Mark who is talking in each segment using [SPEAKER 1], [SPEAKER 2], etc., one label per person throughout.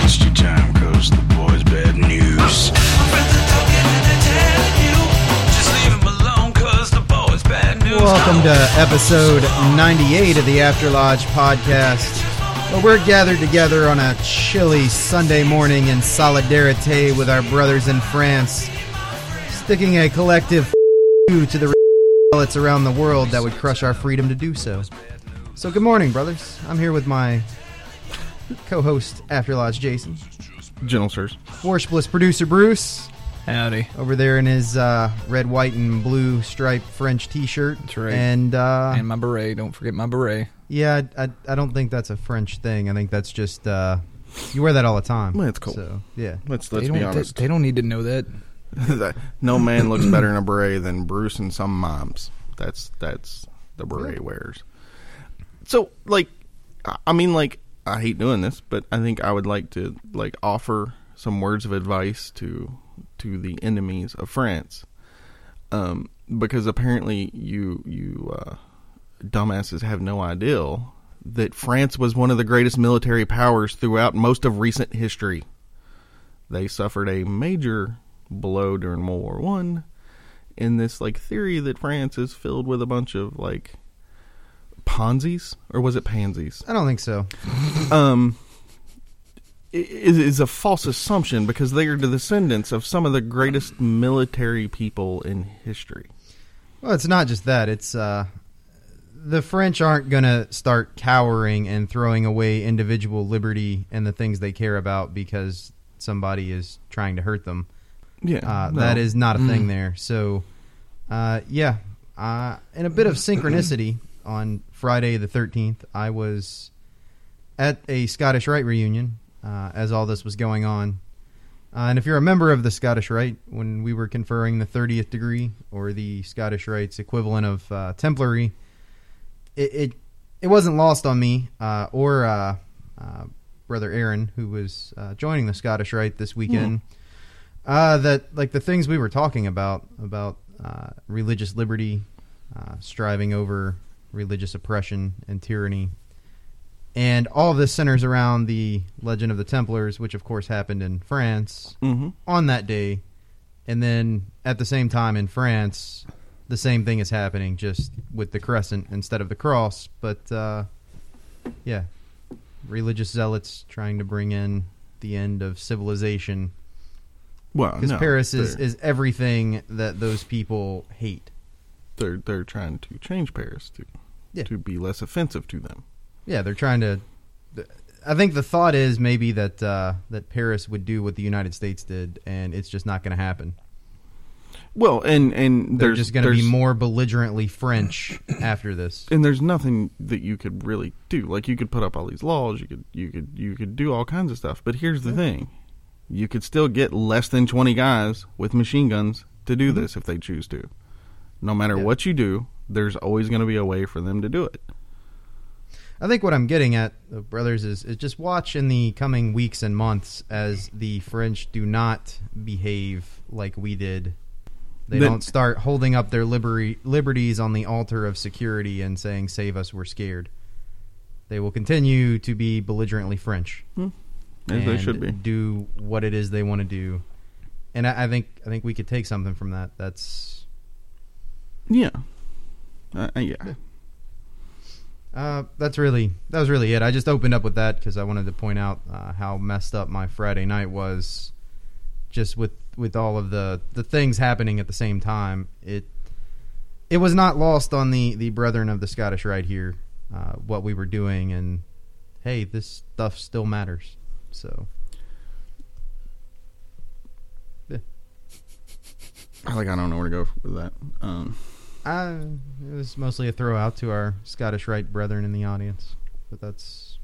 [SPEAKER 1] Waste your time, cause the boy's bad news.
[SPEAKER 2] Welcome to episode 98 of the After Lodge podcast, where we're gathered together on a chilly Sunday morning in solidarity with our brothers in France, sticking a collective to the bullets around the world that would crush our freedom to do so. So, good morning, brothers. I'm here with my co host, After Lodge Jason,
[SPEAKER 3] Gentle sirs.
[SPEAKER 2] Worshipful producer Bruce,
[SPEAKER 3] Howdy.
[SPEAKER 2] over there in his uh, red, white, and blue striped French t shirt.
[SPEAKER 3] That's right.
[SPEAKER 2] And, uh,
[SPEAKER 3] And my beret. Don't forget my beret.
[SPEAKER 2] Yeah, I, I, I don't think that's a French thing. I think that's just uh, you wear that all the time.
[SPEAKER 3] Well, it's cool.
[SPEAKER 2] So yeah,
[SPEAKER 4] Let's
[SPEAKER 3] they
[SPEAKER 4] let's
[SPEAKER 3] don't,
[SPEAKER 4] be
[SPEAKER 3] they-
[SPEAKER 4] honest.
[SPEAKER 3] They, don't need to know that.
[SPEAKER 4] That- no man looks better in a beret than Bruce and some moms. That's that's the beret wears. So like, I- I mean, like I hate doing this, but I think I would like to like offer some words of advice to to the enemies of France, um, because apparently you you uh, dumbasses have no idea that France was one of the greatest military powers throughout most of recent history they suffered a major blow during World War One in this like theory that France is filled with a bunch of like Ponzi's or was it pansies?
[SPEAKER 2] I don't think so.
[SPEAKER 4] Um i- is is a false assumption because they are the descendants of some of the greatest military people in history.
[SPEAKER 2] Well, it's not just that. It's uh, the French aren't gonna start cowering and throwing away individual liberty and the things they care about because somebody is trying to hurt them.
[SPEAKER 4] Yeah,
[SPEAKER 2] Uh,
[SPEAKER 4] no.
[SPEAKER 2] That is not a thing there. So, uh, yeah. Uh, in a bit of synchronicity, on Friday the 13th, I was at a Scottish Rite reunion uh, as all this was going on. Uh, and if you're a member of the Scottish Rite, when we were conferring the 30th degree or the Scottish Rite's equivalent of uh, Templary, it, it it wasn't lost on me uh, or uh, uh, brother Aaron, who was uh, joining the Scottish Rite this weekend, uh, that like the things we were talking about about uh, religious liberty, uh, striving over religious oppression and tyranny, and all of this centers around the legend of the Templars, which of course happened in France
[SPEAKER 4] Mhm.
[SPEAKER 2] on that day, and then at the same time in France, the same thing is happening, just with the crescent instead of the cross. But uh, yeah, religious zealots trying to bring in the end of civilization
[SPEAKER 4] well,
[SPEAKER 2] because
[SPEAKER 4] Oh, no,
[SPEAKER 2] Paris is,
[SPEAKER 4] they're,
[SPEAKER 2] is everything that those people hate.
[SPEAKER 4] they're they're trying to change Paris to
[SPEAKER 2] Yeah.
[SPEAKER 4] to be less offensive to them.
[SPEAKER 2] Yeah, they're trying to. I think the thought is maybe that uh, that Paris would do what the United States did, and it's just not going to happen.
[SPEAKER 4] Well, and and
[SPEAKER 2] They're
[SPEAKER 4] there's
[SPEAKER 2] just going to be
[SPEAKER 4] there's-
[SPEAKER 2] more belligerently French after this.
[SPEAKER 4] and there's nothing that you could really do. Like you could put up all these laws, you could you could you could do all kinds of stuff. But here's the thing. You could still get less than 20 guys with machine guns to do this if they choose to. No matter what you do, there's always going to be a way for them to do it.
[SPEAKER 2] I think what I'm getting at, uh, brothers, is, is just watch in the coming weeks and months as the French do not behave like we did. They
[SPEAKER 4] Then-
[SPEAKER 2] don't start holding up their liberty, liberties on the altar of security and saying, save us, we're scared. They will continue to be belligerently French.
[SPEAKER 4] As they
[SPEAKER 2] and
[SPEAKER 4] should be.
[SPEAKER 2] Do what it is they want to do. And I, I think I think we could take something from that. That's
[SPEAKER 4] Yeah. Uh, uh, yeah.
[SPEAKER 2] Uh, that's really that was really it. I just opened up with that because I wanted to point out uh, how messed up my Friday night was, just with with all of the the things happening at the same time. It it was not lost on the the brethren of the Scottish right here uh, what we were doing and hey, this stuff still matters. So
[SPEAKER 4] I like I don't know where to go with that. Um,
[SPEAKER 2] I Uh, it was mostly a throw out to our Scottish right brethren in the audience, but that's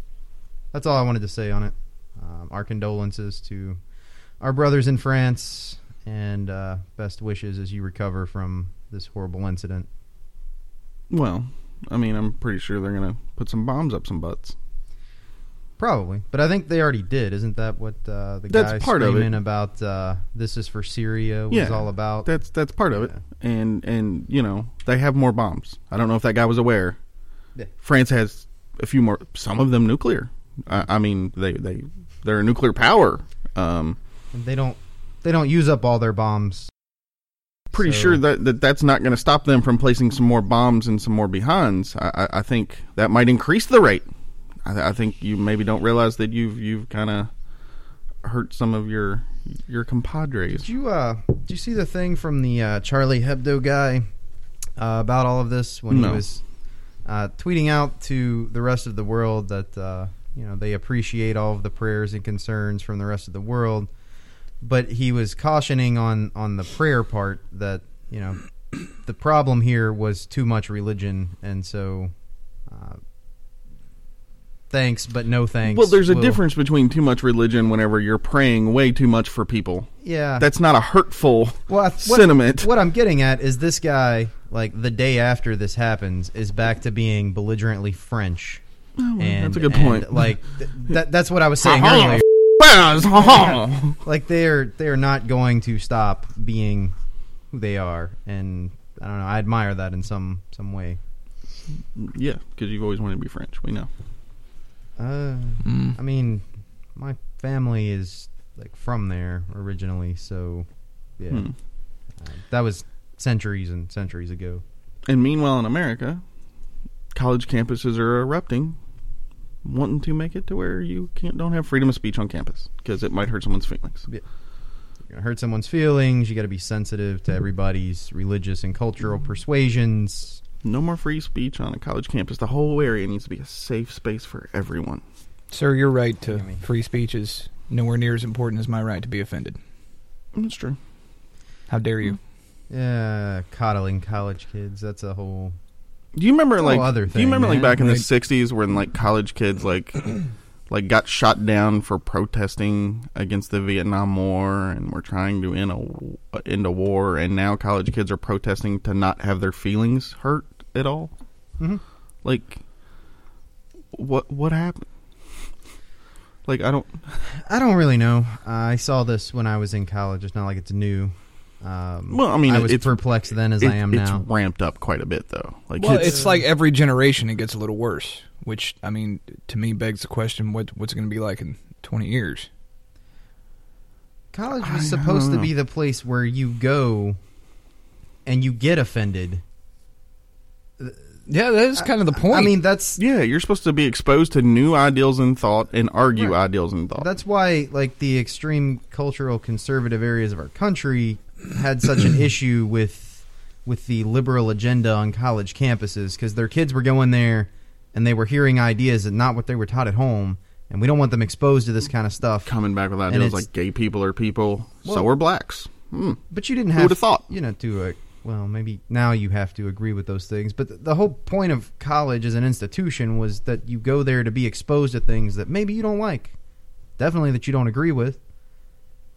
[SPEAKER 2] that's all I wanted to say on it. Um, our condolences to our brothers in France, and uh, best wishes as you recover from this horrible incident.
[SPEAKER 4] well, I mean, I'm pretty sure they're gonna put some bombs up some butts.
[SPEAKER 2] Probably, but I think they already did. Isn't that what uh, the
[SPEAKER 4] That's
[SPEAKER 2] guy
[SPEAKER 4] part of it.
[SPEAKER 2] screaming about uh, "This is for Syria" was
[SPEAKER 4] Yeah,
[SPEAKER 2] all about?
[SPEAKER 4] That's that's part of it, and and you know they have more bombs. I don't know if that guy was aware.
[SPEAKER 2] Yeah.
[SPEAKER 4] France has a few more, some of them nuclear. I, I mean, they they they're a nuclear power. Um,
[SPEAKER 2] And they don't they don't use up all their bombs.
[SPEAKER 4] pretty
[SPEAKER 2] So-
[SPEAKER 4] sure that, that that's not going to stop them from placing some more bombs and some more behinds. I, I, I think that might increase the rate. I, I think you maybe don't realize that you've you've kind of hurt some of your your compadres.
[SPEAKER 2] Did you uh did you see the thing from the uh, Charlie Hebdo guy uh, about all of this when
[SPEAKER 4] No.
[SPEAKER 2] he was uh, tweeting out to the rest of the world that uh, you know they appreciate all of the prayers and concerns from the rest of the world, but he was cautioning on on the prayer part that you know the problem here was too much religion and so. Uh, Thanks, but no thanks.
[SPEAKER 4] Well, there's a
[SPEAKER 2] We'll-
[SPEAKER 4] difference between too much religion whenever you're praying way too much for people.
[SPEAKER 2] Yeah,
[SPEAKER 4] That's not a hurtful
[SPEAKER 2] well, I- Uh, what,
[SPEAKER 4] sentiment.
[SPEAKER 2] What I'm getting at is this guy, like the day after this happens, is back to being belligerently French. and,
[SPEAKER 4] Oh, that's a good
[SPEAKER 2] and,
[SPEAKER 4] point.
[SPEAKER 2] Like th- that, that's what I was saying
[SPEAKER 4] Ha-ha.
[SPEAKER 2] earlier.
[SPEAKER 4] Well,
[SPEAKER 2] Like they're they're not going to stop being who they are, and I don't know. I admire that in some some way.
[SPEAKER 4] yeah, because you've always wanted to be French. We know.
[SPEAKER 2] Uh,
[SPEAKER 4] Mm.
[SPEAKER 2] I mean, my family is like from there originally, so yeah,
[SPEAKER 4] Hmm.
[SPEAKER 2] uh, that was centuries and centuries ago.
[SPEAKER 4] And meanwhile, in America, college campuses are erupting, wanting to make it to where you can't don't have freedom of speech on campus because it might hurt someone's feelings.
[SPEAKER 2] you're gonna hurt someone's feelings. You got to be sensitive to everybody's religious and cultural persuasions.
[SPEAKER 4] No more free speech on a college campus. The whole area needs to be a safe space for everyone.
[SPEAKER 3] Sir, your right to
[SPEAKER 2] I mean-
[SPEAKER 3] free speech is nowhere near as important as my right to be offended.
[SPEAKER 4] That's true.
[SPEAKER 3] How dare you?
[SPEAKER 2] Yeah, coddling college kids. That's a whole.
[SPEAKER 4] Do you remember
[SPEAKER 2] Whole
[SPEAKER 4] like
[SPEAKER 2] other
[SPEAKER 4] Do
[SPEAKER 2] thing,
[SPEAKER 4] you remember
[SPEAKER 2] man.
[SPEAKER 4] like back in the
[SPEAKER 3] Like-
[SPEAKER 4] '60s when like college kids like like got shot down for protesting against the Vietnam War and were trying to end a end a war, and now college kids are protesting to not have their feelings hurt at all.
[SPEAKER 2] Mhm.
[SPEAKER 4] Like what what happened? Like I don't.
[SPEAKER 2] I don't really know. I saw this when I was in college. It's not like it's new. Um,
[SPEAKER 4] Well, I mean,
[SPEAKER 2] I was
[SPEAKER 4] it's-
[SPEAKER 2] perplexed then as
[SPEAKER 4] it-
[SPEAKER 2] I am
[SPEAKER 4] it's
[SPEAKER 2] now.
[SPEAKER 4] ramped up quite a bit though. Like
[SPEAKER 3] Well,
[SPEAKER 4] it's,
[SPEAKER 3] it's, like every generation it gets a little worse, which I mean, to me begs the question: what what's it going to be like in twenty years?
[SPEAKER 2] College
[SPEAKER 4] I- I
[SPEAKER 2] was supposed to
[SPEAKER 4] don't
[SPEAKER 2] be the place where you go and you get offended.
[SPEAKER 3] Yeah, that is kind of the point.
[SPEAKER 2] I mean, that's
[SPEAKER 4] yeah, you're supposed to be exposed to new ideals and thought and argue
[SPEAKER 2] Right.
[SPEAKER 4] ideals and thought.
[SPEAKER 2] That's why, like, the extreme cultural conservative areas of our country had such an issue with with the liberal agenda on college campuses because their kids were going there and they were hearing ideas and not what they were taught at home, and we don't want them exposed to this kind of stuff.
[SPEAKER 4] coming back with
[SPEAKER 2] And
[SPEAKER 4] ideas
[SPEAKER 2] it's-
[SPEAKER 4] like gay people are people, so
[SPEAKER 2] Well-
[SPEAKER 4] are blacks. Hmm.
[SPEAKER 2] But you didn't have
[SPEAKER 4] would've thought?
[SPEAKER 2] you know to uh, well maybe now you have to agree with those things. But th- the whole point of college as an institution was that you go there to be exposed to things that maybe you don't like, definitely that you don't agree with.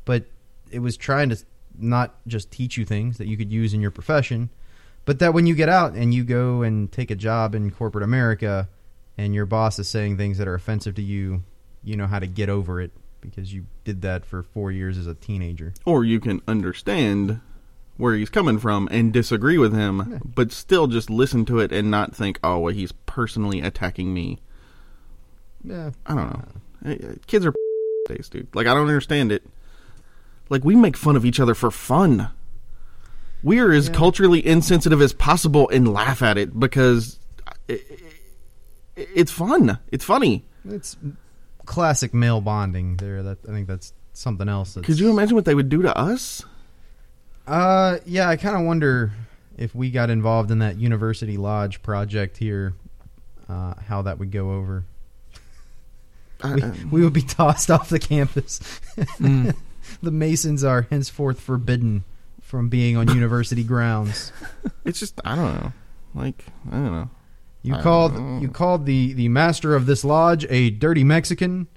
[SPEAKER 2] But it was trying to s- not just teach you things that you could use in your profession, but that when you get out and you go and take a job in corporate America, and your boss is saying things that are offensive to you, you know how to get over it because you did that for four years as a teenager.
[SPEAKER 4] Or you can understand where he's coming from and disagree with him, but still just listen to it and not think, oh, well, he's personally attacking me.
[SPEAKER 2] Yeah.
[SPEAKER 4] I don't know. Uh, uh, Kids are days, dude. Like, I don't understand it. Like, we make fun of each other for fun. We are as culturally insensitive as possible and laugh at it because i- i- i- it's fun. It's funny.
[SPEAKER 2] It's classic male bonding there. That I think that's something else. That's,
[SPEAKER 4] Could you imagine what they would do to us?
[SPEAKER 2] Uh, yeah, I kind of wonder if we got involved in that University Lodge project here, uh, how that would go over.
[SPEAKER 4] I-
[SPEAKER 2] We,
[SPEAKER 4] I-
[SPEAKER 2] we would be tossed off the campus.
[SPEAKER 3] Mm.
[SPEAKER 2] the Masons are henceforth forbidden from being on university grounds.
[SPEAKER 4] it's just I don't know. Like I don't know.
[SPEAKER 2] You
[SPEAKER 4] I
[SPEAKER 2] called
[SPEAKER 4] don't know.
[SPEAKER 2] you called the the master of this lodge a dirty Mexican,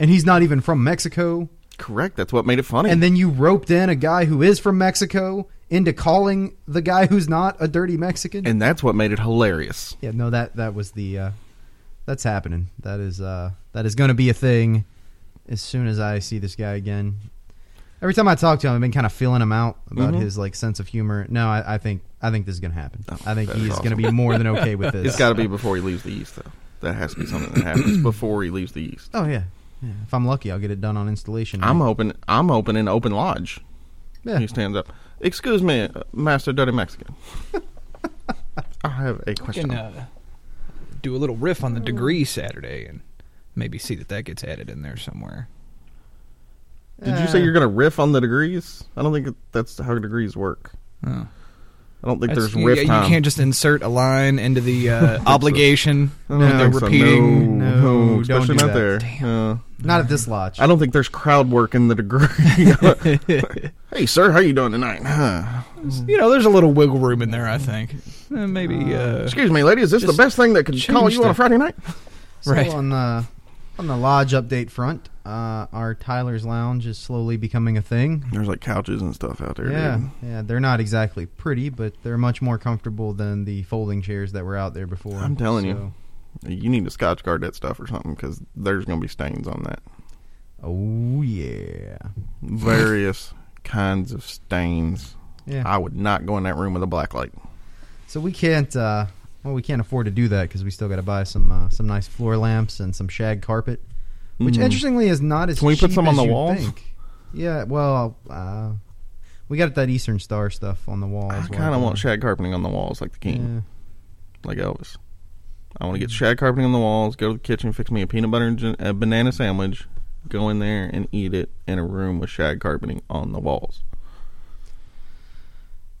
[SPEAKER 2] and he's not even from Mexico.
[SPEAKER 4] Correct. That's what made it funny.
[SPEAKER 2] And then you roped in a guy who is from Mexico into calling the guy who's not a dirty Mexican.
[SPEAKER 4] and that's what made it hilarious.
[SPEAKER 2] yeah, no that that was the uh, that's happening. That is uh, that is going to be a thing as soon as I see this guy again. Every time I talk to him, I've been kind of feeling him out about
[SPEAKER 4] Mhm.
[SPEAKER 2] his like sense of humor. No, I, I think I think this is going to happen.
[SPEAKER 4] Oh,
[SPEAKER 2] I think
[SPEAKER 4] that's
[SPEAKER 2] he's
[SPEAKER 4] awesome.
[SPEAKER 2] going to be more than okay with this.
[SPEAKER 4] It's got to be before he leaves the East, though. That has to be something that happens before he leaves the East.
[SPEAKER 2] Oh yeah. yeah. If I'm lucky, I'll get it done on installation.
[SPEAKER 4] I'm open. I'm open in open lodge.
[SPEAKER 2] Yeah.
[SPEAKER 4] He stands up. Excuse me, uh, Master Dirty Mexican. I have a
[SPEAKER 3] We
[SPEAKER 4] question.
[SPEAKER 3] can uh, do a little riff on the degree Saturday and maybe see that that gets added in there somewhere.
[SPEAKER 4] Did you say you're going to riff on the degrees? I don't think that's how degrees work.
[SPEAKER 3] Oh.
[SPEAKER 4] I don't think
[SPEAKER 3] That's-
[SPEAKER 4] there's
[SPEAKER 3] you,
[SPEAKER 4] riff
[SPEAKER 3] you
[SPEAKER 4] time.
[SPEAKER 3] can't just insert a line into the uh, obligation
[SPEAKER 4] I don't
[SPEAKER 3] when they're
[SPEAKER 4] think so.
[SPEAKER 3] repeating.
[SPEAKER 4] No,
[SPEAKER 2] No,
[SPEAKER 4] no,
[SPEAKER 2] don't
[SPEAKER 4] especially
[SPEAKER 2] do
[SPEAKER 4] not
[SPEAKER 2] that.
[SPEAKER 4] there. Uh,
[SPEAKER 2] not at this lodge?
[SPEAKER 4] I don't think there's crowd work in the degree. hey, sir, how you doing tonight? Huh?
[SPEAKER 3] You know, there's a little wiggle room in there. I think Uh, maybe. Uh,
[SPEAKER 4] Excuse me, lady. Is this the
[SPEAKER 3] Just
[SPEAKER 4] best thing that could call
[SPEAKER 3] change
[SPEAKER 4] you on a
[SPEAKER 3] the-
[SPEAKER 4] Friday night?
[SPEAKER 2] So
[SPEAKER 3] Right.
[SPEAKER 2] on the on the lodge update front, uh, our Tyler's Lounge is slowly becoming a thing.
[SPEAKER 4] There's like couches and stuff out there.
[SPEAKER 2] Yeah, yeah, they're not exactly pretty, but they're much more comfortable than the folding chairs that were out there before.
[SPEAKER 4] I'm telling you.
[SPEAKER 2] So-
[SPEAKER 4] dude. You need to scotch guard that stuff or something because there's going to be stains on that.
[SPEAKER 2] Oh yeah,
[SPEAKER 4] Various kinds of stains.
[SPEAKER 2] yeah.
[SPEAKER 4] I would not go in that room with a black light.
[SPEAKER 2] So we can't. Uh, well, we can't afford to do that because we still got to buy some uh, some nice floor lamps and some shag carpet, which
[SPEAKER 4] Mm.
[SPEAKER 2] interestingly is not as.
[SPEAKER 4] Can we put
[SPEAKER 2] cheap
[SPEAKER 4] some on
[SPEAKER 2] as
[SPEAKER 4] the
[SPEAKER 2] you'd
[SPEAKER 4] walls?
[SPEAKER 2] think. Yeah. Well, uh, we got that Eastern Star stuff on the walls.
[SPEAKER 4] I
[SPEAKER 2] Why
[SPEAKER 4] kind
[SPEAKER 2] not?
[SPEAKER 4] of want shag carpeting on the walls like the king,
[SPEAKER 2] Yeah.
[SPEAKER 4] like Elvis. I want to get shag carpeting on the walls, go to the kitchen, fix me a peanut butter and gin- a banana sandwich, go in there and eat it in a room with shag carpeting on the walls.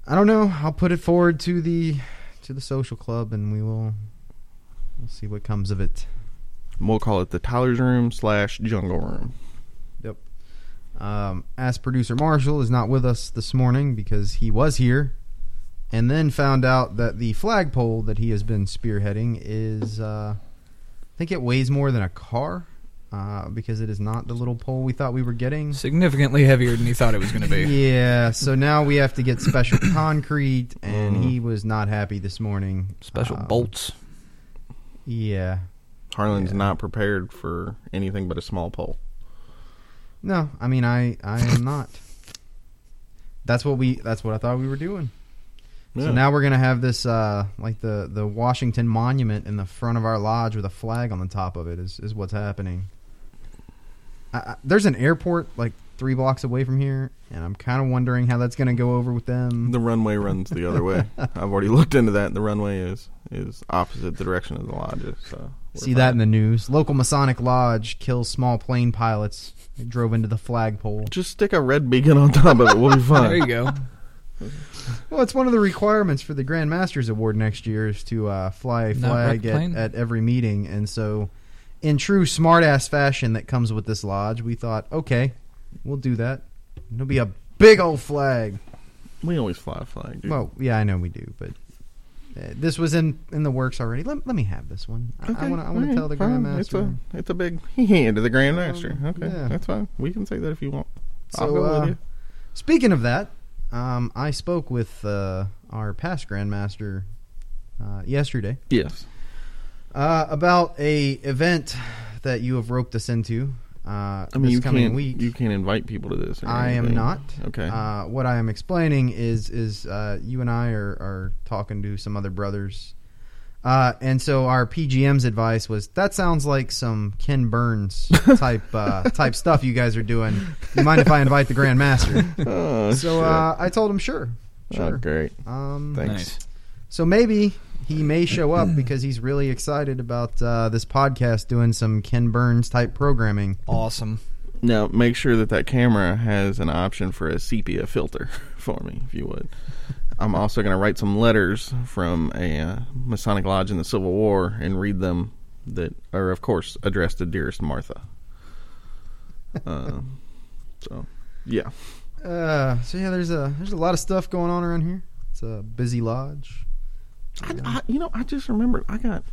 [SPEAKER 2] I don't know. I'll put it forward to the to the social club, and we will we'll see what comes of it.
[SPEAKER 4] And We'll call it the Tyler's room slash jungle room.
[SPEAKER 2] Um, as producer Marshall is not with us this morning because he was here, and then found out that the flagpole that he has been spearheading is, uh, I think it weighs more than a car, uh, because it is not the little pole we thought we were getting.
[SPEAKER 3] significantly heavier than he thought it was going to be.
[SPEAKER 2] Yeah, so now we have to get special concrete, and he was not happy this morning.
[SPEAKER 3] Special
[SPEAKER 2] Um,
[SPEAKER 3] bolts.
[SPEAKER 2] Yeah,
[SPEAKER 4] Harlan's
[SPEAKER 2] Yeah.
[SPEAKER 4] not prepared for anything but a small pole.
[SPEAKER 2] No, I mean I I am not. That's what we that's what I thought we were doing.
[SPEAKER 4] Yeah.
[SPEAKER 2] So now we're gonna have this uh like the the Washington Monument in the front of our lodge with a flag on the top of it is is what's happening. I, I, there's an airport like three blocks away from here, and I'm kind of wondering how that's gonna go over with them.
[SPEAKER 4] The runway runs the other way. I've already looked into that. The runway is is opposite the direction of the lodge. So we're
[SPEAKER 2] See that in
[SPEAKER 4] fine.
[SPEAKER 2] the news. Local Masonic lodge kills small plane pilots. They drove into the flagpole.
[SPEAKER 4] Just stick a red beacon on top of it. We'll be
[SPEAKER 3] there you
[SPEAKER 4] fine.
[SPEAKER 3] go.
[SPEAKER 2] Well, it's one of the requirements for the Grand Masters Award next year is to uh, fly a
[SPEAKER 3] Not wreck
[SPEAKER 2] flag
[SPEAKER 3] the
[SPEAKER 2] at,
[SPEAKER 3] plane?
[SPEAKER 2] at every meeting, and so, in true smartass fashion that comes with this lodge, we thought, okay, we'll do that. It'll be a big old flag.
[SPEAKER 4] we always fly a flag. Dude.
[SPEAKER 2] Well, yeah, I know we do, but uh, this was in in the works already. Let, let me have this one. I- I want to I want to
[SPEAKER 4] alright,
[SPEAKER 2] tell the
[SPEAKER 4] fine.
[SPEAKER 2] Grand
[SPEAKER 4] It's a
[SPEAKER 2] Master.
[SPEAKER 4] it's a big hand to the Grand Master.
[SPEAKER 2] Um,
[SPEAKER 4] Okay,
[SPEAKER 2] yeah.
[SPEAKER 4] that's fine. We can say that if you want. I'll
[SPEAKER 2] So,
[SPEAKER 4] go
[SPEAKER 2] uh,
[SPEAKER 4] with you.
[SPEAKER 2] speaking of that, um, I spoke with uh, our past Grand Master uh, yesterday.
[SPEAKER 4] Yes.
[SPEAKER 2] Uh, about a event that you have roped us into. Uh,
[SPEAKER 4] I mean,
[SPEAKER 2] this
[SPEAKER 4] you
[SPEAKER 2] coming
[SPEAKER 4] can't
[SPEAKER 2] week.
[SPEAKER 4] you can't invite people to this. Or
[SPEAKER 2] I am
[SPEAKER 4] anything.
[SPEAKER 2] not.
[SPEAKER 4] Okay.
[SPEAKER 2] Uh, what I am explaining is is uh, you and I are, are talking to some other brothers, uh, and so our PGM's advice was that sounds like some Ken Burns type uh, type stuff you guys are doing. You mind if I invite the Grand Master?
[SPEAKER 4] oh,
[SPEAKER 2] So
[SPEAKER 4] shit.
[SPEAKER 2] uh, I told him sure,
[SPEAKER 4] oh,
[SPEAKER 2] sure.
[SPEAKER 4] great.
[SPEAKER 2] Um,
[SPEAKER 4] Thanks.
[SPEAKER 3] Nice.
[SPEAKER 2] so maybe he may show up because he's really excited about uh, this podcast doing some Ken Burns type programming.
[SPEAKER 3] Awesome.
[SPEAKER 4] Now, make sure that that camera has an option for a sepia filter for me, if you would. I'm also going to write some letters from a uh, Masonic lodge in the Civil War and read them that are, of course, addressed to dearest Martha. Uh, so, yeah.
[SPEAKER 2] Uh, so yeah, there's a there's a lot of stuff going on around here. It's a busy lodge.
[SPEAKER 4] I, I- you know, I just remembered I got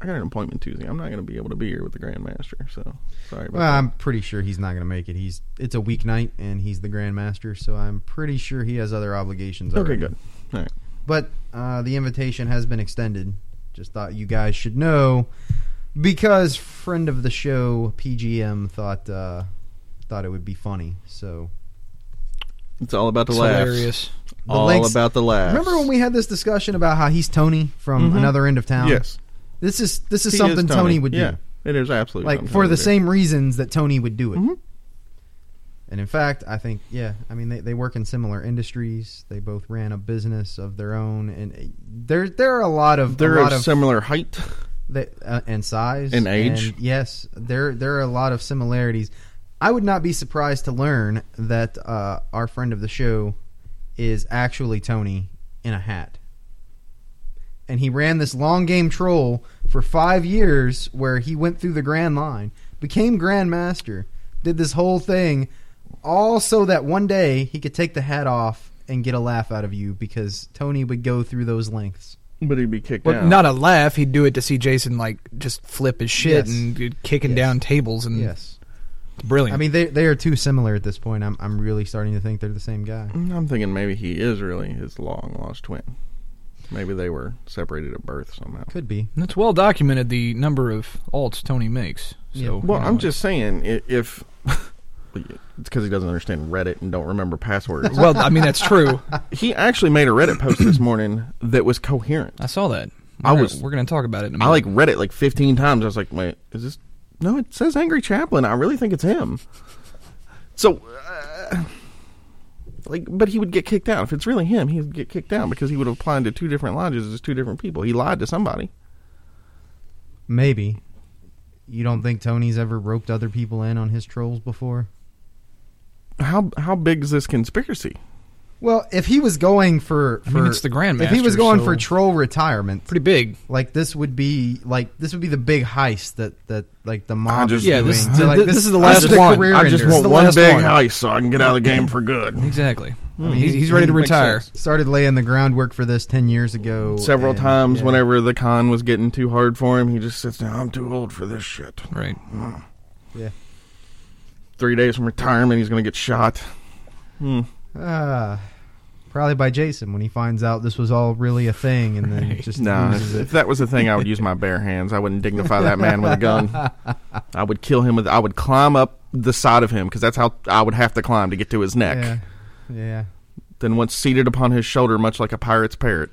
[SPEAKER 4] I got an appointment Tuesday. I'm not going to be able to be here with the Grand Master, so sorry about
[SPEAKER 2] Well, I'm pretty sure he's not going to make it. He's it's a weeknight and he's the Grand Master, so I'm pretty sure he has other obligations.
[SPEAKER 4] that. Okay,
[SPEAKER 2] already.
[SPEAKER 4] good. All right.
[SPEAKER 2] But uh, the invitation has been extended. Just thought you guys should know because friend of the show PGM thought uh, thought it would be funny. So
[SPEAKER 4] It's all about the
[SPEAKER 3] It's
[SPEAKER 4] laughs.
[SPEAKER 3] hilarious.
[SPEAKER 2] The
[SPEAKER 4] all
[SPEAKER 2] links-
[SPEAKER 4] about the laughs.
[SPEAKER 2] remember when we had this discussion about how he's Tony from
[SPEAKER 4] Mhm.
[SPEAKER 2] another end of town?
[SPEAKER 4] Yes.
[SPEAKER 2] This is this Mm-hmm. is
[SPEAKER 4] He
[SPEAKER 2] something
[SPEAKER 4] is
[SPEAKER 2] Tony. would
[SPEAKER 4] yeah,
[SPEAKER 2] do.
[SPEAKER 4] It is absolutely
[SPEAKER 2] like for
[SPEAKER 4] something Tony
[SPEAKER 2] the
[SPEAKER 4] would do.
[SPEAKER 2] same reasons that Tony would do it.
[SPEAKER 4] Mhm.
[SPEAKER 2] And in fact, I think yeah, I mean they, they work in similar industries. They both ran a business of their own, and uh, there there are a lot of
[SPEAKER 4] They're
[SPEAKER 2] a
[SPEAKER 4] of
[SPEAKER 2] lot of
[SPEAKER 4] similar height.
[SPEAKER 2] they, uh, and size
[SPEAKER 4] And age.
[SPEAKER 2] and yes, there there are a lot of similarities. I would not be surprised to learn that uh, our friend of the show is actually Tony in a hat. And he ran this long game troll for five years where he went through the grand line, became grandmaster, did this whole thing, all so that one day he could take the hat off and get a laugh out of you because Tony would go through those lengths.
[SPEAKER 4] But he'd be kicked
[SPEAKER 3] Well,
[SPEAKER 4] out.
[SPEAKER 3] not a laugh. He'd do it to see Jason like just flip his shit
[SPEAKER 2] Yes.
[SPEAKER 3] and kicking
[SPEAKER 2] Yes.
[SPEAKER 3] down tables and
[SPEAKER 2] Yes.
[SPEAKER 3] brilliant.
[SPEAKER 2] I mean, they they are too similar at this point. I'm I'm really starting to think they're the same guy.
[SPEAKER 4] I'm thinking maybe he is really his long lost twin. Maybe they were separated at birth somehow.
[SPEAKER 2] Could be.
[SPEAKER 3] And it's well documented the number of alts Tony makes. So
[SPEAKER 2] Yeah.
[SPEAKER 4] Well,
[SPEAKER 3] you know,
[SPEAKER 4] I'm just saying i- if it's because he doesn't understand Reddit and don't remember passwords.
[SPEAKER 3] Well, I mean that's true.
[SPEAKER 4] he actually made a Reddit post this morning that was coherent.
[SPEAKER 3] I saw that.
[SPEAKER 4] I
[SPEAKER 3] We're-
[SPEAKER 4] was-
[SPEAKER 3] We're gonna talk about it. In a
[SPEAKER 4] I
[SPEAKER 3] minute.
[SPEAKER 4] like read it like 15 times. I was like, wait, is this? No, it says Angry Chaplin. I really think it's him. So, uh, like, but he would get kicked out if it's really him. He would get kicked out because he would have applied to two different lodges as two different people. He lied to somebody.
[SPEAKER 2] Maybe. You don't think Tony's ever roped other people in on his trolls before?
[SPEAKER 4] How how big is this conspiracy?
[SPEAKER 2] Well, if he was going for,
[SPEAKER 3] I mean,
[SPEAKER 2] for-
[SPEAKER 3] it's the Grandmaster,
[SPEAKER 2] If he was going
[SPEAKER 3] so-
[SPEAKER 2] for troll retirement,
[SPEAKER 3] pretty big.
[SPEAKER 2] like this would be like this would be the big heist that that like the mob
[SPEAKER 4] just-
[SPEAKER 2] is
[SPEAKER 3] Yeah,
[SPEAKER 2] doing.
[SPEAKER 3] this-
[SPEAKER 2] So, like,
[SPEAKER 3] this is the last
[SPEAKER 2] is the
[SPEAKER 3] one.
[SPEAKER 2] career
[SPEAKER 4] I just
[SPEAKER 2] ender.
[SPEAKER 4] want
[SPEAKER 3] the
[SPEAKER 4] one
[SPEAKER 3] last
[SPEAKER 4] big
[SPEAKER 3] one.
[SPEAKER 4] heist so I can get out of the game for good.
[SPEAKER 3] Exactly.
[SPEAKER 2] Hmm.
[SPEAKER 3] I mean, he's, he's ready to
[SPEAKER 4] makes
[SPEAKER 3] retire.
[SPEAKER 4] sense.
[SPEAKER 2] started laying the groundwork for this ten years ago.
[SPEAKER 4] Several
[SPEAKER 2] and-
[SPEAKER 4] times,
[SPEAKER 2] yeah.
[SPEAKER 4] whenever the con was getting too hard for him, he just sits down. I'm too old for this shit.
[SPEAKER 3] Right.
[SPEAKER 2] Yeah.
[SPEAKER 4] Three days from retirement, he's going to get shot. Hmm.
[SPEAKER 2] Ah, probably by Jason when he finds out this was all really a thing, and then just
[SPEAKER 4] No,
[SPEAKER 2] uses
[SPEAKER 4] if,
[SPEAKER 2] it.
[SPEAKER 4] if that was the thing, I would use my bare hands. I wouldn't dignify that man with a gun. I would kill him with. I would climb up the side of him because that's how I would have to climb to get to his neck.
[SPEAKER 2] Yeah, yeah.
[SPEAKER 4] Then, once seated upon his shoulder, much like a pirate's parrot,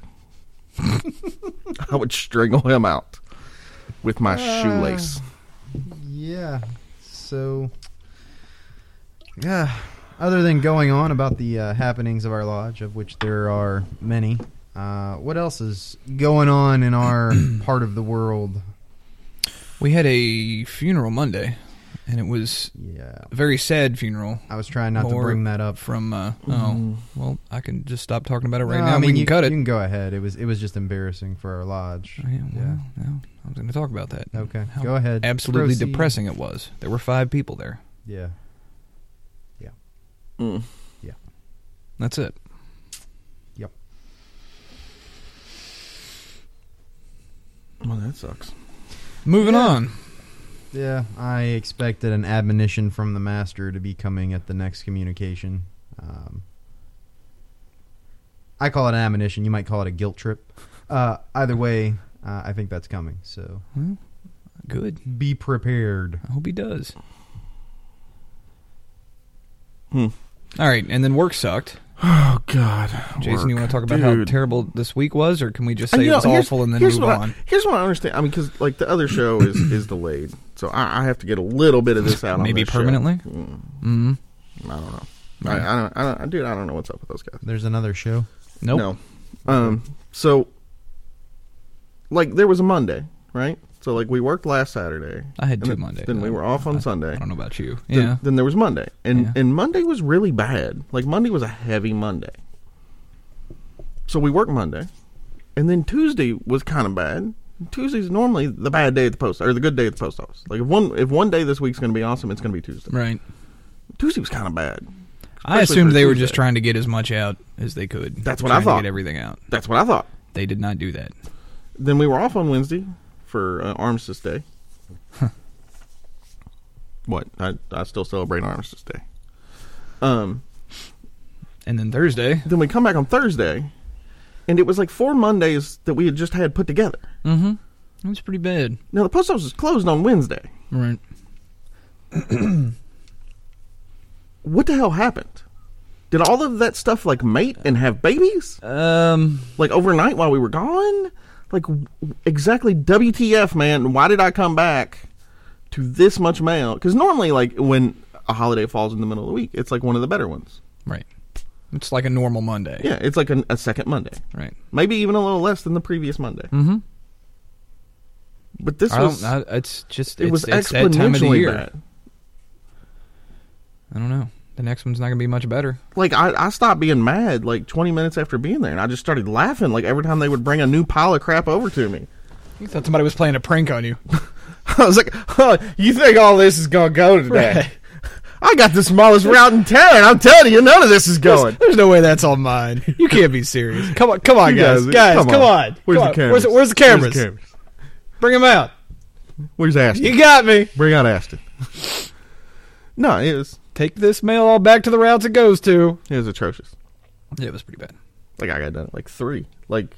[SPEAKER 4] I would strangle him out with my
[SPEAKER 3] Ah.
[SPEAKER 4] shoelace.
[SPEAKER 2] Yeah. So, yeah. Other than going on about the uh, happenings of our lodge, of which there are many, uh, what else is going on in our part of the world?
[SPEAKER 3] We had a funeral Monday, and it was
[SPEAKER 2] Yeah.
[SPEAKER 3] a very sad funeral.
[SPEAKER 2] I was trying not
[SPEAKER 3] More
[SPEAKER 2] to bring that up.
[SPEAKER 3] From uh, oh well, I can just stop talking about it right
[SPEAKER 2] Mm-hmm. No,
[SPEAKER 3] now.
[SPEAKER 2] I mean,
[SPEAKER 3] we can
[SPEAKER 2] you,
[SPEAKER 3] cut
[SPEAKER 2] You
[SPEAKER 3] it. Oh,
[SPEAKER 2] can go ahead. It was it was just embarrassing for our lodge.
[SPEAKER 3] Yeah, well, no, I was going to talk about that.
[SPEAKER 2] Okay,
[SPEAKER 3] How
[SPEAKER 2] go ahead.
[SPEAKER 3] Absolutely
[SPEAKER 2] Proceed.
[SPEAKER 3] depressing it was. There were five people there.
[SPEAKER 2] Yeah.
[SPEAKER 4] Mm.
[SPEAKER 3] That's it.
[SPEAKER 4] Well, that sucks.
[SPEAKER 3] Moving on.
[SPEAKER 2] Yeah, I expected an admonition from the master to be coming at the next communication. Um, I call it an admonition. You might call it a guilt trip. Uh, either way, uh, I think that's coming. So
[SPEAKER 3] Good.
[SPEAKER 2] be prepared.
[SPEAKER 3] I hope he does.
[SPEAKER 4] Hmm.
[SPEAKER 3] All right, and then work sucked.
[SPEAKER 4] Oh God,
[SPEAKER 3] Jason, you
[SPEAKER 4] Work.
[SPEAKER 3] want to talk about how
[SPEAKER 4] Dude.
[SPEAKER 3] terrible this week was, or can we
[SPEAKER 2] Uh,
[SPEAKER 3] just
[SPEAKER 4] And
[SPEAKER 3] say
[SPEAKER 4] you
[SPEAKER 3] it was
[SPEAKER 4] know, here's-
[SPEAKER 3] awful and then
[SPEAKER 4] here's
[SPEAKER 3] move
[SPEAKER 4] what I-
[SPEAKER 3] on?
[SPEAKER 4] here's what I understand. I mean, because like the other show is is delayed, so I, I have to get a little bit of this out. on
[SPEAKER 3] Maybe
[SPEAKER 4] this show.
[SPEAKER 3] permanently?
[SPEAKER 4] Mm,
[SPEAKER 3] Mm-hmm.
[SPEAKER 4] I don't know. I, I don't. I don't. Dude, I don't know what's up with those guys.
[SPEAKER 2] There's another show.
[SPEAKER 3] Nope.
[SPEAKER 4] No. Um. So Um, like there was a Monday, right? So like we worked last Saturday.
[SPEAKER 3] I had
[SPEAKER 4] and
[SPEAKER 3] two
[SPEAKER 4] then-
[SPEAKER 3] Mondays.
[SPEAKER 4] Then we were off on
[SPEAKER 3] I-
[SPEAKER 4] Sunday.
[SPEAKER 3] I don't know about you.
[SPEAKER 4] Then,
[SPEAKER 3] Yeah.
[SPEAKER 4] then there was Monday, and
[SPEAKER 3] Yeah.
[SPEAKER 4] and Monday was really bad. Like Monday was a heavy Monday. So we worked Monday, and then Tuesday was kind of bad. Tuesday's normally the bad day at the post or the good day at the post office. Like if one if one day this week's going to be awesome, it's going to be Tuesday.
[SPEAKER 3] Right.
[SPEAKER 4] Tuesday was kind of bad.
[SPEAKER 3] I
[SPEAKER 4] Especially
[SPEAKER 3] assumed
[SPEAKER 4] for
[SPEAKER 3] they were
[SPEAKER 4] Tuesday.
[SPEAKER 3] just trying to get as much out as they could.
[SPEAKER 4] That's what
[SPEAKER 3] Trying
[SPEAKER 4] I thought.
[SPEAKER 3] To get everything out.
[SPEAKER 4] That's what I thought.
[SPEAKER 3] They did not do that.
[SPEAKER 4] Then we were off on Wednesday for uh, Armistice Day. What I I still celebrate Armistice Day. Um.
[SPEAKER 3] And then Thursday.
[SPEAKER 4] then we come back on Thursday, and it was like four Mondays that we had just had put together.
[SPEAKER 3] Mm-hmm. It was pretty bad.
[SPEAKER 4] Now the post office is closed on Wednesday.
[SPEAKER 3] Right.
[SPEAKER 4] What the hell happened? Did all of that stuff like mate and have babies
[SPEAKER 3] Um.
[SPEAKER 4] like overnight while we were gone? Like w- exactly WTF, man? Why did I come back to this much mail? Because normally, like when a holiday falls in the middle of the week, it's like one of the better ones.
[SPEAKER 3] Right. It's like a normal Monday.
[SPEAKER 4] Yeah, it's like an, a second Monday,
[SPEAKER 3] Right.
[SPEAKER 4] maybe even a little less than the previous Monday.
[SPEAKER 3] Mm-hmm.
[SPEAKER 4] But this
[SPEAKER 3] I
[SPEAKER 4] was
[SPEAKER 3] don't. I, it's just.
[SPEAKER 4] it
[SPEAKER 3] it's,
[SPEAKER 4] was
[SPEAKER 3] it's that time of the
[SPEAKER 4] exponentially
[SPEAKER 3] year.
[SPEAKER 4] bad.
[SPEAKER 3] I don't know. The next one's not gonna be much better.
[SPEAKER 4] like I, I stopped being mad like 20 minutes after being there and i just started laughing like every time they would bring a new pile of crap over to me
[SPEAKER 3] You thought somebody was playing a prank on you.
[SPEAKER 4] i was like huh, you think all this is gonna go today i got the smallest route in town i'm telling you none of this is going
[SPEAKER 3] There's no way that's all mine. You can't be serious. Come on, come on,
[SPEAKER 4] You
[SPEAKER 3] guys, guys, come, on.
[SPEAKER 4] Where's,
[SPEAKER 3] Come
[SPEAKER 4] the
[SPEAKER 3] on.
[SPEAKER 4] cameras?
[SPEAKER 3] Where's, where's the cameras?
[SPEAKER 4] Where's, the cameras?
[SPEAKER 3] Bring them out.
[SPEAKER 4] Where's Aston?
[SPEAKER 3] You got me.
[SPEAKER 4] Bring out Aston. no, it was
[SPEAKER 3] Take this mail all back to the routes it goes to.
[SPEAKER 4] it was atrocious.
[SPEAKER 3] Yeah, it was pretty bad.
[SPEAKER 4] Like I got done at, like three. Like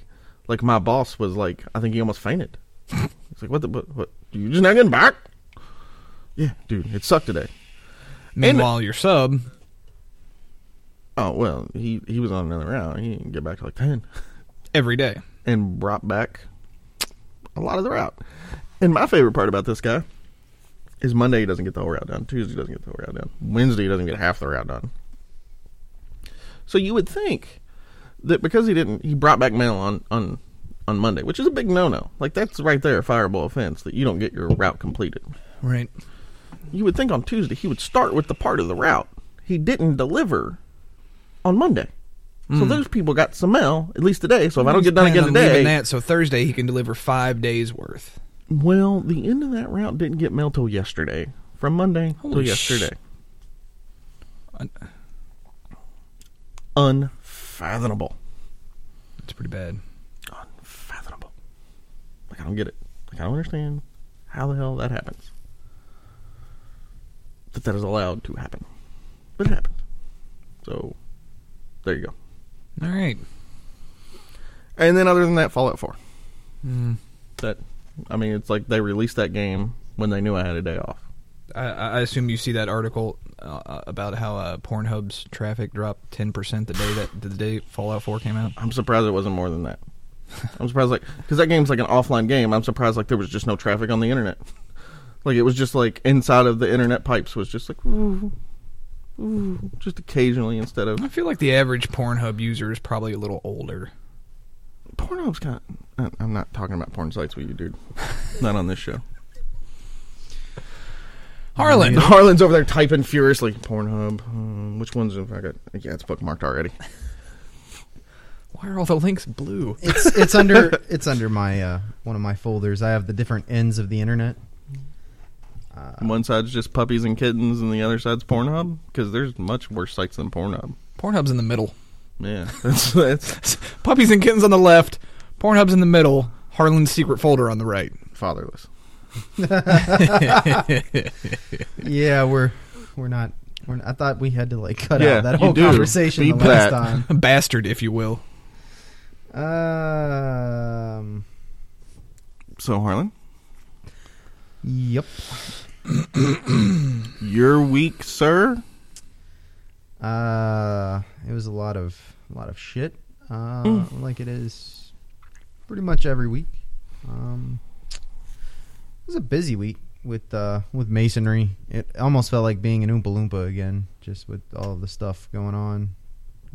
[SPEAKER 4] like my boss was like, I think he almost fainted. He's like, what the what, what? You just not getting back? Yeah, dude, it sucked today.
[SPEAKER 3] Meanwhile, your sub.
[SPEAKER 4] Oh well, he he was on another round. He didn't get back to like ten,
[SPEAKER 3] Every day.
[SPEAKER 4] and brought back a lot of the route. And my favorite part about this guy is Monday he doesn't get the whole route done. Tuesday he doesn't get the whole route done. Wednesday he doesn't get half the route done. So you would think that because he didn't, he brought back mail on on on Monday, which is a big no no. Like that's right there a fireable offense that you don't get your route completed.
[SPEAKER 3] Right.
[SPEAKER 4] You would think on Tuesday he would start with the part of the route he didn't deliver on Monday. So those people got some mail at least today. So if I don't get done again today,
[SPEAKER 3] That, so Thursday he can deliver five days worth.
[SPEAKER 4] well, the end of that route didn't get mail till yesterday. From Monday till
[SPEAKER 3] Holy
[SPEAKER 4] yesterday.
[SPEAKER 3] Un-
[SPEAKER 4] Unfathomable.
[SPEAKER 3] It's pretty bad.
[SPEAKER 4] Unfathomable. Like I don't get it. Like I don't understand how the hell that happens. That that is allowed to happen. But it happened. So there you go.
[SPEAKER 3] All right.
[SPEAKER 4] And then other than that, Fallout Four. That I mean, it's like they released that game when they knew I had a day off.
[SPEAKER 3] I, I assume you see that article uh, about how uh, Pornhub's traffic dropped ten percent the day that the day Fallout Four came out.
[SPEAKER 4] I'm surprised it wasn't more than that. I'm surprised like because that game's like an offline game. I'm surprised like there was just no traffic on the internet. Like it was just like inside of the internet pipes was just like ooh, ooh, just occasionally instead of
[SPEAKER 3] I feel like the average Pornhub user is probably a little older.
[SPEAKER 4] Pornhub's kind. Of, I- I'm not talking about porn sites with you, dude. not on this show.
[SPEAKER 3] Harlan,
[SPEAKER 4] Harlan's over there typing furiously. Pornhub. Um, which ones have I got? Yeah, it's bookmarked already.
[SPEAKER 3] why are all the links blue?
[SPEAKER 2] It's it's under it's under my uh, one of my folders. I have the different ends of the internet.
[SPEAKER 4] One side's just puppies and kittens, and the other side's Pornhub. Because there's much worse sites than Pornhub.
[SPEAKER 3] Pornhub's in the middle.
[SPEAKER 4] Yeah, that's, that's
[SPEAKER 3] Puppies and kittens on the left. Pornhub's in the middle. Harlan's secret folder on the right.
[SPEAKER 4] fatherless.
[SPEAKER 2] Yeah, we're we're not. We're not I thought we had to like cut
[SPEAKER 4] Yeah,
[SPEAKER 2] out that
[SPEAKER 4] you
[SPEAKER 2] whole
[SPEAKER 4] do.
[SPEAKER 2] conversation the
[SPEAKER 4] Beep
[SPEAKER 2] last
[SPEAKER 4] that.
[SPEAKER 2] time.
[SPEAKER 3] A bastard, if you will.
[SPEAKER 2] Um.
[SPEAKER 4] So Harlan,
[SPEAKER 2] Yep.
[SPEAKER 4] your week, sir.
[SPEAKER 2] Uh, it was a lot of a lot of shit. Uh, like it is pretty much every week. Um, it was a busy week with uh with masonry. It almost felt like being an Oompa Loompa again, just with all of the stuff going on.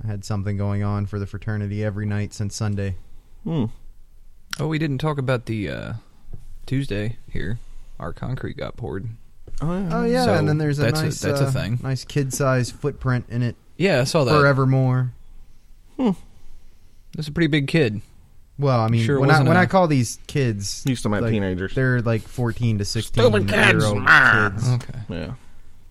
[SPEAKER 2] I had something going on for the fraternity every night since Sunday.
[SPEAKER 4] Hmm.
[SPEAKER 3] Oh, we didn't talk about the uh, Tuesday here. Our concrete got poured.
[SPEAKER 4] Oh yeah.
[SPEAKER 2] Oh yeah,
[SPEAKER 3] So
[SPEAKER 2] and then there's a
[SPEAKER 3] that's a-
[SPEAKER 2] nice
[SPEAKER 3] that's a
[SPEAKER 2] uh,
[SPEAKER 3] thing.
[SPEAKER 2] nice kid size footprint in it
[SPEAKER 3] Yeah, I saw that.
[SPEAKER 2] forevermore.
[SPEAKER 3] That's a pretty big kid.
[SPEAKER 2] Well, I mean,
[SPEAKER 3] Sure, it
[SPEAKER 2] when I
[SPEAKER 3] wasn't
[SPEAKER 2] when
[SPEAKER 3] a-
[SPEAKER 2] I call these kids,
[SPEAKER 4] Used to my
[SPEAKER 2] like,
[SPEAKER 4] teenagers.
[SPEAKER 2] they're like 14 to 16 year old kids.
[SPEAKER 3] Okay.
[SPEAKER 4] Yeah.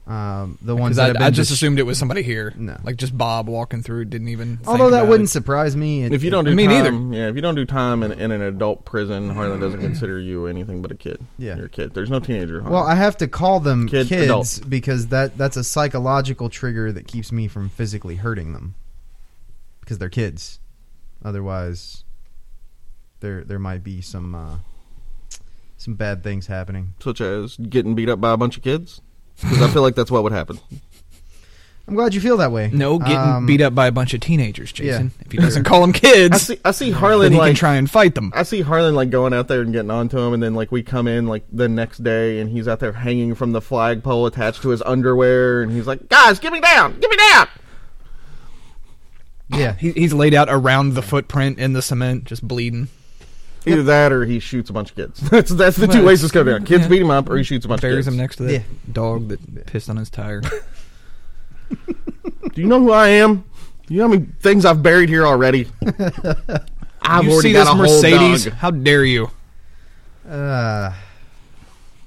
[SPEAKER 2] Um, the ones
[SPEAKER 3] Oh. Because
[SPEAKER 2] that
[SPEAKER 3] I,
[SPEAKER 2] have been
[SPEAKER 3] I just assumed it was somebody here.
[SPEAKER 2] No.
[SPEAKER 3] Like just Bob walking through, didn't even. think
[SPEAKER 2] Although that
[SPEAKER 3] about
[SPEAKER 2] wouldn't
[SPEAKER 3] it.
[SPEAKER 2] surprise me. It-
[SPEAKER 4] If you don't do
[SPEAKER 3] Me neither.
[SPEAKER 4] time, yeah, if you don't do time in, in an adult prison, Harlan doesn't consider you anything but a kid.
[SPEAKER 2] Yeah.
[SPEAKER 4] you're a kid. There's no teenager. Harlan.
[SPEAKER 2] Well, I have to call them
[SPEAKER 4] Kid,
[SPEAKER 2] kids
[SPEAKER 4] adult.
[SPEAKER 2] because that that's a psychological trigger that keeps me from physically hurting them because they're kids. Otherwise, there there might be some uh, some bad things happening.
[SPEAKER 4] such as getting beat up by a bunch of kids, because I feel like that's what would happen.
[SPEAKER 2] I'm glad you feel that way.
[SPEAKER 3] No, getting
[SPEAKER 2] Um,
[SPEAKER 3] beat up by a bunch of teenagers, Jason.
[SPEAKER 2] yeah.
[SPEAKER 3] If he doesn't call them kids,
[SPEAKER 4] I see. I see
[SPEAKER 3] then
[SPEAKER 4] Harlan
[SPEAKER 3] he can
[SPEAKER 4] like
[SPEAKER 3] try and fight them.
[SPEAKER 4] I see Harlan like going out there and getting onto him, and then like we come in like the next day, and he's out there hanging from the flagpole attached to his underwear, and he's like, "Guys, get me down, get me down."
[SPEAKER 2] Yeah,
[SPEAKER 3] He, he's laid out around the footprint in the cement, just bleeding.
[SPEAKER 4] Either that, or he shoots a bunch of kids. that's that's the two ways this goes down. Kids
[SPEAKER 3] yeah.
[SPEAKER 4] beat him up, or he shoots a bunch
[SPEAKER 3] Buries
[SPEAKER 4] of
[SPEAKER 3] him
[SPEAKER 4] kids.
[SPEAKER 3] next to the
[SPEAKER 2] Yeah.
[SPEAKER 3] dog that pissed on his tire.
[SPEAKER 4] Do you know who I am? Do you know how many things I've buried here already? I've
[SPEAKER 3] you
[SPEAKER 4] already
[SPEAKER 3] see
[SPEAKER 4] got
[SPEAKER 3] this
[SPEAKER 4] a
[SPEAKER 3] Mercedes?
[SPEAKER 4] Whole dog.
[SPEAKER 3] How dare you?
[SPEAKER 2] uh,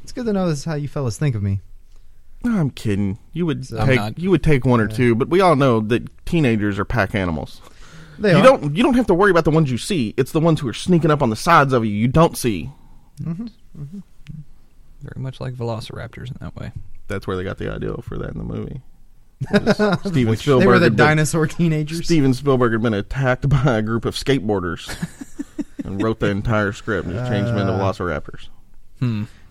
[SPEAKER 2] it's good to know this is how you fellas think of me.
[SPEAKER 4] No, I'm kidding. You would
[SPEAKER 3] I'm
[SPEAKER 4] take
[SPEAKER 3] not.
[SPEAKER 4] you would take one or two, but we all know that teenagers are pack animals.
[SPEAKER 2] They
[SPEAKER 4] you
[SPEAKER 2] are.
[SPEAKER 4] don't you don't have to worry about the ones you see. It's the ones who are sneaking up on the sides of you you don't see.
[SPEAKER 3] Very much like Velociraptors in that way.
[SPEAKER 4] That's where they got the idea for that in the movie. It was Steven Spielberg.
[SPEAKER 2] They were the
[SPEAKER 4] had been,
[SPEAKER 2] dinosaur teenagers.
[SPEAKER 4] Steven Spielberg had been attacked by a group of skateboarders and wrote the entire script and just changed them into velociraptors.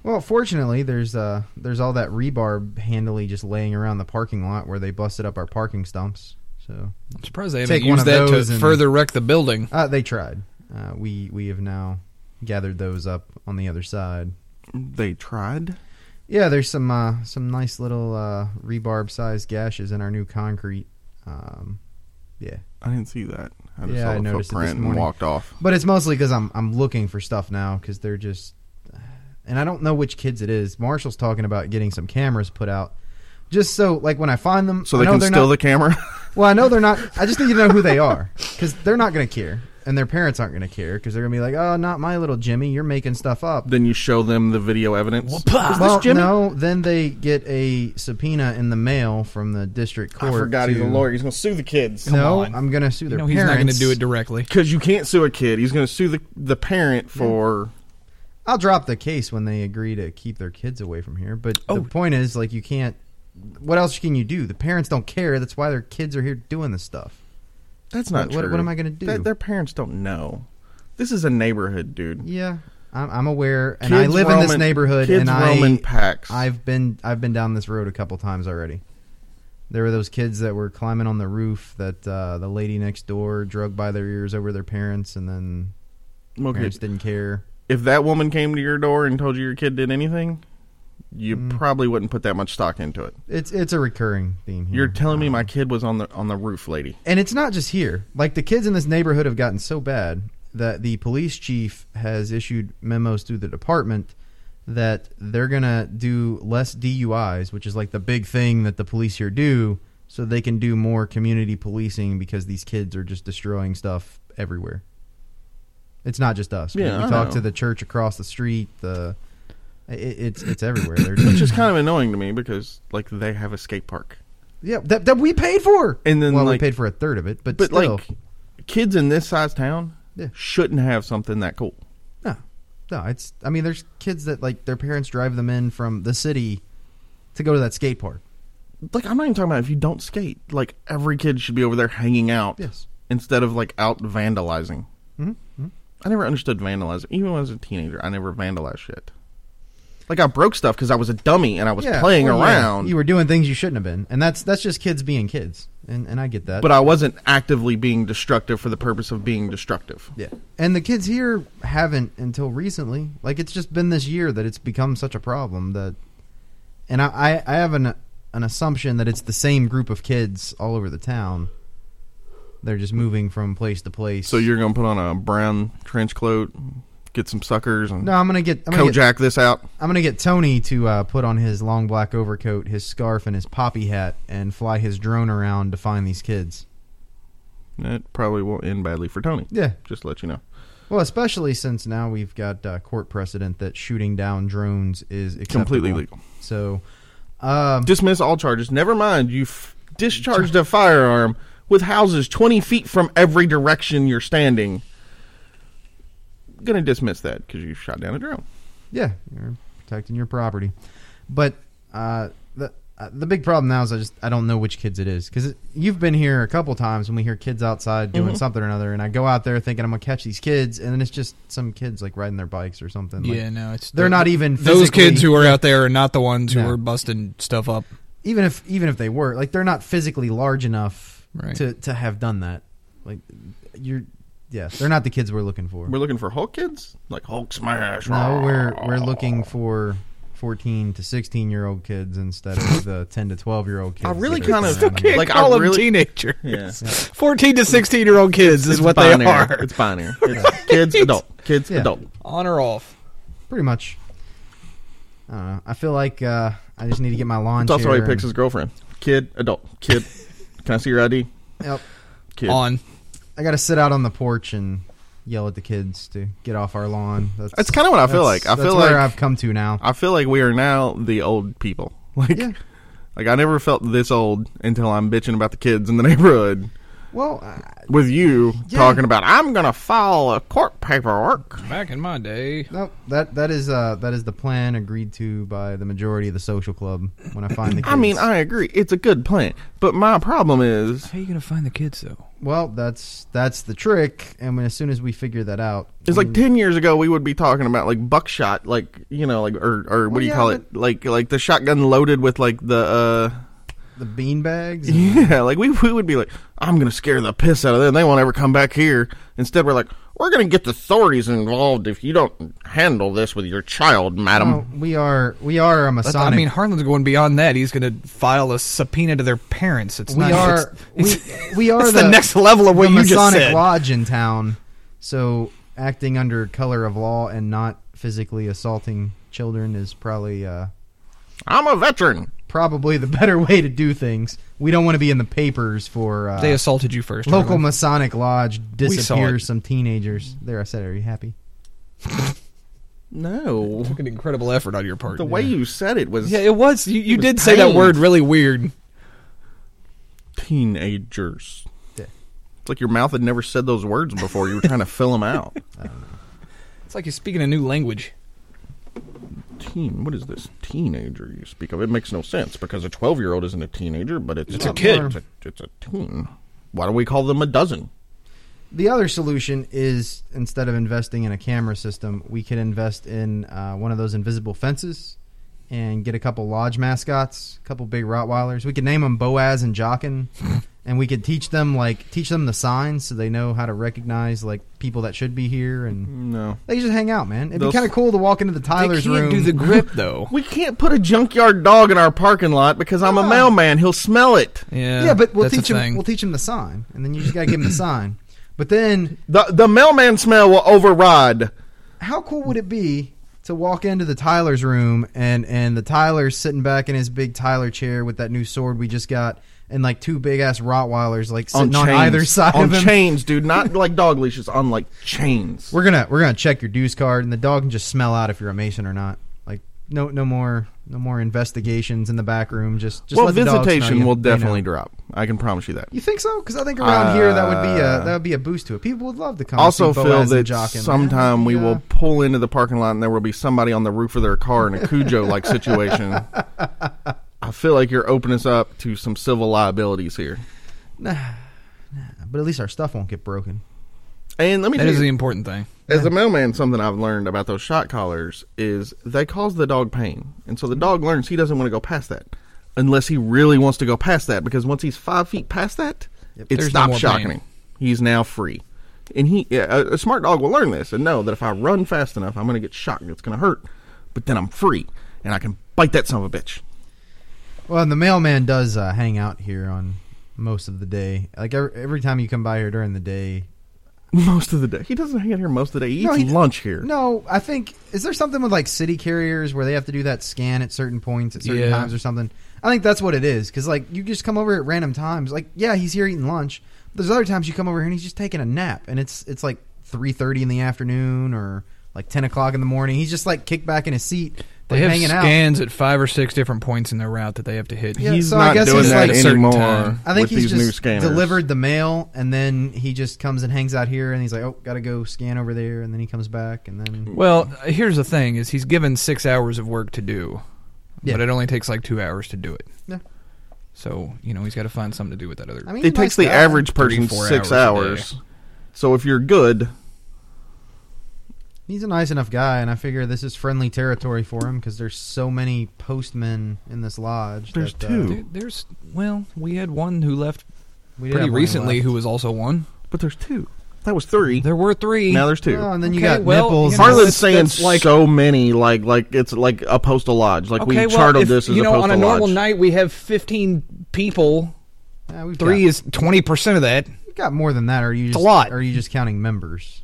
[SPEAKER 2] Well, fortunately, there's uh there's all that rebar handily just laying around the parking lot where they busted up our parking stumps. So
[SPEAKER 3] I'm surprised they
[SPEAKER 2] Take
[SPEAKER 3] haven't
[SPEAKER 2] one
[SPEAKER 3] used
[SPEAKER 2] of
[SPEAKER 3] that to
[SPEAKER 2] those and-
[SPEAKER 3] further wreck the building.
[SPEAKER 2] Uh, they tried. Uh, we we have now gathered those up on the other side.
[SPEAKER 4] They tried.
[SPEAKER 2] Yeah, there's some uh, some nice little uh, rebarb sized gashes in our new concrete. Um, yeah,
[SPEAKER 4] I didn't see that. I just
[SPEAKER 2] Yeah,
[SPEAKER 4] saw
[SPEAKER 2] I
[SPEAKER 4] the
[SPEAKER 2] noticed it this
[SPEAKER 4] footprint and
[SPEAKER 2] morning.
[SPEAKER 4] walked off.
[SPEAKER 2] but it's mostly because I'm I'm looking for stuff now because they're just, and I don't know which kids it is. Marshall's talking about getting some cameras put out, just so like when I find them,
[SPEAKER 4] So
[SPEAKER 2] I
[SPEAKER 4] they
[SPEAKER 2] know
[SPEAKER 4] can
[SPEAKER 2] they're
[SPEAKER 4] steal
[SPEAKER 2] not,
[SPEAKER 4] the camera.
[SPEAKER 2] Well, I know they're not. I just need to know who they are because they're not going to care, and their parents aren't going to care because they're going to be like, "Oh, not my little Jimmy. You're making stuff up."
[SPEAKER 4] then you show them the video evidence. Is
[SPEAKER 2] well,
[SPEAKER 4] this Jimmy?
[SPEAKER 2] no. Then they get a subpoena in the mail from the district
[SPEAKER 4] I
[SPEAKER 2] court.
[SPEAKER 4] forgot he's a
[SPEAKER 2] to-
[SPEAKER 4] lawyer. He's going to sue the kids.
[SPEAKER 2] No,
[SPEAKER 3] on.
[SPEAKER 2] I'm going to sue
[SPEAKER 3] You
[SPEAKER 2] their
[SPEAKER 3] know he's
[SPEAKER 2] parents.
[SPEAKER 3] not going to do it directly.
[SPEAKER 4] Because you can't sue a kid. He's going to sue the, the parent for.
[SPEAKER 2] I'll drop the case when they agree to keep their kids away from here. But
[SPEAKER 3] Oh.
[SPEAKER 2] the point is, like, you can't. What else can you do? The parents don't care. That's why their kids are here doing this stuff.
[SPEAKER 4] That's not
[SPEAKER 2] What- what-
[SPEAKER 4] true.
[SPEAKER 2] what am I gonna do?
[SPEAKER 4] That- their parents don't know. This is a neighborhood, dude.
[SPEAKER 2] Yeah, I'm, I'm aware, and I
[SPEAKER 4] Kids
[SPEAKER 2] live in this
[SPEAKER 4] roaming-
[SPEAKER 2] neighborhood,
[SPEAKER 4] kids
[SPEAKER 2] and
[SPEAKER 4] roaming
[SPEAKER 2] I
[SPEAKER 4] packs.
[SPEAKER 2] I've been I've been down this road a couple times already. There were those kids that were climbing on the roof that uh, the lady next door drug by their ears over their parents, and then
[SPEAKER 4] Okay.
[SPEAKER 2] parents didn't care.
[SPEAKER 4] If that woman came to your door and told you your kid did anything, you
[SPEAKER 2] Mm.
[SPEAKER 4] probably wouldn't put that much stock into it.
[SPEAKER 2] It's it's a recurring theme here.
[SPEAKER 4] You're telling me my kid was on the on the roof, lady.
[SPEAKER 2] and it's not just here. Like the kids in this neighborhood have gotten so bad that the police chief has issued memos through the department that they're gonna do less DUIs, which is like the big thing that the police here do, so they can do more community policing because these kids are just destroying stuff everywhere. It's not just us. We-
[SPEAKER 4] Yeah,
[SPEAKER 2] we
[SPEAKER 4] I
[SPEAKER 2] talk
[SPEAKER 4] know.
[SPEAKER 2] to the church across the street. The it, it's it's everywhere. They're just,
[SPEAKER 4] Which is kind of annoying to me because like they have a skate park.
[SPEAKER 2] yeah that, that we paid for,
[SPEAKER 4] And then,
[SPEAKER 2] well
[SPEAKER 4] like-
[SPEAKER 2] we paid for a third of it, but,
[SPEAKER 4] But
[SPEAKER 2] still,
[SPEAKER 4] like kids in this size town
[SPEAKER 2] Yeah.
[SPEAKER 4] shouldn't have something that cool.
[SPEAKER 2] No, no. It's I mean, there's kids that like their parents drive them in from the city to go to that skate park.
[SPEAKER 4] Like I'm not even talking about if you don't skate. Like every kid should be over there hanging out
[SPEAKER 2] Yes. Mm-hmm.
[SPEAKER 4] instead of like out vandalizing. I never understood vandalizing. Even when I was a teenager, I never vandalized shit. Like I broke stuff because I was a dummy and I was playing
[SPEAKER 2] well, yeah.
[SPEAKER 4] around,
[SPEAKER 2] You were doing things you shouldn't have been, and that's that's just kids being kids, and and I get that.
[SPEAKER 4] but I wasn't actively being destructive for the purpose of being destructive.
[SPEAKER 2] yeah, and the kids here haven't until recently. Like it's just been this year that it's become such a problem that, and I I, I have an an assumption that it's the same group of kids all over the town. They're just moving from place to place.
[SPEAKER 4] So you're gonna put on a brown trench coat, get some suckers and
[SPEAKER 2] No, I'm gonna get I'm gonna get,
[SPEAKER 4] Kojak this out.
[SPEAKER 2] I'm gonna get Tony to uh, put on his long black overcoat, his scarf, and his poppy hat, and fly his drone around to find these kids.
[SPEAKER 4] It probably won't end badly for Tony.
[SPEAKER 2] Yeah,
[SPEAKER 4] Just to let you know.
[SPEAKER 2] well, especially since now we've got uh, court precedent that shooting down drones is acceptable.
[SPEAKER 4] Completely legal.
[SPEAKER 2] So, um,
[SPEAKER 4] Dismiss all charges. Never mind. You f- discharged a firearm with houses 20 feet from every direction you're standing. Gonna dismiss that because you shot down a drone.
[SPEAKER 2] yeah, you're protecting your property. But uh, the uh, the big problem now is I just I don't know which kids it is because you've been here a couple times when we hear kids outside doing something or another, and I go out there thinking I'm gonna catch these kids, and then it's just some kids like riding their bikes or something. like-
[SPEAKER 3] yeah, no, it's
[SPEAKER 2] they're not even
[SPEAKER 3] those
[SPEAKER 2] physically-
[SPEAKER 3] kids who are out there are not the ones who
[SPEAKER 2] No.
[SPEAKER 3] are busting stuff up.
[SPEAKER 2] even if even if they were like they're not physically large enough
[SPEAKER 3] Right.
[SPEAKER 2] to to have done that. Like you're yeah, they're not the kids we're looking for.
[SPEAKER 4] We're looking for Hulk kids? Like Hulk smash.
[SPEAKER 2] no, we're we're looking for 14 to 16 year old kids instead of the 10 to 12 year old kids.
[SPEAKER 4] I really
[SPEAKER 2] that are
[SPEAKER 4] kind of
[SPEAKER 2] going on.
[SPEAKER 4] can't like I really
[SPEAKER 3] teenagers.
[SPEAKER 4] Yeah.
[SPEAKER 3] Fourteen to sixteen year old kids is
[SPEAKER 4] It's
[SPEAKER 3] what they
[SPEAKER 4] binary.
[SPEAKER 3] are.
[SPEAKER 4] It's binary. It's kids, adult. Kids,
[SPEAKER 2] Yeah.
[SPEAKER 4] adult.
[SPEAKER 3] On or off.
[SPEAKER 2] pretty much I don't know. I feel like uh, I just need to get my lawn
[SPEAKER 4] It's also
[SPEAKER 2] chair
[SPEAKER 4] how he picks his
[SPEAKER 2] and-
[SPEAKER 4] girlfriend. Kid, adult, kid. Can I see your ID?
[SPEAKER 2] Yep.
[SPEAKER 4] Kid.
[SPEAKER 3] On.
[SPEAKER 2] I got to sit out on the porch and yell at the kids to get off our lawn. That's,
[SPEAKER 4] That's kinda what I feel
[SPEAKER 2] that's-
[SPEAKER 4] like. I
[SPEAKER 2] that's
[SPEAKER 4] feel
[SPEAKER 2] where
[SPEAKER 4] like-
[SPEAKER 2] I've come to now.
[SPEAKER 4] I feel like we are now the old people. Like,
[SPEAKER 2] Yeah.
[SPEAKER 4] like I never felt this old until I'm bitching about the kids in the neighborhood
[SPEAKER 2] Well, I-
[SPEAKER 4] with you
[SPEAKER 2] Yeah.
[SPEAKER 4] talking about I'm gonna file a court paperwork.
[SPEAKER 3] Back in my day.
[SPEAKER 2] No, that that is uh that is the plan agreed to by the majority of the social club. When I find the, kids.
[SPEAKER 4] I mean, I agree, it's a good plan, but my problem is
[SPEAKER 3] How are you gonna find the kids though?
[SPEAKER 2] well, that's that's the trick. And when as soon as we figure that out,
[SPEAKER 4] It's like ten years ago we would be talking about like buckshot, like you know, like or or what do you
[SPEAKER 2] yeah,
[SPEAKER 4] call it, like like the shotgun loaded with like the uh
[SPEAKER 2] the bean bags.
[SPEAKER 4] yeah, like we we would be like, I'm gonna scare the piss out of them. They won't ever come back here. Instead, we're like, we're gonna get the authorities involved if you don't handle this with your child, madam.
[SPEAKER 2] Well, we are we are a
[SPEAKER 3] That's-
[SPEAKER 2] Masonic.
[SPEAKER 3] I mean, Harlan's going beyond that. He's going to file a subpoena to their parents. It's
[SPEAKER 2] we
[SPEAKER 3] not,
[SPEAKER 2] are we,
[SPEAKER 3] it's-
[SPEAKER 2] we are
[SPEAKER 3] it's the next level of what
[SPEAKER 2] the
[SPEAKER 3] you just
[SPEAKER 2] Masonic
[SPEAKER 3] said.
[SPEAKER 2] lodge in town. So acting under color of law and not physically assaulting children is probably uh,
[SPEAKER 4] I'm a veteran.
[SPEAKER 2] probably the better way to do things. We don't want to be in the papers for uh,
[SPEAKER 3] they assaulted you first.
[SPEAKER 2] Local
[SPEAKER 3] Harlan.
[SPEAKER 2] Masonic Lodge
[SPEAKER 3] saw
[SPEAKER 2] disappears
[SPEAKER 3] it.
[SPEAKER 2] some teenagers. There, I said, are you happy?
[SPEAKER 4] No,
[SPEAKER 3] took an incredible effort on your part.
[SPEAKER 4] the way you said it was
[SPEAKER 3] yeah, it was. You, you
[SPEAKER 4] was
[SPEAKER 3] did say that
[SPEAKER 4] pained.
[SPEAKER 3] word really weird.
[SPEAKER 4] teenagers.
[SPEAKER 2] Yeah.
[SPEAKER 4] It's like your mouth had never said those words before. You were trying to fill them out.
[SPEAKER 3] It's like you're speaking a new language.
[SPEAKER 4] Teen, what is this teenager you speak of? It makes no sense because a 12 year old isn't a teenager, but it's,
[SPEAKER 3] It's a kid.
[SPEAKER 4] It's a, it's a teen. Why do we call them a dozen?
[SPEAKER 2] The other solution is instead of investing in a camera system, we could invest in uh, one of those invisible fences and get a couple lodge mascots, a couple big Rottweilers. We could name them Boaz and Jockin, and we could teach them like teach them the signs so they know how to recognize like people that should be here and.
[SPEAKER 4] No.
[SPEAKER 2] They could just hang out, man. It'd be
[SPEAKER 4] Those-
[SPEAKER 2] kind of cool to walk into the Tyler's
[SPEAKER 3] Mm-hmm. they can't
[SPEAKER 2] room.
[SPEAKER 3] do the grip though.
[SPEAKER 4] We can't put a junkyard dog in our parking lot because I'm a mailman. He'll smell it.
[SPEAKER 3] yeah,
[SPEAKER 2] yeah, but we'll
[SPEAKER 3] that's a
[SPEAKER 2] teach him.
[SPEAKER 3] thing.
[SPEAKER 2] We'll teach him the sign, and then you just gotta give him the sign. But then
[SPEAKER 4] The the mailman smell will override.
[SPEAKER 2] how cool would it be to walk into the Tyler's room and and the Tyler's sitting back in his big Tyler chair with that new sword we just got and like two big ass Rottweilers like sitting on, either side
[SPEAKER 4] on
[SPEAKER 2] of him.
[SPEAKER 4] chains, dude. Not like dog leashes. On like chains.
[SPEAKER 2] We're gonna we're gonna check your dues card and the dog can just smell out if you're a Mason or not. Like no no more no more investigations in the back room. Just just
[SPEAKER 4] well,
[SPEAKER 2] let the dogs know
[SPEAKER 4] visitation
[SPEAKER 2] you-
[SPEAKER 4] will
[SPEAKER 2] they know.
[SPEAKER 4] definitely drop. I can promise you that.
[SPEAKER 2] You think so? Because I think around here that would be a that would be a boost to it. People would love to come.
[SPEAKER 4] Uh, Also,
[SPEAKER 2] and see
[SPEAKER 4] feel
[SPEAKER 2] Boaz
[SPEAKER 4] that
[SPEAKER 2] and Jock and-
[SPEAKER 4] sometime we
[SPEAKER 2] Yeah.
[SPEAKER 4] will pull into the parking lot and there will be somebody on the roof of their car in a Cujo like situation. I feel like you're opening us up to some civil liabilities here.
[SPEAKER 2] But at least our stuff won't get broken.
[SPEAKER 4] And let me
[SPEAKER 3] that
[SPEAKER 4] tell
[SPEAKER 3] is
[SPEAKER 4] you-
[SPEAKER 3] the important thing.
[SPEAKER 4] As a mailman, something I've learned about those shot collars is they cause the dog pain, and so the dog learns he doesn't want to go past that, unless he really wants to go past that. Because once he's five feet past that, it
[SPEAKER 3] There's no
[SPEAKER 4] stops
[SPEAKER 3] more
[SPEAKER 4] shocking
[SPEAKER 3] pain.
[SPEAKER 4] him. He's now free, and he yeah, a, a smart dog will learn this and know that if I run fast enough, I'm going to get shocked. It's going to hurt, but then I'm free, and I can bite that son of a bitch.
[SPEAKER 2] Well, and the mailman does uh, hang out here on most of the day. Like every, every time you come by here during the day,
[SPEAKER 4] Most of the day. He doesn't hang out here most of the day. He eats
[SPEAKER 2] No, he-
[SPEAKER 4] lunch here.
[SPEAKER 2] No, I think is there something with like city carriers where they have to do that scan at certain points at certain
[SPEAKER 3] Yeah.
[SPEAKER 2] times or something. I think that's what it is because like you just come over at random times. Like yeah, he's here eating lunch. But there's other times you come over here and he's just taking a nap, and it's it's like three thirty in the afternoon or like ten o'clock in the morning. He's just like kicked back in his seat,
[SPEAKER 3] They
[SPEAKER 2] like,
[SPEAKER 3] have
[SPEAKER 2] hanging out.
[SPEAKER 3] scans at five or six different points in their route that they have to hit.
[SPEAKER 2] Yeah,
[SPEAKER 4] he's
[SPEAKER 2] so I
[SPEAKER 4] not
[SPEAKER 2] guess
[SPEAKER 4] doing
[SPEAKER 2] he's
[SPEAKER 4] that
[SPEAKER 2] like-
[SPEAKER 4] anymore.
[SPEAKER 3] Certain
[SPEAKER 2] I think
[SPEAKER 4] with
[SPEAKER 2] he's
[SPEAKER 4] these new
[SPEAKER 2] just
[SPEAKER 4] scanners.
[SPEAKER 2] delivered the mail, and then he just comes and hangs out here, and he's like, "Oh, gotta go scan over there," and then he comes back, and then
[SPEAKER 3] Well, here's the thing: is he's given six hours of work to do,
[SPEAKER 2] Yeah.
[SPEAKER 3] but it only takes like two hours to do it.
[SPEAKER 2] Yeah.
[SPEAKER 3] So you know he's got to find something to do with that other.
[SPEAKER 2] I mean,
[SPEAKER 4] It takes the
[SPEAKER 2] average.
[SPEAKER 4] average person
[SPEAKER 3] 34
[SPEAKER 4] six
[SPEAKER 3] hours
[SPEAKER 4] hours.
[SPEAKER 3] a
[SPEAKER 4] So if you're good,
[SPEAKER 2] He's a nice enough guy, and I figure this is friendly territory for him because there's so many postmen in this lodge.
[SPEAKER 4] There's
[SPEAKER 2] that, uh,
[SPEAKER 4] two.
[SPEAKER 3] There- there's well, we had one who left
[SPEAKER 2] we did
[SPEAKER 3] pretty
[SPEAKER 2] have one
[SPEAKER 3] recently
[SPEAKER 2] left.
[SPEAKER 3] who was also one.
[SPEAKER 4] but there's two. That was three.
[SPEAKER 3] There were three.
[SPEAKER 4] now there's two.
[SPEAKER 2] Oh, and then you
[SPEAKER 3] Okay,
[SPEAKER 2] got
[SPEAKER 3] well,
[SPEAKER 2] nipples.
[SPEAKER 3] you
[SPEAKER 2] and-
[SPEAKER 3] know, that's-
[SPEAKER 4] Harlan's saying
[SPEAKER 3] that's like-
[SPEAKER 4] so many, like like it's like a postal lodge. Like
[SPEAKER 3] okay,
[SPEAKER 4] we
[SPEAKER 3] well,
[SPEAKER 4] charted
[SPEAKER 3] if,
[SPEAKER 4] this as
[SPEAKER 3] you
[SPEAKER 4] a
[SPEAKER 3] know,
[SPEAKER 4] postal
[SPEAKER 3] on a normal
[SPEAKER 4] lodge.
[SPEAKER 3] night we have 15 people.
[SPEAKER 2] Yeah, we've
[SPEAKER 3] Three
[SPEAKER 2] got,
[SPEAKER 3] is 20 percent of that.
[SPEAKER 2] we've got more than that. Or are you just
[SPEAKER 3] a lot.
[SPEAKER 2] Are you just counting members?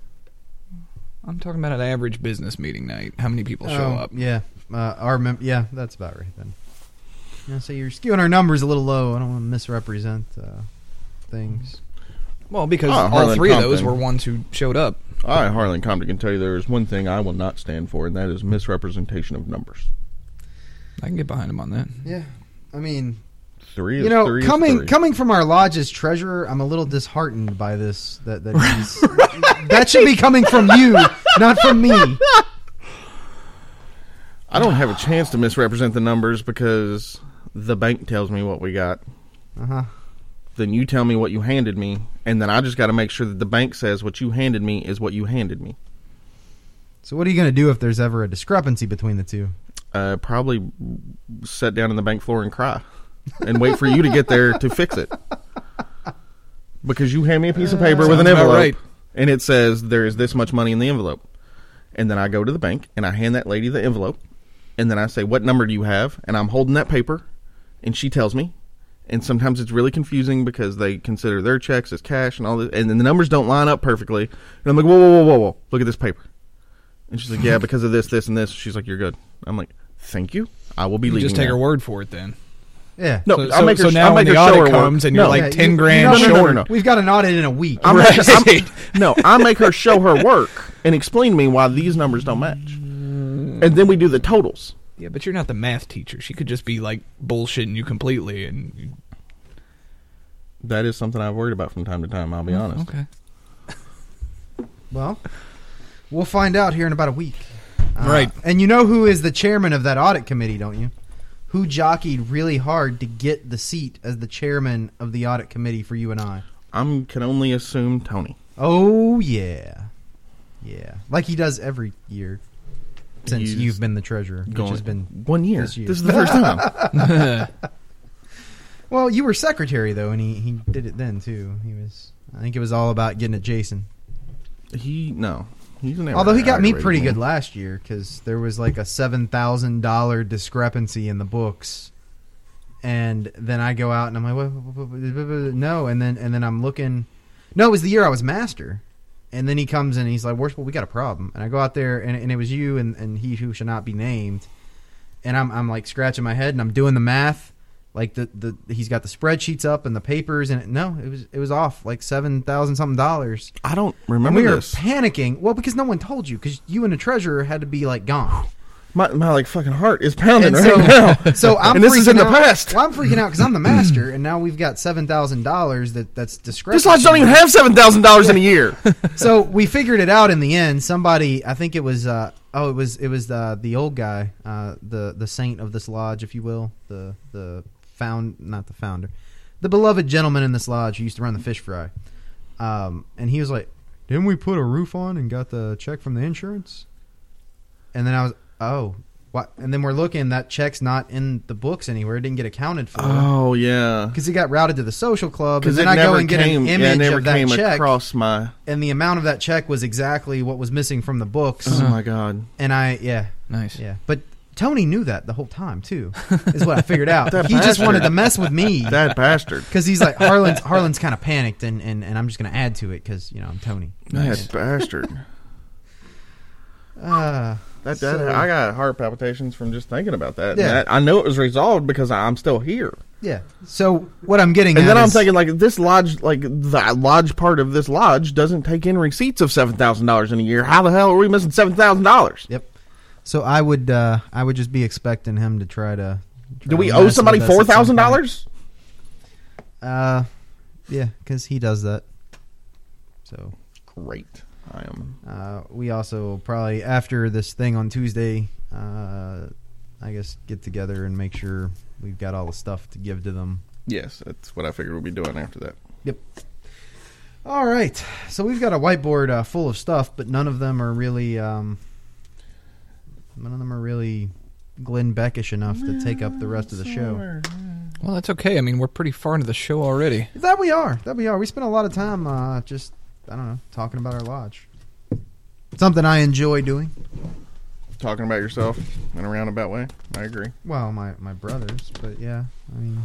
[SPEAKER 3] I'm talking about an average business meeting night. How many people show
[SPEAKER 2] Oh,
[SPEAKER 3] up?
[SPEAKER 2] Yeah, uh, our mem- yeah, that's about right then. Yeah, so you're skewing our numbers a little low. I don't want to misrepresent uh, things.
[SPEAKER 3] Well, because
[SPEAKER 4] Oh,
[SPEAKER 3] all
[SPEAKER 4] Harlan
[SPEAKER 3] three of those
[SPEAKER 4] Compton.
[SPEAKER 3] were ones who showed up.
[SPEAKER 4] I, Harlan Compton, can tell you there is one thing I will not stand for, and that is misrepresentation of numbers.
[SPEAKER 3] I can get behind him on that.
[SPEAKER 2] Yeah, I mean,
[SPEAKER 4] Three,
[SPEAKER 2] you
[SPEAKER 4] is
[SPEAKER 2] know,
[SPEAKER 4] three is
[SPEAKER 2] coming
[SPEAKER 4] three.
[SPEAKER 2] coming from our lodge's treasurer, I'm a little disheartened by this. That that he's, that should be coming from you, not from me.
[SPEAKER 4] I don't have a chance to misrepresent the numbers because the bank tells me what we got.
[SPEAKER 2] Uh-huh.
[SPEAKER 4] Then you tell me what you handed me, and then I just got to make sure that the bank says what you handed me is what you handed me.
[SPEAKER 2] So what are you going to do if there's ever a discrepancy between the two?
[SPEAKER 4] Uh, probably sit down on the bank floor and cry, and wait for you to get there to fix it. Because you hand me a piece of paper with an
[SPEAKER 3] Uh, Sounds about
[SPEAKER 4] envelope,
[SPEAKER 3] right.
[SPEAKER 4] and it says there is this much money in the envelope, and then I go to the bank and I hand that lady the envelope, and then I say, "What number do you have?" And I'm holding that paper, and she tells me. And sometimes it's really confusing because they consider their checks as cash and all this, and then the numbers don't line up perfectly. And I'm like, "Whoa, whoa, whoa, whoa, whoa! Look at this paper." And she's like, "Yeah, because of this, this, and this." She's like, "You're good." I'm like, "Thank you. I will be
[SPEAKER 3] You
[SPEAKER 4] leaving."
[SPEAKER 3] just take
[SPEAKER 4] now."
[SPEAKER 3] her word for it then.
[SPEAKER 2] Yeah.
[SPEAKER 4] No,
[SPEAKER 3] So-
[SPEAKER 4] I'll
[SPEAKER 3] so-
[SPEAKER 4] make her.
[SPEAKER 3] so now
[SPEAKER 4] I'll
[SPEAKER 3] when
[SPEAKER 4] make
[SPEAKER 3] the
[SPEAKER 4] her show
[SPEAKER 3] audit
[SPEAKER 4] her work.
[SPEAKER 3] comes and you're
[SPEAKER 4] No.
[SPEAKER 3] like
[SPEAKER 2] Yeah,
[SPEAKER 3] 10
[SPEAKER 2] you-
[SPEAKER 3] grand
[SPEAKER 2] no, no, no,
[SPEAKER 4] short.
[SPEAKER 2] no, no. We've got an audit in a week.
[SPEAKER 4] I'm
[SPEAKER 3] Right.
[SPEAKER 4] gonna- I'm- no, I make her show her work and explain to me why these numbers don't match, and then we do the totals.
[SPEAKER 3] Yeah, but you're not the math teacher. She could just be like bullshitting you completely and
[SPEAKER 4] That is something I've worried about from time to time. I'll be honest.
[SPEAKER 3] Mm, Okay.
[SPEAKER 2] Well, we'll find out here in about a week. Uh,
[SPEAKER 3] Right.
[SPEAKER 2] And you know who is the chairman of that audit committee, don't you? Who jockeyed really hard to get the seat as the chairman of the audit committee for you and I?
[SPEAKER 4] I can only assume Tony.
[SPEAKER 2] Oh yeah, yeah. Like he does every year since
[SPEAKER 4] He's
[SPEAKER 2] you've been the treasurer, which has been
[SPEAKER 4] one year.
[SPEAKER 2] this
[SPEAKER 4] This,
[SPEAKER 2] year.
[SPEAKER 4] is the first time.
[SPEAKER 2] Well, you were secretary though, and he, he did it then too. He was. I think it was all about getting at Jason.
[SPEAKER 4] he no, he's never.
[SPEAKER 2] Although he got me
[SPEAKER 4] aggravated
[SPEAKER 2] pretty good last year because there was like a seven thousand dollar discrepancy in the books, and then I go out and I'm like, "Wha- wha- wha- wha- wha- no, and then and then I'm looking. No, it was the year I was master, and then he comes in and he's like, "Worshipful, we got a problem." And I go out there and, and it was you and, and he who shall not be named, and I'm I'm like scratching my head and I'm doing the math. Like the, the he's got the spreadsheets up and the papers and it, no it was it was off like seven thousand something dollars
[SPEAKER 4] I don't
[SPEAKER 2] and
[SPEAKER 4] remember
[SPEAKER 2] we were
[SPEAKER 4] this.
[SPEAKER 2] panicking. Well, because no one told you, because you and the treasurer had to be like gone.
[SPEAKER 4] My, my like fucking heart is pounding
[SPEAKER 2] And
[SPEAKER 4] right
[SPEAKER 2] so,
[SPEAKER 4] now.
[SPEAKER 2] so I'm
[SPEAKER 4] and this is
[SPEAKER 2] freaking
[SPEAKER 4] in the
[SPEAKER 2] out-
[SPEAKER 4] past.
[SPEAKER 2] Well, I'm freaking out because I'm the master, and now we've got seven thousand dollars that that's discrepancy.
[SPEAKER 4] This lodge don't even have seven thousand dollars in a year.
[SPEAKER 2] so we figured it out in the end. Somebody, I think it was, uh, oh, it was it was the the old guy, uh, the the saint of this lodge, if you will, the the found not the founder, the beloved gentleman in this lodge who used to run the fish fry, um, and he was like, "Didn't we put a roof on and got the check from the insurance?" And then I was, oh. What? And then we're looking. That check's not in the books anywhere. It didn't get accounted for
[SPEAKER 4] oh yeah.
[SPEAKER 2] because it got routed to the social club. And
[SPEAKER 4] Because it
[SPEAKER 2] then I go
[SPEAKER 4] never
[SPEAKER 2] and get
[SPEAKER 4] came,
[SPEAKER 2] an
[SPEAKER 4] yeah, it
[SPEAKER 2] image
[SPEAKER 4] never
[SPEAKER 2] of that
[SPEAKER 4] came
[SPEAKER 2] check,
[SPEAKER 4] across my.
[SPEAKER 2] and the amount of that
[SPEAKER 4] Uh-huh.
[SPEAKER 2] check was exactly what was missing from the books.
[SPEAKER 4] Oh my god!
[SPEAKER 2] And I, yeah,
[SPEAKER 3] Nice.
[SPEAKER 2] yeah. But Tony knew that the whole time too, is what I figured out.
[SPEAKER 4] That
[SPEAKER 2] he just
[SPEAKER 4] bastard.
[SPEAKER 2] wanted to mess with me
[SPEAKER 4] That bastard.
[SPEAKER 2] because he's like Harlan's. Harlan's kind of panicked, and, and, and I'm just going to add to it because you know I'm Tony.
[SPEAKER 4] That bastard.
[SPEAKER 2] Uh,
[SPEAKER 4] That, that
[SPEAKER 2] So-
[SPEAKER 4] I got heart palpitations from just thinking about that. And
[SPEAKER 2] Yeah.
[SPEAKER 4] that- I know it was resolved because I'm still here.
[SPEAKER 2] yeah. So what I'm getting,
[SPEAKER 4] And
[SPEAKER 2] at
[SPEAKER 4] then I'm
[SPEAKER 2] is-
[SPEAKER 4] thinking like this lodge, like the lodge part of this lodge doesn't take in receipts of seven thousand dollars in a year. How the hell are we missing seven thousand dollars?
[SPEAKER 2] Yep. So I would uh, I would just be expecting him to try to. try
[SPEAKER 4] Do we
[SPEAKER 2] to
[SPEAKER 4] owe
[SPEAKER 2] mess with
[SPEAKER 4] somebody
[SPEAKER 2] us at some
[SPEAKER 4] four thousand
[SPEAKER 2] point.
[SPEAKER 4] dollars?
[SPEAKER 2] Uh, yeah, because he does that. So
[SPEAKER 4] Great. I am.
[SPEAKER 2] uh, we also probably after this thing on Tuesday, uh, I guess get together and make sure we've got all the stuff to give to them.
[SPEAKER 4] Yes, that's what I figured we'll be doing after that.
[SPEAKER 2] Yep. All right, so we've got a whiteboard uh, full of stuff, but none of them are really um, none of them are really Glenn Beckish enough to take up the rest of the show.
[SPEAKER 3] Well, that's okay. I mean, we're pretty far into the show already.
[SPEAKER 2] That we are. That we are. We spent a lot of time uh, just, I don't know, talking about our lodge. Something I enjoy doing.
[SPEAKER 4] Talking about yourself in a roundabout way. I agree.
[SPEAKER 2] Well, my, my brothers, but yeah. I mean,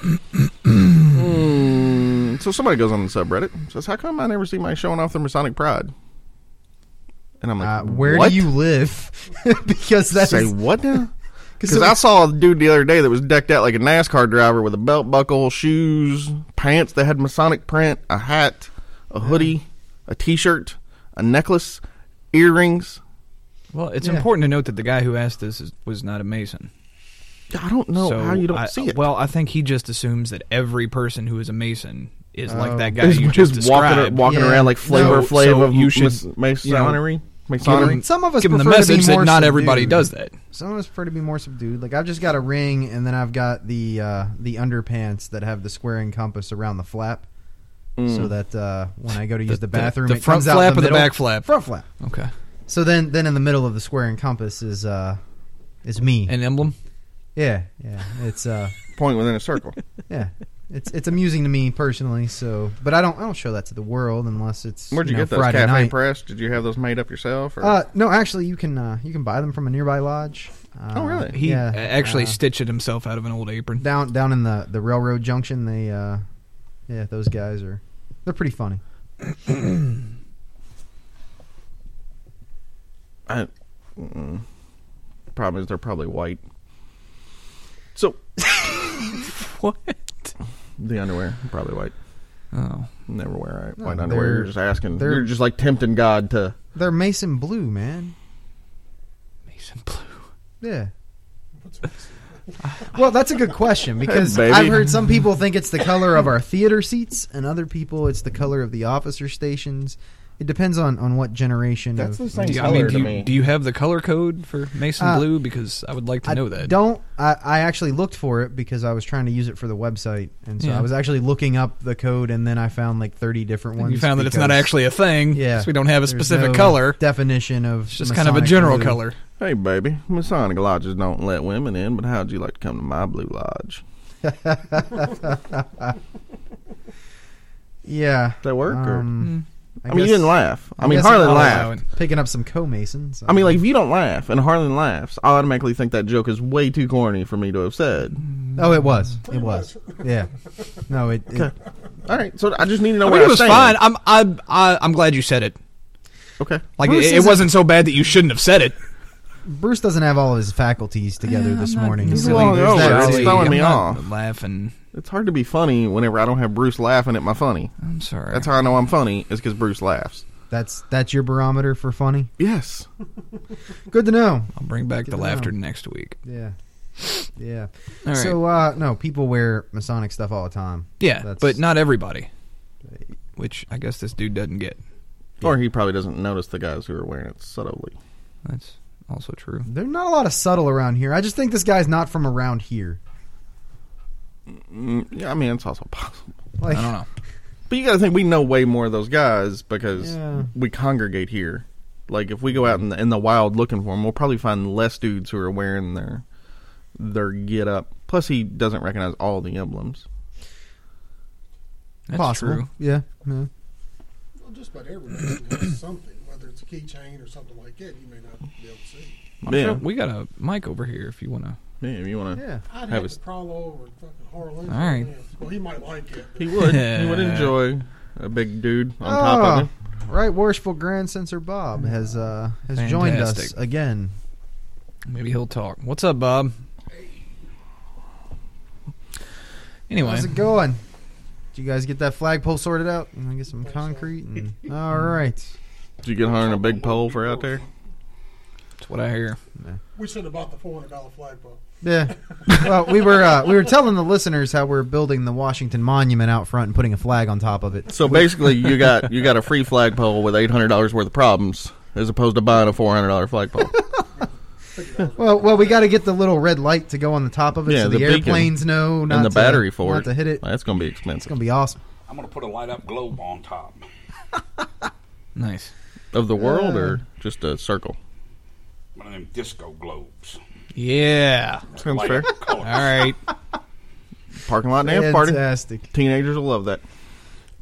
[SPEAKER 2] Hmm.
[SPEAKER 4] Mm, so somebody goes on the subreddit and says, "How come I never see my showing off the Masonic pride?" And I'm like,
[SPEAKER 2] uh, where
[SPEAKER 4] "What?
[SPEAKER 2] do you live? because that's
[SPEAKER 4] say what now? Because
[SPEAKER 2] it
[SPEAKER 4] I
[SPEAKER 2] was-
[SPEAKER 4] saw a dude the other day that was decked out like a NASCAR driver with a belt buckle, shoes, pants that had Masonic print, a hat, a hoodie, a T-shirt, a necklace, earrings.
[SPEAKER 3] Well, it's
[SPEAKER 2] Yeah.
[SPEAKER 3] important to note that the guy who asked this is, was not a Mason.
[SPEAKER 4] I don't know
[SPEAKER 3] so
[SPEAKER 4] how you don't
[SPEAKER 3] I-
[SPEAKER 4] see it.
[SPEAKER 3] Well, I think he just assumes that every person who is a Mason is
[SPEAKER 2] Oh.
[SPEAKER 3] like that guy
[SPEAKER 4] Is-
[SPEAKER 3] you
[SPEAKER 4] is
[SPEAKER 3] just
[SPEAKER 4] walking,
[SPEAKER 3] described.
[SPEAKER 4] walking
[SPEAKER 2] Yeah.
[SPEAKER 4] around like Flavor
[SPEAKER 3] No,
[SPEAKER 4] Flav
[SPEAKER 3] so
[SPEAKER 4] of
[SPEAKER 3] you
[SPEAKER 4] you
[SPEAKER 3] should,
[SPEAKER 4] Masonry,
[SPEAKER 3] you know,
[SPEAKER 4] Masonry.
[SPEAKER 3] him-
[SPEAKER 2] some of us
[SPEAKER 3] Give him the
[SPEAKER 2] prefer to be
[SPEAKER 3] message that
[SPEAKER 2] more
[SPEAKER 3] not everybody
[SPEAKER 2] subdued.
[SPEAKER 3] does that.
[SPEAKER 2] Some of us prefer to be more subdued. Like, I've just got a ring, and then I've got the uh, the underpants that have the square and compass around the flap. So that uh, when I go to use the,
[SPEAKER 3] Mm. the-
[SPEAKER 2] bathroom,
[SPEAKER 3] the
[SPEAKER 2] it
[SPEAKER 3] front
[SPEAKER 2] comes out
[SPEAKER 3] flap
[SPEAKER 2] the
[SPEAKER 3] or the
[SPEAKER 2] middle.
[SPEAKER 3] back flap?
[SPEAKER 2] Front flap.
[SPEAKER 3] Okay.
[SPEAKER 2] So then, then in the middle of the square and compass is uh, is me.
[SPEAKER 3] An emblem?
[SPEAKER 2] yeah, yeah. It's uh,
[SPEAKER 4] Point within a circle.
[SPEAKER 2] yeah. It's it's amusing to me personally. So, but I don't I don't show that to the world unless it's
[SPEAKER 4] Where'd you,
[SPEAKER 2] know,
[SPEAKER 4] get those?
[SPEAKER 2] Friday
[SPEAKER 4] Cafe
[SPEAKER 2] night.
[SPEAKER 4] Press? Did you have those made up yourself? Or?
[SPEAKER 2] uh, no, actually, you can uh, you can buy them from a nearby lodge. Uh,
[SPEAKER 4] Oh, really?
[SPEAKER 3] He
[SPEAKER 2] yeah,
[SPEAKER 3] uh, actually
[SPEAKER 2] uh,
[SPEAKER 3] stitched it himself out of an old apron.
[SPEAKER 2] down down in the the railroad junction. They uh, yeah, those guys are they're pretty funny.
[SPEAKER 4] I, mm, problem is they're probably white. So
[SPEAKER 3] What?
[SPEAKER 4] the underwear probably white.
[SPEAKER 3] Oh.
[SPEAKER 4] Never wear white,
[SPEAKER 2] No,
[SPEAKER 4] white underwear. You're
[SPEAKER 2] they're-
[SPEAKER 4] just asking.
[SPEAKER 2] they're-
[SPEAKER 4] You're just like tempting God to.
[SPEAKER 2] They're Mason Blue, man.
[SPEAKER 3] Mason Blue.
[SPEAKER 2] Yeah. Well, that's a good question because
[SPEAKER 4] Hey, baby.
[SPEAKER 2] I've heard some people think it's the color of our theater seats, and other people it's the color of the officer stations. It depends on, on what generation.
[SPEAKER 4] That's
[SPEAKER 2] of,
[SPEAKER 4] the same
[SPEAKER 3] Do you, I
[SPEAKER 4] color
[SPEAKER 3] mean, do
[SPEAKER 4] to
[SPEAKER 3] you,
[SPEAKER 4] me.
[SPEAKER 3] do you have the color code for Mason
[SPEAKER 2] Uh,
[SPEAKER 3] Blue? Because I would like to know that.
[SPEAKER 2] Don't I, I actually looked for it because I was trying to use it for the website, and so
[SPEAKER 3] Yeah.
[SPEAKER 2] I was actually looking up the code, and then I found like thirty different ones.
[SPEAKER 3] you found that it's not
[SPEAKER 2] because-
[SPEAKER 3] actually a thing.
[SPEAKER 2] yeah.
[SPEAKER 3] so we don't have a
[SPEAKER 2] there's
[SPEAKER 3] specific
[SPEAKER 2] no
[SPEAKER 3] color.
[SPEAKER 2] definition of
[SPEAKER 3] It's just kind of a
[SPEAKER 2] Masonic
[SPEAKER 3] general
[SPEAKER 2] blue.
[SPEAKER 3] color.
[SPEAKER 4] Hey, baby, Masonic lodges don't let women in, but how'd you like to come to my blue lodge?
[SPEAKER 2] Yeah,
[SPEAKER 4] Does that work?
[SPEAKER 3] Hmm.
[SPEAKER 4] or?
[SPEAKER 2] Um,
[SPEAKER 4] I, mean, you
[SPEAKER 2] guess
[SPEAKER 4] didn't laugh. I,
[SPEAKER 2] I
[SPEAKER 4] mean,
[SPEAKER 2] guess
[SPEAKER 4] Harlan
[SPEAKER 2] I
[SPEAKER 3] don't
[SPEAKER 4] laughed.
[SPEAKER 3] know.
[SPEAKER 2] Picking up some co masons.
[SPEAKER 4] I mean, like if you don't laugh and Harlan laughs, I automatically think that joke is way too corny for me to have said.
[SPEAKER 2] Oh, it was. It was. Yeah. No, it. it
[SPEAKER 4] All right, so I just need to know
[SPEAKER 3] I
[SPEAKER 4] where
[SPEAKER 3] mean, it
[SPEAKER 4] I
[SPEAKER 3] was
[SPEAKER 4] stand.
[SPEAKER 3] fine. I'm I'm I, I'm glad you said it.
[SPEAKER 4] Okay,
[SPEAKER 3] Like
[SPEAKER 2] Bruce
[SPEAKER 3] it, it
[SPEAKER 2] isn't-
[SPEAKER 3] wasn't so bad that you shouldn't have said it.
[SPEAKER 2] Bruce doesn't have all of his faculties together this morning.
[SPEAKER 4] he's
[SPEAKER 2] so
[SPEAKER 4] long
[SPEAKER 2] there's
[SPEAKER 4] over.
[SPEAKER 2] that
[SPEAKER 4] It's
[SPEAKER 2] too.
[SPEAKER 4] throwing me
[SPEAKER 3] I'm not
[SPEAKER 4] off.
[SPEAKER 3] Laughing.
[SPEAKER 4] it's hard to be funny whenever I don't have Bruce laughing at my funny.
[SPEAKER 3] I'm sorry.
[SPEAKER 4] That's how I know I'm funny is because Bruce laughs.
[SPEAKER 2] That's that's your barometer for funny.
[SPEAKER 4] Yes.
[SPEAKER 2] Good to know.
[SPEAKER 3] I'll bring back the
[SPEAKER 2] it
[SPEAKER 3] laughter
[SPEAKER 2] down.
[SPEAKER 3] next week.
[SPEAKER 2] Yeah. Yeah.
[SPEAKER 3] All right.
[SPEAKER 2] So uh, no, people wear Masonic stuff all the time.
[SPEAKER 3] yeah,
[SPEAKER 2] that's-
[SPEAKER 3] but not everybody. Which I guess this dude doesn't get.
[SPEAKER 4] Or he probably doesn't notice the guys who are wearing it subtly.
[SPEAKER 3] That's also true.
[SPEAKER 2] There's not a lot of subtle around here. I just think this guy's not from around here.
[SPEAKER 4] Mm, yeah, I mean, it's also possible.
[SPEAKER 2] Like
[SPEAKER 3] I don't know.
[SPEAKER 4] But you got to think we know way more of those guys because
[SPEAKER 2] Yeah.
[SPEAKER 4] we congregate here. Like if we go out in the, in the wild looking for them, we'll probably find less dudes who are wearing their their get up. Plus, he doesn't recognize all the emblems.
[SPEAKER 3] That's
[SPEAKER 2] possible.
[SPEAKER 3] true.
[SPEAKER 2] Yeah. yeah.
[SPEAKER 5] Well, just about everybody has something, whether it's a keychain or something like that, you may not be able to see.
[SPEAKER 3] I'm
[SPEAKER 4] Yeah.
[SPEAKER 3] sure we got a mic over here if you want to.
[SPEAKER 4] Man, if you want to.
[SPEAKER 2] Yeah.
[SPEAKER 5] I'd
[SPEAKER 4] That
[SPEAKER 5] have
[SPEAKER 4] was-
[SPEAKER 5] to crawl over and fucking Harlan.
[SPEAKER 3] All right.
[SPEAKER 5] Well, he might like it.
[SPEAKER 4] He would. he would enjoy a big dude on top of him.
[SPEAKER 2] Ah, Right worshipful Grand Censor Bob has uh, has joined us
[SPEAKER 3] Fantastic.
[SPEAKER 2] again.
[SPEAKER 3] Maybe he'll talk. What's up, Bob? Anyway,
[SPEAKER 2] How's it going? Did you guys get that flagpole sorted out? And I get some concrete. And... All right.
[SPEAKER 4] Did you get her in a big pole for out there?
[SPEAKER 3] that's what I hear.
[SPEAKER 5] We should have bought the four hundred dollar flagpole.
[SPEAKER 2] Yeah. Well, we were uh, we were telling the listeners how we're building the Washington Monument out front and putting a flag on top of it.
[SPEAKER 4] So basically, you got you got a free flagpole with eight hundred dollars worth of problems, as opposed to buying a four hundred dollar flagpole.
[SPEAKER 2] Well, well, we got to get the little red light to go on the top of it
[SPEAKER 4] Yeah,
[SPEAKER 2] so
[SPEAKER 4] the
[SPEAKER 2] the,
[SPEAKER 4] beacon.
[SPEAKER 2] airplanes know not
[SPEAKER 4] and the
[SPEAKER 2] to-
[SPEAKER 4] battery for
[SPEAKER 2] not
[SPEAKER 4] it.
[SPEAKER 2] to hit it.
[SPEAKER 4] That's going to be
[SPEAKER 2] It's
[SPEAKER 4] expensive.
[SPEAKER 2] gonna be awesome.
[SPEAKER 1] I'm gonna put a light up globe on top.
[SPEAKER 3] Nice.
[SPEAKER 4] Of the world or just a circle?
[SPEAKER 1] One of them disco globes.
[SPEAKER 3] Yeah.
[SPEAKER 4] Sounds
[SPEAKER 1] Light
[SPEAKER 4] fair.
[SPEAKER 1] up
[SPEAKER 2] Oh.
[SPEAKER 1] colors.
[SPEAKER 3] All right.
[SPEAKER 4] Parking lot dance party.
[SPEAKER 2] Fantastic.
[SPEAKER 4] Teenagers will love that.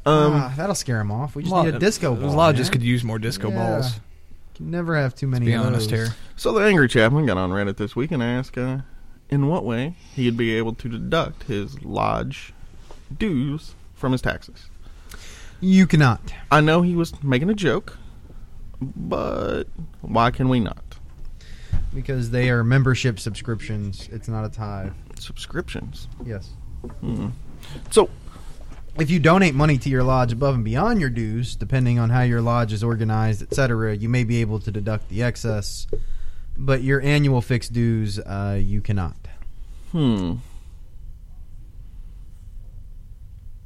[SPEAKER 4] Um,
[SPEAKER 2] uh, Ah, that'll scare them off. We just need a disco ball.
[SPEAKER 3] A lot
[SPEAKER 2] man.
[SPEAKER 3] just could use more disco
[SPEAKER 2] Yeah.
[SPEAKER 3] balls.
[SPEAKER 2] Can never have too
[SPEAKER 3] To
[SPEAKER 2] many.
[SPEAKER 3] be
[SPEAKER 2] of
[SPEAKER 3] honest
[SPEAKER 2] those.
[SPEAKER 3] here.
[SPEAKER 4] so the angry Chapman got on Reddit this week and asked uh, in what way he'd be able to deduct his lodge dues from his taxes.
[SPEAKER 2] You cannot.
[SPEAKER 4] I know he was making a joke, but why can we not?
[SPEAKER 2] Because they are membership subscriptions. It's not a tie.
[SPEAKER 4] Subscriptions.
[SPEAKER 2] Yes.
[SPEAKER 4] Hmm. So
[SPEAKER 2] If you donate money to your lodge above and beyond your dues, depending on how your lodge is organized, etc., you may be able to deduct the excess. But your annual fixed dues, uh, you cannot.
[SPEAKER 4] Hmm.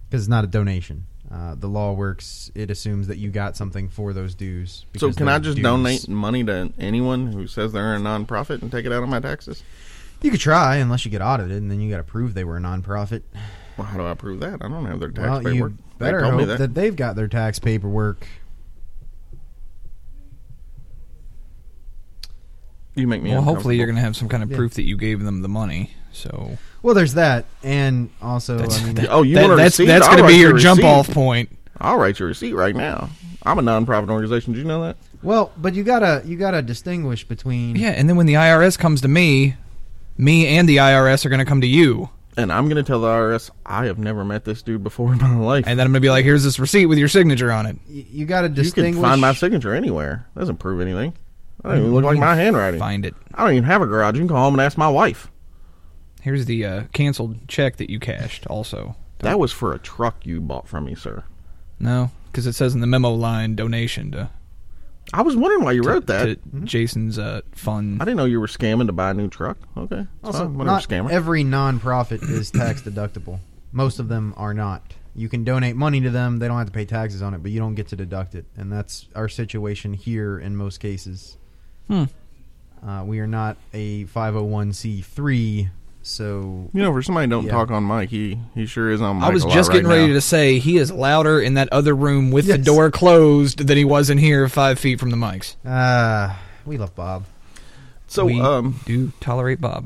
[SPEAKER 2] Because it's not a donation. Uh, the law works, it assumes that you got something for those dues.
[SPEAKER 4] So
[SPEAKER 2] because
[SPEAKER 4] can I
[SPEAKER 2] they're
[SPEAKER 4] just
[SPEAKER 2] dues.
[SPEAKER 4] donate money to anyone who says they're a nonprofit and take it out of my taxes?
[SPEAKER 2] You could try, unless you get audited, and then you got to prove they were a nonprofit.
[SPEAKER 4] Well, how do I prove that? I don't have their tax
[SPEAKER 2] Well,
[SPEAKER 4] paperwork.
[SPEAKER 2] you
[SPEAKER 4] They
[SPEAKER 2] better
[SPEAKER 4] told me
[SPEAKER 2] hope that. they've got their tax paperwork.
[SPEAKER 4] You make me.
[SPEAKER 3] Well, hopefully you're
[SPEAKER 4] uncomfortable.
[SPEAKER 3] going to have some kind of
[SPEAKER 2] Yeah.
[SPEAKER 3] proof that you gave them the money. So
[SPEAKER 2] Well, there's that, and also,
[SPEAKER 3] that's
[SPEAKER 2] I mean,
[SPEAKER 4] Oh, you want a
[SPEAKER 3] that's
[SPEAKER 4] receipt?
[SPEAKER 3] that's
[SPEAKER 4] I'll
[SPEAKER 3] going to
[SPEAKER 4] write
[SPEAKER 3] be
[SPEAKER 4] you a
[SPEAKER 3] your jump
[SPEAKER 4] receipt.
[SPEAKER 3] off point.
[SPEAKER 4] I'll write your receipt right now. I'm a nonprofit organization. Did you know that?
[SPEAKER 2] well, but you gotta you gotta distinguish between
[SPEAKER 3] Yeah, and then when the IRS comes to me, me and the IRS are going to come to you,
[SPEAKER 4] And I'm going to tell the IRS I have never met this dude before in my life.
[SPEAKER 3] and then I'm going to be like, "Here's this receipt with your signature on it."
[SPEAKER 2] y- you gotta
[SPEAKER 4] you
[SPEAKER 2] distinguish.
[SPEAKER 4] can find my signature anywhere. Doesn't prove anything. I don't even look like my handwriting.
[SPEAKER 3] Find it.
[SPEAKER 4] I don't even have a garage. You can call home and ask my wife.
[SPEAKER 3] Here's the uh, canceled check that you cashed. Also,
[SPEAKER 4] That was for a truck you bought from me, sir.
[SPEAKER 3] no, because it says in the memo line donation to,
[SPEAKER 4] I was wondering why you wrote that. Hmm?
[SPEAKER 3] to Jason's uh, fund.
[SPEAKER 4] I didn't know you were scamming to buy a new truck. Okay. it's
[SPEAKER 2] also,
[SPEAKER 4] fine.
[SPEAKER 2] not
[SPEAKER 4] scammer.
[SPEAKER 2] every nonprofit is tax deductible. Most of them are not. You can donate money to them; they don't have to pay taxes on it, but you don't get to deduct it, and that's our situation here in most cases.
[SPEAKER 3] Hmm.
[SPEAKER 2] Uh, we are not a 501c3, so
[SPEAKER 4] you know, for somebody who don't
[SPEAKER 2] Yeah.
[SPEAKER 4] talk on mic, he, he sure is on mic.
[SPEAKER 3] I was
[SPEAKER 4] a lot
[SPEAKER 3] just
[SPEAKER 4] right
[SPEAKER 3] getting ready
[SPEAKER 4] now.
[SPEAKER 3] to say he is louder in that other room with the
[SPEAKER 2] Yes.
[SPEAKER 3] door closed than he was in here, five feet from the mics.
[SPEAKER 2] uh, we love Bob.
[SPEAKER 4] So,
[SPEAKER 3] we
[SPEAKER 4] um,
[SPEAKER 3] do tolerate Bob.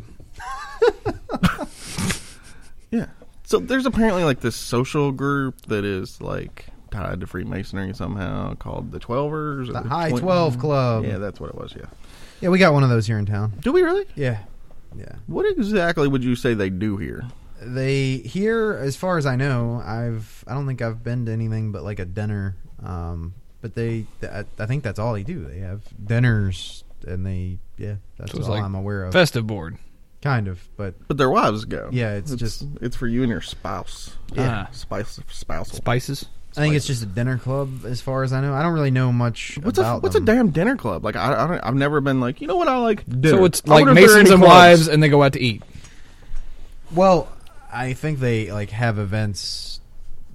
[SPEAKER 4] yeah. So there's apparently like this social group that is like tied to Freemasonry somehow called the Twelvers. Or
[SPEAKER 2] The High
[SPEAKER 4] Twen- Mm-hmm.
[SPEAKER 2] Twelve Club.
[SPEAKER 4] Yeah, that's what it was. Yeah.
[SPEAKER 2] Yeah, we got one of those here in town.
[SPEAKER 4] Do we really?
[SPEAKER 2] Yeah. Yeah.
[SPEAKER 4] What exactly would you say they do here?
[SPEAKER 2] They here as far as I know, I've I don't think I've been to anything but like a dinner. Um but they I, I think that's all they do. They have dinners and they yeah, that's
[SPEAKER 3] So it's
[SPEAKER 2] all
[SPEAKER 3] like
[SPEAKER 2] I'm aware of.
[SPEAKER 3] Festive board.
[SPEAKER 2] kind of, but
[SPEAKER 4] But their wives go.
[SPEAKER 2] Yeah, it's just-
[SPEAKER 4] it's for you and your spouse.
[SPEAKER 3] Yeah. Ah.
[SPEAKER 4] spouse, spousal.
[SPEAKER 3] Spices.
[SPEAKER 2] I think it's just a dinner club as far as I know. I don't really know much
[SPEAKER 4] What's a
[SPEAKER 2] about
[SPEAKER 4] what's
[SPEAKER 2] them.
[SPEAKER 4] a damn dinner club? Like I, I don't, I've never been like you know what I like. Dinner.
[SPEAKER 3] So it's
[SPEAKER 4] I
[SPEAKER 3] like
[SPEAKER 4] wonder if there are
[SPEAKER 3] Masons
[SPEAKER 4] any
[SPEAKER 3] and
[SPEAKER 4] clubs.
[SPEAKER 3] wives, and they go out to eat.
[SPEAKER 2] Well, I think they like have events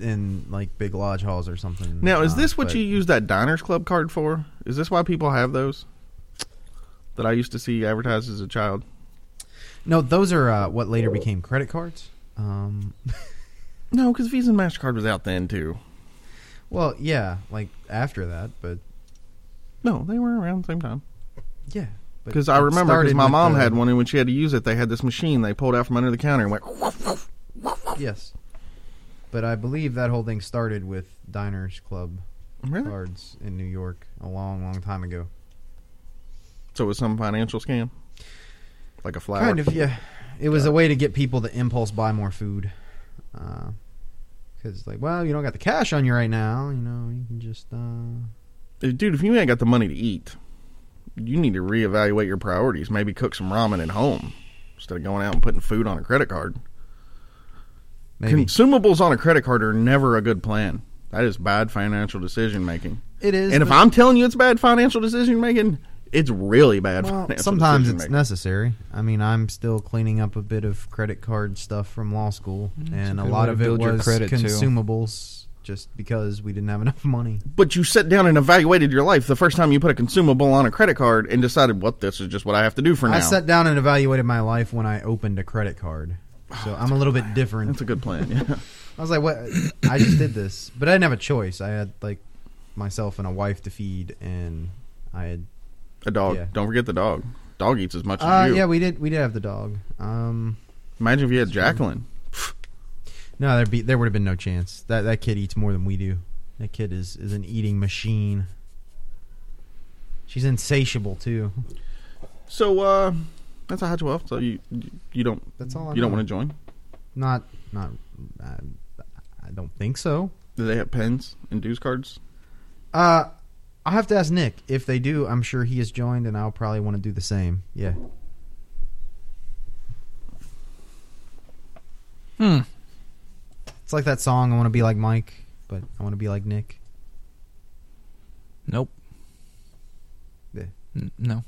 [SPEAKER 2] in like big lodge halls or something.
[SPEAKER 4] Now, is
[SPEAKER 2] Uh,
[SPEAKER 4] this what
[SPEAKER 2] but-
[SPEAKER 4] you use that Diners Club card for? Is this why people have those? That I used to see advertised as a child.
[SPEAKER 2] No, those are uh, what later became credit cards. Um
[SPEAKER 4] No, because Visa and Mastercard was out then too.
[SPEAKER 2] well, yeah, like after that, but
[SPEAKER 4] No, they were around the same time.
[SPEAKER 2] Yeah, but
[SPEAKER 4] Because I
[SPEAKER 2] it
[SPEAKER 4] remember, because
[SPEAKER 2] started
[SPEAKER 4] my
[SPEAKER 2] with
[SPEAKER 4] mom
[SPEAKER 2] the-
[SPEAKER 4] had one, and when she had to use it, they had this machine they pulled out from under the counter and went.
[SPEAKER 2] Yes, but I believe that whole thing started with Diners Club
[SPEAKER 4] Really?
[SPEAKER 2] cards in New York a long, long time ago.
[SPEAKER 4] So it was some financial scam, like a flower.
[SPEAKER 2] Kind of, yeah. It was a way to get people to impulse buy more food. Because, like, well, you don't got the cash on you right now. You know, you can just. Uh,
[SPEAKER 4] Uh, dude. If you ain't got the money to eat, you need to reevaluate your priorities. Maybe cook some ramen at home instead of going out and putting food on a credit card.
[SPEAKER 2] maybe.
[SPEAKER 4] Consumables on a credit card are never a good plan. That is bad financial decision making.
[SPEAKER 2] it is.
[SPEAKER 4] And if
[SPEAKER 2] but-
[SPEAKER 4] I'm telling you it's bad financial decision making, it's really bad.
[SPEAKER 2] Well,
[SPEAKER 4] financial
[SPEAKER 2] sometimes it's
[SPEAKER 4] decision-making.
[SPEAKER 2] necessary. I mean, I'm still cleaning up a bit of credit card stuff from law school, and a,
[SPEAKER 3] Mm, good
[SPEAKER 2] lot
[SPEAKER 3] way to
[SPEAKER 2] of it
[SPEAKER 3] build your
[SPEAKER 2] was
[SPEAKER 3] credit, too.
[SPEAKER 2] consumables just because we didn't have enough money.
[SPEAKER 4] But you sat down and evaluated your life the first time you put a consumable on a credit card and decided, "What this is just what I have to do for now."
[SPEAKER 2] I sat down and evaluated my life when I opened a credit card. So I'm a little bit different.
[SPEAKER 4] Oh, That's a good plan. Yeah.
[SPEAKER 2] I was like, "What? I just did this, but I didn't have a choice. I had like myself and a wife to feed, and I had
[SPEAKER 4] a dog.
[SPEAKER 2] Yeah.
[SPEAKER 4] Don't forget the dog. Dog eats as much
[SPEAKER 2] uh,
[SPEAKER 4] as you.
[SPEAKER 2] yeah, we did we did have the dog. Um,
[SPEAKER 4] Imagine if you had Jacqueline.
[SPEAKER 2] no, there be there would have been no chance. That that kid eats more than we do. That kid is is an eating machine. She's insatiable too.
[SPEAKER 4] So uh, that's a high twelve. So you you- you don't
[SPEAKER 2] That's all. I
[SPEAKER 4] you don't want to join?
[SPEAKER 2] to not not. I, I don't think so.
[SPEAKER 4] Do they have pens and dues cards?
[SPEAKER 2] Uh, I have to ask Nick if they do. I'm sure he has joined, and I'll probably want to do the same. Yeah.
[SPEAKER 3] Hmm.
[SPEAKER 2] It's like that song. I want to be like Mike, but I want to be like Nick.
[SPEAKER 3] Nope.
[SPEAKER 2] Yeah.
[SPEAKER 3] N- no.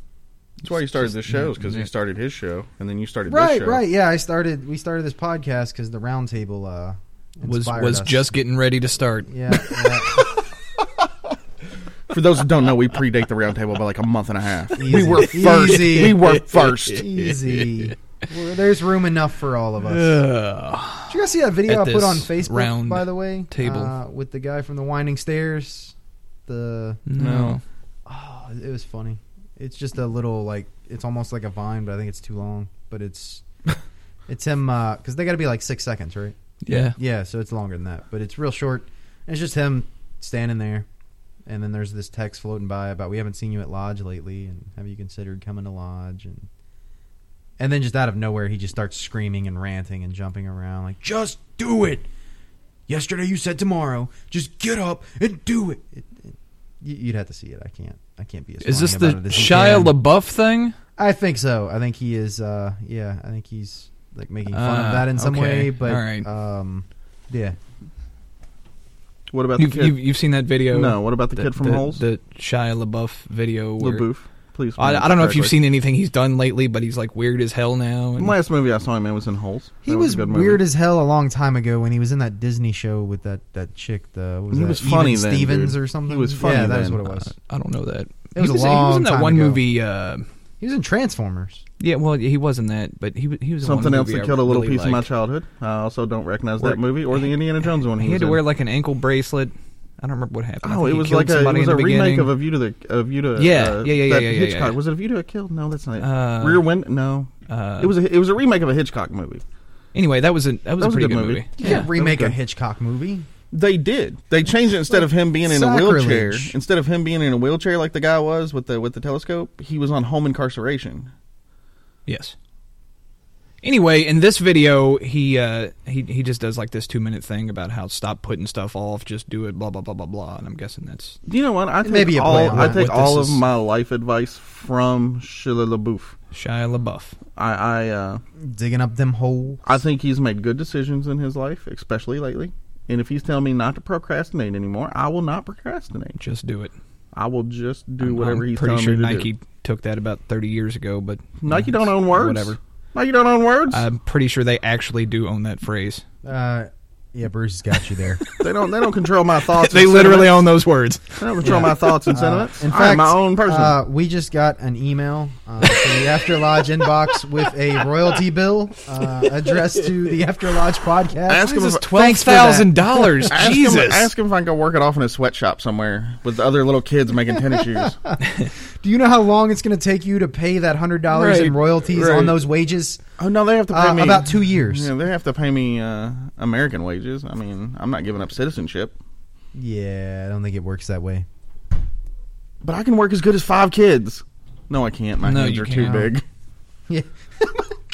[SPEAKER 4] That's why you started this show, because he
[SPEAKER 3] Nick.
[SPEAKER 4] started his show, and then you started this
[SPEAKER 2] Right,
[SPEAKER 4] show.
[SPEAKER 2] right. Yeah, I started. We started this podcast because the roundtable uh,
[SPEAKER 3] Was
[SPEAKER 2] inspired
[SPEAKER 3] was
[SPEAKER 2] us.
[SPEAKER 3] just getting ready to start.
[SPEAKER 2] yeah. yeah.
[SPEAKER 4] For those who don't know, we predate the roundtable by like a month and a half. We
[SPEAKER 2] Easy.
[SPEAKER 4] were first.
[SPEAKER 2] Easy.
[SPEAKER 4] We were first.
[SPEAKER 2] Easy. Well, there's room enough for all of us. Did you guys see that video
[SPEAKER 3] At
[SPEAKER 2] I put on
[SPEAKER 3] this
[SPEAKER 2] Facebook?
[SPEAKER 3] round
[SPEAKER 2] by the way,
[SPEAKER 3] table.
[SPEAKER 2] uh, with the guy from the Winding Stairs. The
[SPEAKER 3] No.
[SPEAKER 2] oh, it was funny. It's just a little like it's almost like a vine, but I think it's too long. But it's it's him because they got to be like six seconds, right?
[SPEAKER 3] Yeah.
[SPEAKER 2] Yeah, so it's longer than that, but it's real short. And it's just him standing there, and then there's this text floating by about we haven't seen you at lodge lately, and have you considered coming to lodge? And and then just out of nowhere, he just starts screaming and ranting and jumping around like, "Just do it! Yesterday you said tomorrow. Just get up and do it." it, it you- you'd have to see it. I can't. I can't be. As
[SPEAKER 3] Is this the
[SPEAKER 2] fawning about it as he can.
[SPEAKER 3] Shia LaBeouf thing?
[SPEAKER 2] I think so. I think he is. Uh, yeah, I think he's like making fun
[SPEAKER 3] Ah,
[SPEAKER 2] of that in some way.
[SPEAKER 3] okay.
[SPEAKER 2] But
[SPEAKER 3] All right.
[SPEAKER 2] um, yeah.
[SPEAKER 4] What about
[SPEAKER 3] You've,
[SPEAKER 4] the kid?
[SPEAKER 3] you've, you've seen that video?
[SPEAKER 4] no. What about the, kid from
[SPEAKER 3] the,
[SPEAKER 4] Holes?
[SPEAKER 3] The Shia LaBeouf video. Where,
[SPEAKER 4] LaBouffe. Please.
[SPEAKER 3] I,
[SPEAKER 4] pronounce
[SPEAKER 3] I don't know
[SPEAKER 4] it
[SPEAKER 3] if you've
[SPEAKER 4] correctly.
[SPEAKER 3] seen anything he's done lately, but he's like weird as hell now.
[SPEAKER 4] The
[SPEAKER 3] and-
[SPEAKER 4] last movie I saw him in was in Holes.
[SPEAKER 2] He
[SPEAKER 4] That
[SPEAKER 2] was,
[SPEAKER 4] a good movie.
[SPEAKER 2] weird as hell a long time ago when he was in that Disney show with that, that chick. The what was
[SPEAKER 4] He
[SPEAKER 2] that,
[SPEAKER 4] was funny
[SPEAKER 2] Even
[SPEAKER 4] then,
[SPEAKER 2] Stevens
[SPEAKER 4] dude.
[SPEAKER 2] or something.
[SPEAKER 4] He was funny
[SPEAKER 2] Yeah, that was
[SPEAKER 4] then. Uh,
[SPEAKER 2] what it was.
[SPEAKER 3] I don't know that.
[SPEAKER 2] It was
[SPEAKER 3] he
[SPEAKER 2] a
[SPEAKER 3] was, he was
[SPEAKER 2] long
[SPEAKER 3] in that
[SPEAKER 2] time
[SPEAKER 3] one
[SPEAKER 2] ago.
[SPEAKER 3] movie. Uh,
[SPEAKER 2] He was in Transformers.
[SPEAKER 3] yeah, well, he wasn't that, but he was- he was in
[SPEAKER 4] Something
[SPEAKER 3] one
[SPEAKER 4] else
[SPEAKER 3] movie
[SPEAKER 4] that
[SPEAKER 3] I
[SPEAKER 4] killed a little
[SPEAKER 3] really
[SPEAKER 4] piece of my
[SPEAKER 3] liked.
[SPEAKER 4] childhood. I also don't recognize
[SPEAKER 3] Where-
[SPEAKER 4] that movie or the Indiana Jones one. He,
[SPEAKER 3] He
[SPEAKER 4] was
[SPEAKER 3] had to
[SPEAKER 4] in.
[SPEAKER 3] wear like an ankle bracelet. I don't remember what happened. I
[SPEAKER 4] Oh,
[SPEAKER 3] think
[SPEAKER 4] it
[SPEAKER 3] he
[SPEAKER 4] was
[SPEAKER 3] killed
[SPEAKER 4] like a, it
[SPEAKER 3] somebody
[SPEAKER 4] was
[SPEAKER 3] in
[SPEAKER 4] a
[SPEAKER 3] the
[SPEAKER 4] remake
[SPEAKER 3] beginning.
[SPEAKER 4] of a View to the a View to
[SPEAKER 3] Yeah,
[SPEAKER 4] uh,
[SPEAKER 3] yeah, yeah, yeah,
[SPEAKER 4] that
[SPEAKER 3] yeah, yeah,
[SPEAKER 4] Hitchcock
[SPEAKER 3] yeah.
[SPEAKER 4] was it a View to a Kill? No, that's not it.
[SPEAKER 3] Uh,
[SPEAKER 4] Rear Window. No,
[SPEAKER 3] uh,
[SPEAKER 4] it was a, it was a remake of a Hitchcock movie.
[SPEAKER 3] anyway. That was a that was a pretty good movie.
[SPEAKER 4] You
[SPEAKER 2] You can't remake a
[SPEAKER 4] good.
[SPEAKER 2] Hitchcock movie.
[SPEAKER 4] They did. They changed it instead of him being in a
[SPEAKER 2] Sacrilege.
[SPEAKER 4] wheelchair. Instead of him being in a wheelchair like the guy was with the with the telescope, he was on home incarceration.
[SPEAKER 3] Yes. Anyway, in this video, he uh, he he just does like this two minute thing about how stop putting stuff off, just do it, blah blah blah blah blah. And I'm guessing that's
[SPEAKER 4] You know what? I take
[SPEAKER 2] may be a
[SPEAKER 4] all
[SPEAKER 2] play on
[SPEAKER 4] I
[SPEAKER 2] that.
[SPEAKER 4] take
[SPEAKER 3] What
[SPEAKER 4] all
[SPEAKER 3] this
[SPEAKER 4] of
[SPEAKER 3] is-
[SPEAKER 4] my life advice from Shia LaBeouf.
[SPEAKER 3] Shia LaBeouf.
[SPEAKER 4] I I uh,
[SPEAKER 2] Digging up them holes.
[SPEAKER 4] I think he's made good decisions in his life, especially lately. And if he's telling me not to procrastinate anymore, I will not procrastinate.
[SPEAKER 3] Just do it.
[SPEAKER 4] I will just do
[SPEAKER 3] I'm-
[SPEAKER 4] whatever
[SPEAKER 3] I'm
[SPEAKER 4] he's
[SPEAKER 3] pretty
[SPEAKER 4] telling
[SPEAKER 3] sure
[SPEAKER 4] me to
[SPEAKER 3] Nike
[SPEAKER 4] do.
[SPEAKER 3] took that about 30 years ago, but
[SPEAKER 4] Nike
[SPEAKER 3] Yeah,
[SPEAKER 4] don't own words.
[SPEAKER 3] Whatever. Uh,
[SPEAKER 4] Nike don't own words.
[SPEAKER 3] I'm pretty sure they actually do own that phrase.
[SPEAKER 2] Uh, yeah, Bruce has got you there.
[SPEAKER 4] they don't. They don't control my thoughts.
[SPEAKER 3] they
[SPEAKER 4] and
[SPEAKER 3] literally
[SPEAKER 4] sentiments.
[SPEAKER 3] own those words.
[SPEAKER 4] They don't control my thoughts and sentiments.
[SPEAKER 2] Uh, In fact,
[SPEAKER 4] I'm Uh, my own person.
[SPEAKER 2] Uh, we just got an email uh, from the After Lodge inbox with a royalty bill uh, addressed to the After Lodge podcast.
[SPEAKER 4] Ask him
[SPEAKER 3] This is
[SPEAKER 4] if-
[SPEAKER 3] twelve
[SPEAKER 2] Thanks for that.
[SPEAKER 3] thousand dollars.
[SPEAKER 4] ask
[SPEAKER 3] Jesus.
[SPEAKER 4] Him, ask him if I can work it off in a sweatshop somewhere with the other little kids making tennis shoes.
[SPEAKER 2] Do you know how long it's going to take you to pay that hundred dollars
[SPEAKER 3] Right,
[SPEAKER 2] in royalties
[SPEAKER 4] right.
[SPEAKER 2] on those wages?
[SPEAKER 4] Oh no, they have to pay
[SPEAKER 2] Uh,
[SPEAKER 4] me
[SPEAKER 2] about two years.
[SPEAKER 4] Yeah, they have to pay me uh, American wages. I mean, I'm not giving up citizenship,
[SPEAKER 2] Yeah, I don't think it works that way.
[SPEAKER 4] but I can work as good as five kids. No, I can't. My
[SPEAKER 3] No,
[SPEAKER 4] hands
[SPEAKER 3] you
[SPEAKER 4] are too
[SPEAKER 3] can't.
[SPEAKER 4] big.
[SPEAKER 2] Yeah.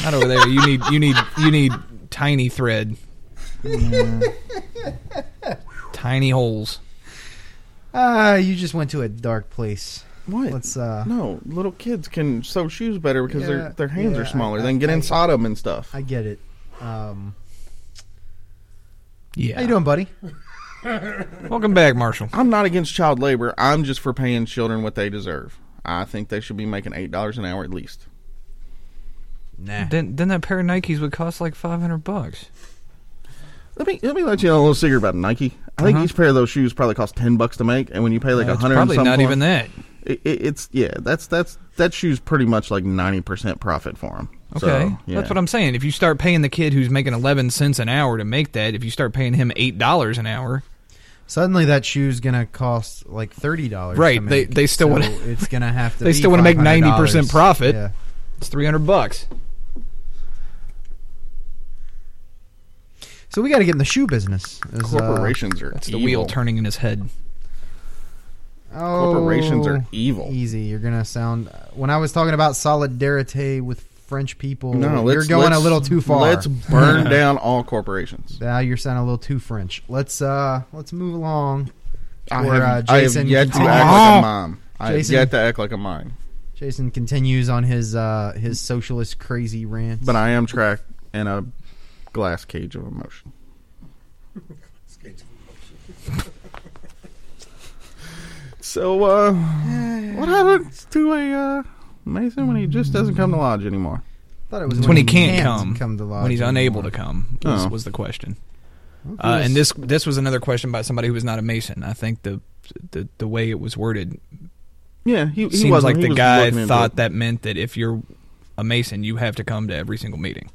[SPEAKER 3] Not over there. You need you need you need tiny thread. tiny holes.
[SPEAKER 2] Ah, you just went to a dark place.
[SPEAKER 4] What?
[SPEAKER 2] Let's uh
[SPEAKER 4] no, little kids can sew shoes better because
[SPEAKER 2] Yeah,
[SPEAKER 4] their their hands
[SPEAKER 2] yeah,
[SPEAKER 4] are smaller.
[SPEAKER 2] I-
[SPEAKER 4] they can get
[SPEAKER 2] I-
[SPEAKER 4] inside them and stuff.
[SPEAKER 2] I get it. Um
[SPEAKER 3] Yeah.
[SPEAKER 2] How you doing, buddy?
[SPEAKER 3] Welcome back, Marshall.
[SPEAKER 4] I'm not against child labor. I'm just for paying children what they deserve. I think they should be making eight dollars an hour at least.
[SPEAKER 2] Nah.
[SPEAKER 3] Then then that pair of Nikes would cost like five hundred bucks.
[SPEAKER 4] Let me let me let you know a little secret about Nike. I think
[SPEAKER 2] Uh-huh.
[SPEAKER 4] each pair of those shoes probably costs ten bucks to make, and when you pay like a
[SPEAKER 3] That's
[SPEAKER 4] hundred,
[SPEAKER 3] probably not even that.
[SPEAKER 4] It, it, it's yeah, that's that's that shoe's pretty much like ninety percent profit for them.
[SPEAKER 3] Okay, that's what I'm saying. If you start paying the kid who's making eleven cents an hour to make that, if you start paying him eight dollars an hour,
[SPEAKER 2] Suddenly that shoe's gonna cost like thirty dollars.
[SPEAKER 3] Right, they- they still wanna-
[SPEAKER 2] it's gonna have to
[SPEAKER 3] they
[SPEAKER 2] be
[SPEAKER 3] still wanna make
[SPEAKER 2] $500.
[SPEAKER 3] 90% profit.
[SPEAKER 2] Yeah.
[SPEAKER 3] it's three hundred bucks.
[SPEAKER 2] So we gotta get in the shoe business. Is, uh,
[SPEAKER 4] Corporations are
[SPEAKER 3] That's the
[SPEAKER 4] evil.
[SPEAKER 3] wheel turning in his head.
[SPEAKER 2] oh,
[SPEAKER 4] Corporations are evil.
[SPEAKER 2] Easy. You're gonna sound when I was talking about solidarity with French people.
[SPEAKER 4] No, let's,
[SPEAKER 2] you're going a
[SPEAKER 4] let's-
[SPEAKER 2] little too far.
[SPEAKER 4] Let's burn down all corporations.
[SPEAKER 2] Now you're sounding a little too French. Let's uh let's move along.
[SPEAKER 4] I
[SPEAKER 2] Or,
[SPEAKER 4] have,
[SPEAKER 2] uh,
[SPEAKER 4] I have
[SPEAKER 2] Jason-
[SPEAKER 4] yet to
[SPEAKER 2] Oh.
[SPEAKER 4] act like a mom. I have
[SPEAKER 2] Jason-
[SPEAKER 4] yet to act like a mom.
[SPEAKER 2] Jason continues on his uh his socialist crazy rant.
[SPEAKER 4] But I am trapped in a glass cage of emotion. So, uh, what happens to a uh, Mason when he just doesn't come to lodge anymore?
[SPEAKER 2] thought it was
[SPEAKER 3] It's when he can't, come,
[SPEAKER 2] to
[SPEAKER 3] when he's
[SPEAKER 2] lodge
[SPEAKER 3] unable
[SPEAKER 2] anymore.
[SPEAKER 3] to come was,
[SPEAKER 4] Oh.
[SPEAKER 3] was the question.
[SPEAKER 2] Okay,
[SPEAKER 3] Uh, and
[SPEAKER 2] let's-
[SPEAKER 3] this this was another question by somebody who was not a Mason. I think the the, the way it was worded
[SPEAKER 4] Yeah, he, he
[SPEAKER 3] seems
[SPEAKER 4] wasn't,
[SPEAKER 3] like
[SPEAKER 4] he
[SPEAKER 3] the
[SPEAKER 4] was
[SPEAKER 3] guy
[SPEAKER 4] looking into
[SPEAKER 3] thought
[SPEAKER 4] it.
[SPEAKER 3] that meant that if you're a Mason, you have to come to every single meeting.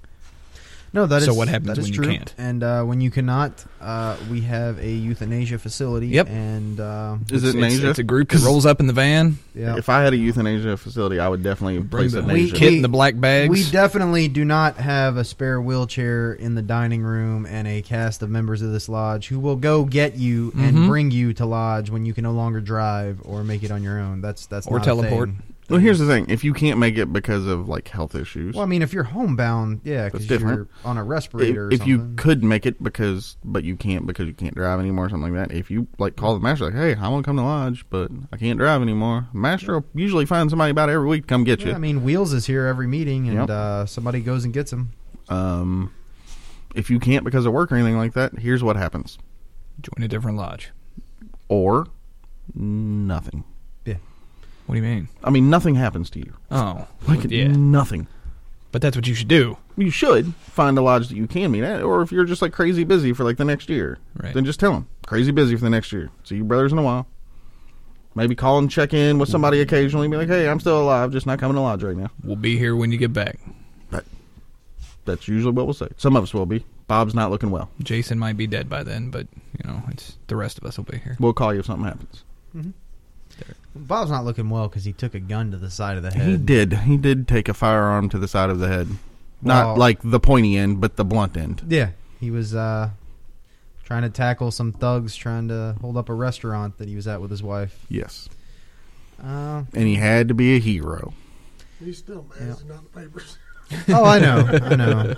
[SPEAKER 2] no, that is
[SPEAKER 3] so what happens
[SPEAKER 2] that is
[SPEAKER 3] when you
[SPEAKER 2] true.
[SPEAKER 3] can't?
[SPEAKER 2] And uh, when you cannot, uh, we have a euthanasia facility.
[SPEAKER 3] Yep.
[SPEAKER 2] And uh,
[SPEAKER 4] Is it
[SPEAKER 3] It's-
[SPEAKER 4] in
[SPEAKER 3] it's,
[SPEAKER 4] Asia?
[SPEAKER 3] It's a group that rolls up in the van,
[SPEAKER 2] yeah,
[SPEAKER 4] If I had a euthanasia facility, I would definitely
[SPEAKER 3] brings
[SPEAKER 4] place
[SPEAKER 3] the
[SPEAKER 4] it in
[SPEAKER 2] We-
[SPEAKER 4] Asia.
[SPEAKER 3] kid in the black bags.
[SPEAKER 2] we definitely do not have a spare wheelchair in the dining room and a cast of members of this lodge who will go get you
[SPEAKER 3] Mhm.
[SPEAKER 4] Mm-hmm.
[SPEAKER 2] and bring you to lodge when you can no longer drive or make it on your own. That's that's
[SPEAKER 3] Or
[SPEAKER 2] not a thing.
[SPEAKER 3] teleport.
[SPEAKER 4] well, here's the thing: if you can't make it because of like health issues,
[SPEAKER 2] Well, I mean, if you're homebound, yeah, because
[SPEAKER 4] That's different.
[SPEAKER 2] you're on a
[SPEAKER 4] if,
[SPEAKER 2] respirator. or
[SPEAKER 4] if you
[SPEAKER 2] something.
[SPEAKER 4] could make it because but you can't because you can't drive anymore or something like that if you like call the master like hey i want to come to lodge but i can't drive anymore master will usually find somebody about every week to come get you
[SPEAKER 2] Yeah, I mean, Wheels is here every meeting, and
[SPEAKER 4] Yep.
[SPEAKER 2] uh, somebody goes and gets him.
[SPEAKER 4] um if you can't because of work or anything like that here's what happens
[SPEAKER 3] join a different lodge.
[SPEAKER 4] or nothing
[SPEAKER 3] What do you mean?
[SPEAKER 4] i mean nothing happens to you
[SPEAKER 3] Oh,
[SPEAKER 4] like
[SPEAKER 3] yeah.
[SPEAKER 4] nothing
[SPEAKER 3] But that's what you should do.
[SPEAKER 4] you should find a lodge that you can meet at, or if you're just like crazy busy for like the next year,
[SPEAKER 3] Right.
[SPEAKER 4] then just tell them crazy busy for the next year. See your brothers in a while. Maybe call and check in with somebody occasionally. Be like, hey, I'm still alive, just not coming to lodge right now.
[SPEAKER 3] We'll be here when you get back.
[SPEAKER 4] That's usually what we'll say. Some of us will be. Bob's not looking well.
[SPEAKER 3] Jason might be dead by then, but you know, it's the rest of us will be here.
[SPEAKER 4] We'll call you if something happens.
[SPEAKER 2] Bob's not looking well because he took a gun to the side of the head.
[SPEAKER 4] He did. He did take a firearm to the side of the head. Not
[SPEAKER 2] Well-
[SPEAKER 4] like the pointy end, but the blunt end.
[SPEAKER 2] Yeah, he was uh, trying to tackle some thugs trying to hold up a restaurant that he was at with his wife.
[SPEAKER 4] Yes.
[SPEAKER 2] Uh,
[SPEAKER 4] And he had to be a hero.
[SPEAKER 5] He's still mad. He's not in the papers.
[SPEAKER 2] oh, I know, I know.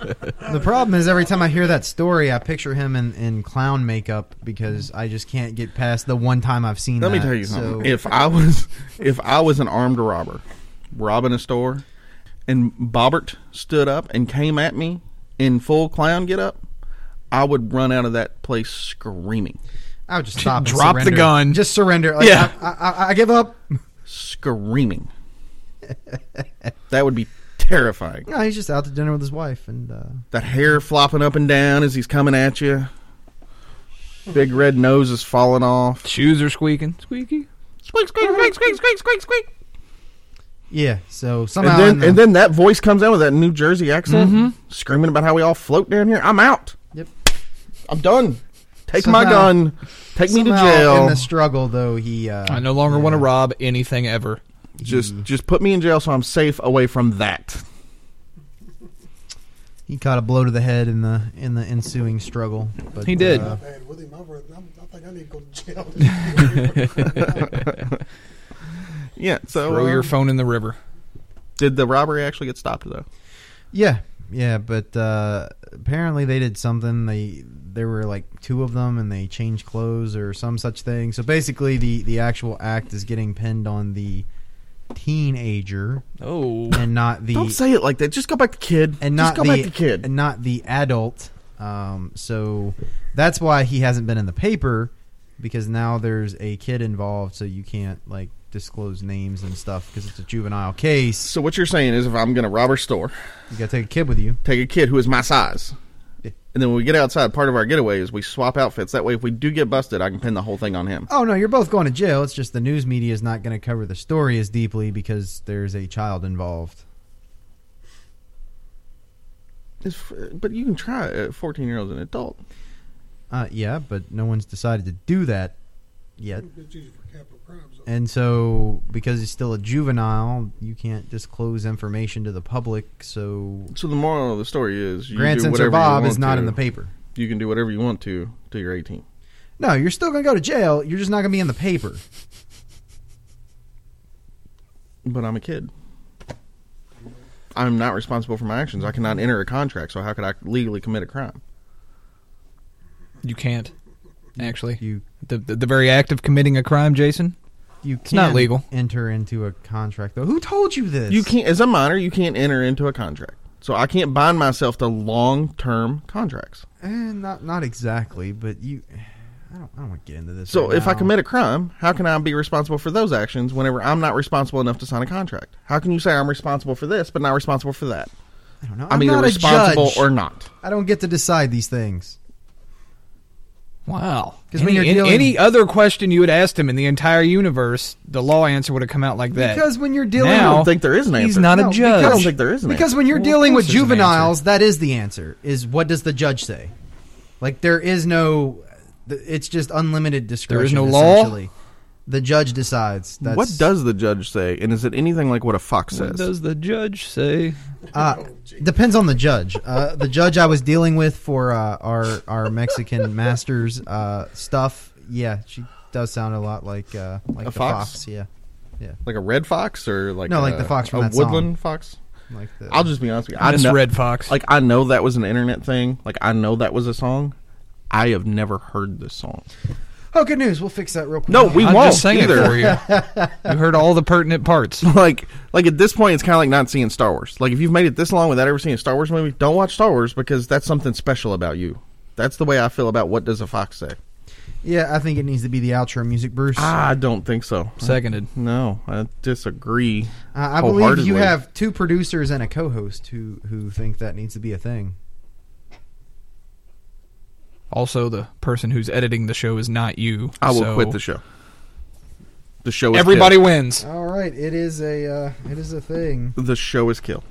[SPEAKER 2] The problem is every time I hear that story, I picture him in, in clown makeup because I just can't get past the one time I've seen.
[SPEAKER 4] Let me
[SPEAKER 2] that.
[SPEAKER 4] tell you
[SPEAKER 2] So,
[SPEAKER 4] something. If I was if I was an armed robber robbing a store and Bobbert stood up and came at me in full clown get up, I would run out of that place screaming.
[SPEAKER 2] I would just stop, and
[SPEAKER 3] Drop the
[SPEAKER 2] surrender.
[SPEAKER 3] gun.
[SPEAKER 2] just surrender. Like,
[SPEAKER 3] Yeah.
[SPEAKER 2] I, I, I give up.
[SPEAKER 4] Screaming. that would be terrifying.
[SPEAKER 2] No, he's just out to dinner with his wife, and uh,
[SPEAKER 4] That hair flopping up and down as he's coming at you. Big red nose is falling off.
[SPEAKER 3] Shoes are squeaking, squeaky.
[SPEAKER 4] Squeak, squeak, squeak, squeak, squeak, squeak, squeak.
[SPEAKER 2] yeah. So somehow,
[SPEAKER 4] And
[SPEAKER 2] in
[SPEAKER 4] then,
[SPEAKER 2] the-
[SPEAKER 4] and then that voice comes out with that New Jersey accent, screaming about how we all float down here. I'm out.
[SPEAKER 2] Mm-hmm. Yep.
[SPEAKER 4] I'm done. Take my
[SPEAKER 2] Somehow-
[SPEAKER 4] gun. Take me to
[SPEAKER 2] Somehow In
[SPEAKER 4] jail.
[SPEAKER 2] the struggle, though, he. Uh,
[SPEAKER 3] I no longer
[SPEAKER 2] yeah.
[SPEAKER 3] want to rob anything ever.
[SPEAKER 4] Just, just put me in jail so I'm safe away from that.
[SPEAKER 2] He caught a blow to the head in the in the ensuing struggle. But,
[SPEAKER 3] He did.
[SPEAKER 2] uh,
[SPEAKER 5] I'm bad with him. I'm, I'm, I think I need to go to jail.
[SPEAKER 4] Yeah. So
[SPEAKER 3] Throw
[SPEAKER 4] uh,
[SPEAKER 3] your phone in the river.
[SPEAKER 4] Did the robbery actually get stopped though?
[SPEAKER 2] Yeah, yeah, but uh, apparently they did something. They there were like two of them, and they changed clothes or some such thing. So basically, the the actual act is getting pinned on the teenager
[SPEAKER 3] Oh,
[SPEAKER 2] and not the
[SPEAKER 4] Don't say it like that. Just go back to kid.
[SPEAKER 2] and not
[SPEAKER 4] Just go
[SPEAKER 2] the
[SPEAKER 4] back to kid.
[SPEAKER 2] and not the adult. Um, so that's why he hasn't been in the paper because now there's a kid involved, so you can't like disclose names and stuff because it's a juvenile case.
[SPEAKER 4] so what you're saying is, if I'm going to rob a store,
[SPEAKER 2] You got to take a kid with you.
[SPEAKER 4] take a kid who is my size. And then when we get outside, part of our getaway is we swap outfits. That way, if we do get busted, I can pin the whole thing on him.
[SPEAKER 2] Oh no, you're both going to jail. It's just the news media is not going to cover the story as deeply because there's a child involved.
[SPEAKER 4] It's- but you can try a 14 year old as an adult.
[SPEAKER 2] Uh, yeah, but no one's decided to do that yet.
[SPEAKER 5] It's usually for capital crimes. though.
[SPEAKER 2] And so, because he's still a juvenile, you can't disclose information to the public. So,
[SPEAKER 4] So the moral of the story is, you
[SPEAKER 2] Grant
[SPEAKER 4] do
[SPEAKER 2] Censor
[SPEAKER 4] whatever
[SPEAKER 2] Bob
[SPEAKER 4] you want
[SPEAKER 2] is not
[SPEAKER 4] to.
[SPEAKER 2] in the paper.
[SPEAKER 4] You can do whatever you want to till you're 18.
[SPEAKER 2] No, you're still going to go to jail. You're just not going to be in the paper.
[SPEAKER 4] But I'm a kid. I'm not responsible for my actions. I cannot enter a contract. So how could I legally commit a crime?
[SPEAKER 3] you can't actually.
[SPEAKER 2] You
[SPEAKER 3] The, the the very act of committing a crime, Jason.
[SPEAKER 2] you can't
[SPEAKER 3] not legal.
[SPEAKER 2] enter into a contract though. Who told you this?
[SPEAKER 4] You can't, as a minor, you can't enter into a contract. So I can't bind myself to long term contracts.
[SPEAKER 2] Eh, not not exactly, but you. I don't. I don't want to get into this.
[SPEAKER 4] So
[SPEAKER 2] right
[SPEAKER 4] if I
[SPEAKER 2] now.
[SPEAKER 4] commit a crime, how can I be responsible for those actions whenever I'm not responsible enough to sign a contract? How can you say I'm responsible for this but not responsible for that?
[SPEAKER 2] I don't know.
[SPEAKER 4] I'm,
[SPEAKER 2] I'm
[SPEAKER 4] either
[SPEAKER 2] not a
[SPEAKER 4] responsible
[SPEAKER 2] judge.
[SPEAKER 4] or not.
[SPEAKER 2] I don't get to decide these things.
[SPEAKER 3] Wow.
[SPEAKER 2] 'Cause when
[SPEAKER 3] Any-
[SPEAKER 2] you're
[SPEAKER 3] any,
[SPEAKER 2] dealing-
[SPEAKER 3] any other question you would asked him in the entire universe, the law answer would have come out like that.
[SPEAKER 2] Because when you're dealing
[SPEAKER 4] I
[SPEAKER 3] Now-
[SPEAKER 4] don't think there is an answer.
[SPEAKER 3] He's not a
[SPEAKER 2] No,
[SPEAKER 3] judge.
[SPEAKER 4] I don't think there is an
[SPEAKER 2] because
[SPEAKER 4] answer.
[SPEAKER 2] when you're
[SPEAKER 3] Well, of
[SPEAKER 2] dealing
[SPEAKER 3] course
[SPEAKER 2] with
[SPEAKER 3] there's an
[SPEAKER 2] juveniles, that is the answer. Is what does the judge say? Like there is no, it's just unlimited discretion.
[SPEAKER 3] no law?
[SPEAKER 2] essentially. The judge decides. That's,
[SPEAKER 4] what does the judge say? And is it anything like what a fox
[SPEAKER 3] What
[SPEAKER 4] says?
[SPEAKER 3] does the judge say?
[SPEAKER 2] Uh, depends on the judge. Uh, the judge I was dealing with for uh, our our Mexican masters uh, stuff. Yeah, she does sound a lot like uh, like
[SPEAKER 4] A
[SPEAKER 2] the
[SPEAKER 4] fox?
[SPEAKER 2] fox. Yeah,
[SPEAKER 4] like a red fox or like
[SPEAKER 2] No,
[SPEAKER 4] a,
[SPEAKER 2] like the fox from
[SPEAKER 4] a
[SPEAKER 2] that song.
[SPEAKER 4] woodland fox?
[SPEAKER 2] like the.
[SPEAKER 4] I'll just be honest with you. I
[SPEAKER 3] Miss
[SPEAKER 4] know,
[SPEAKER 3] Red Fox.
[SPEAKER 4] like I know that was an internet thing. Like I know that was a song. I have never heard this song.
[SPEAKER 2] oh, good news. We'll fix that real quick.
[SPEAKER 4] No, we
[SPEAKER 3] I'm
[SPEAKER 4] won't
[SPEAKER 3] just saying
[SPEAKER 4] either.
[SPEAKER 3] it for you. you heard all the pertinent parts.
[SPEAKER 4] like like at this point it's kind of like not seeing star wars like if you've made it this long without ever seeing a star wars movie don't watch star wars because that's something special about you that's the way i feel about what does a fox say
[SPEAKER 2] Yeah, I think it needs to be the outro music, Bruce.
[SPEAKER 4] i don't think so
[SPEAKER 3] Seconded.
[SPEAKER 4] no i disagree
[SPEAKER 2] Uh, I believe you
[SPEAKER 4] wholeheartedly.
[SPEAKER 2] have two producers and a co-host who who think that needs to be a thing.
[SPEAKER 3] Also, the person who's editing the show is not you.
[SPEAKER 4] i will
[SPEAKER 3] so
[SPEAKER 4] quit the show the show is
[SPEAKER 3] Everybody wins.
[SPEAKER 2] All right, it is a uh, it is a thing.
[SPEAKER 4] kill. the show is kill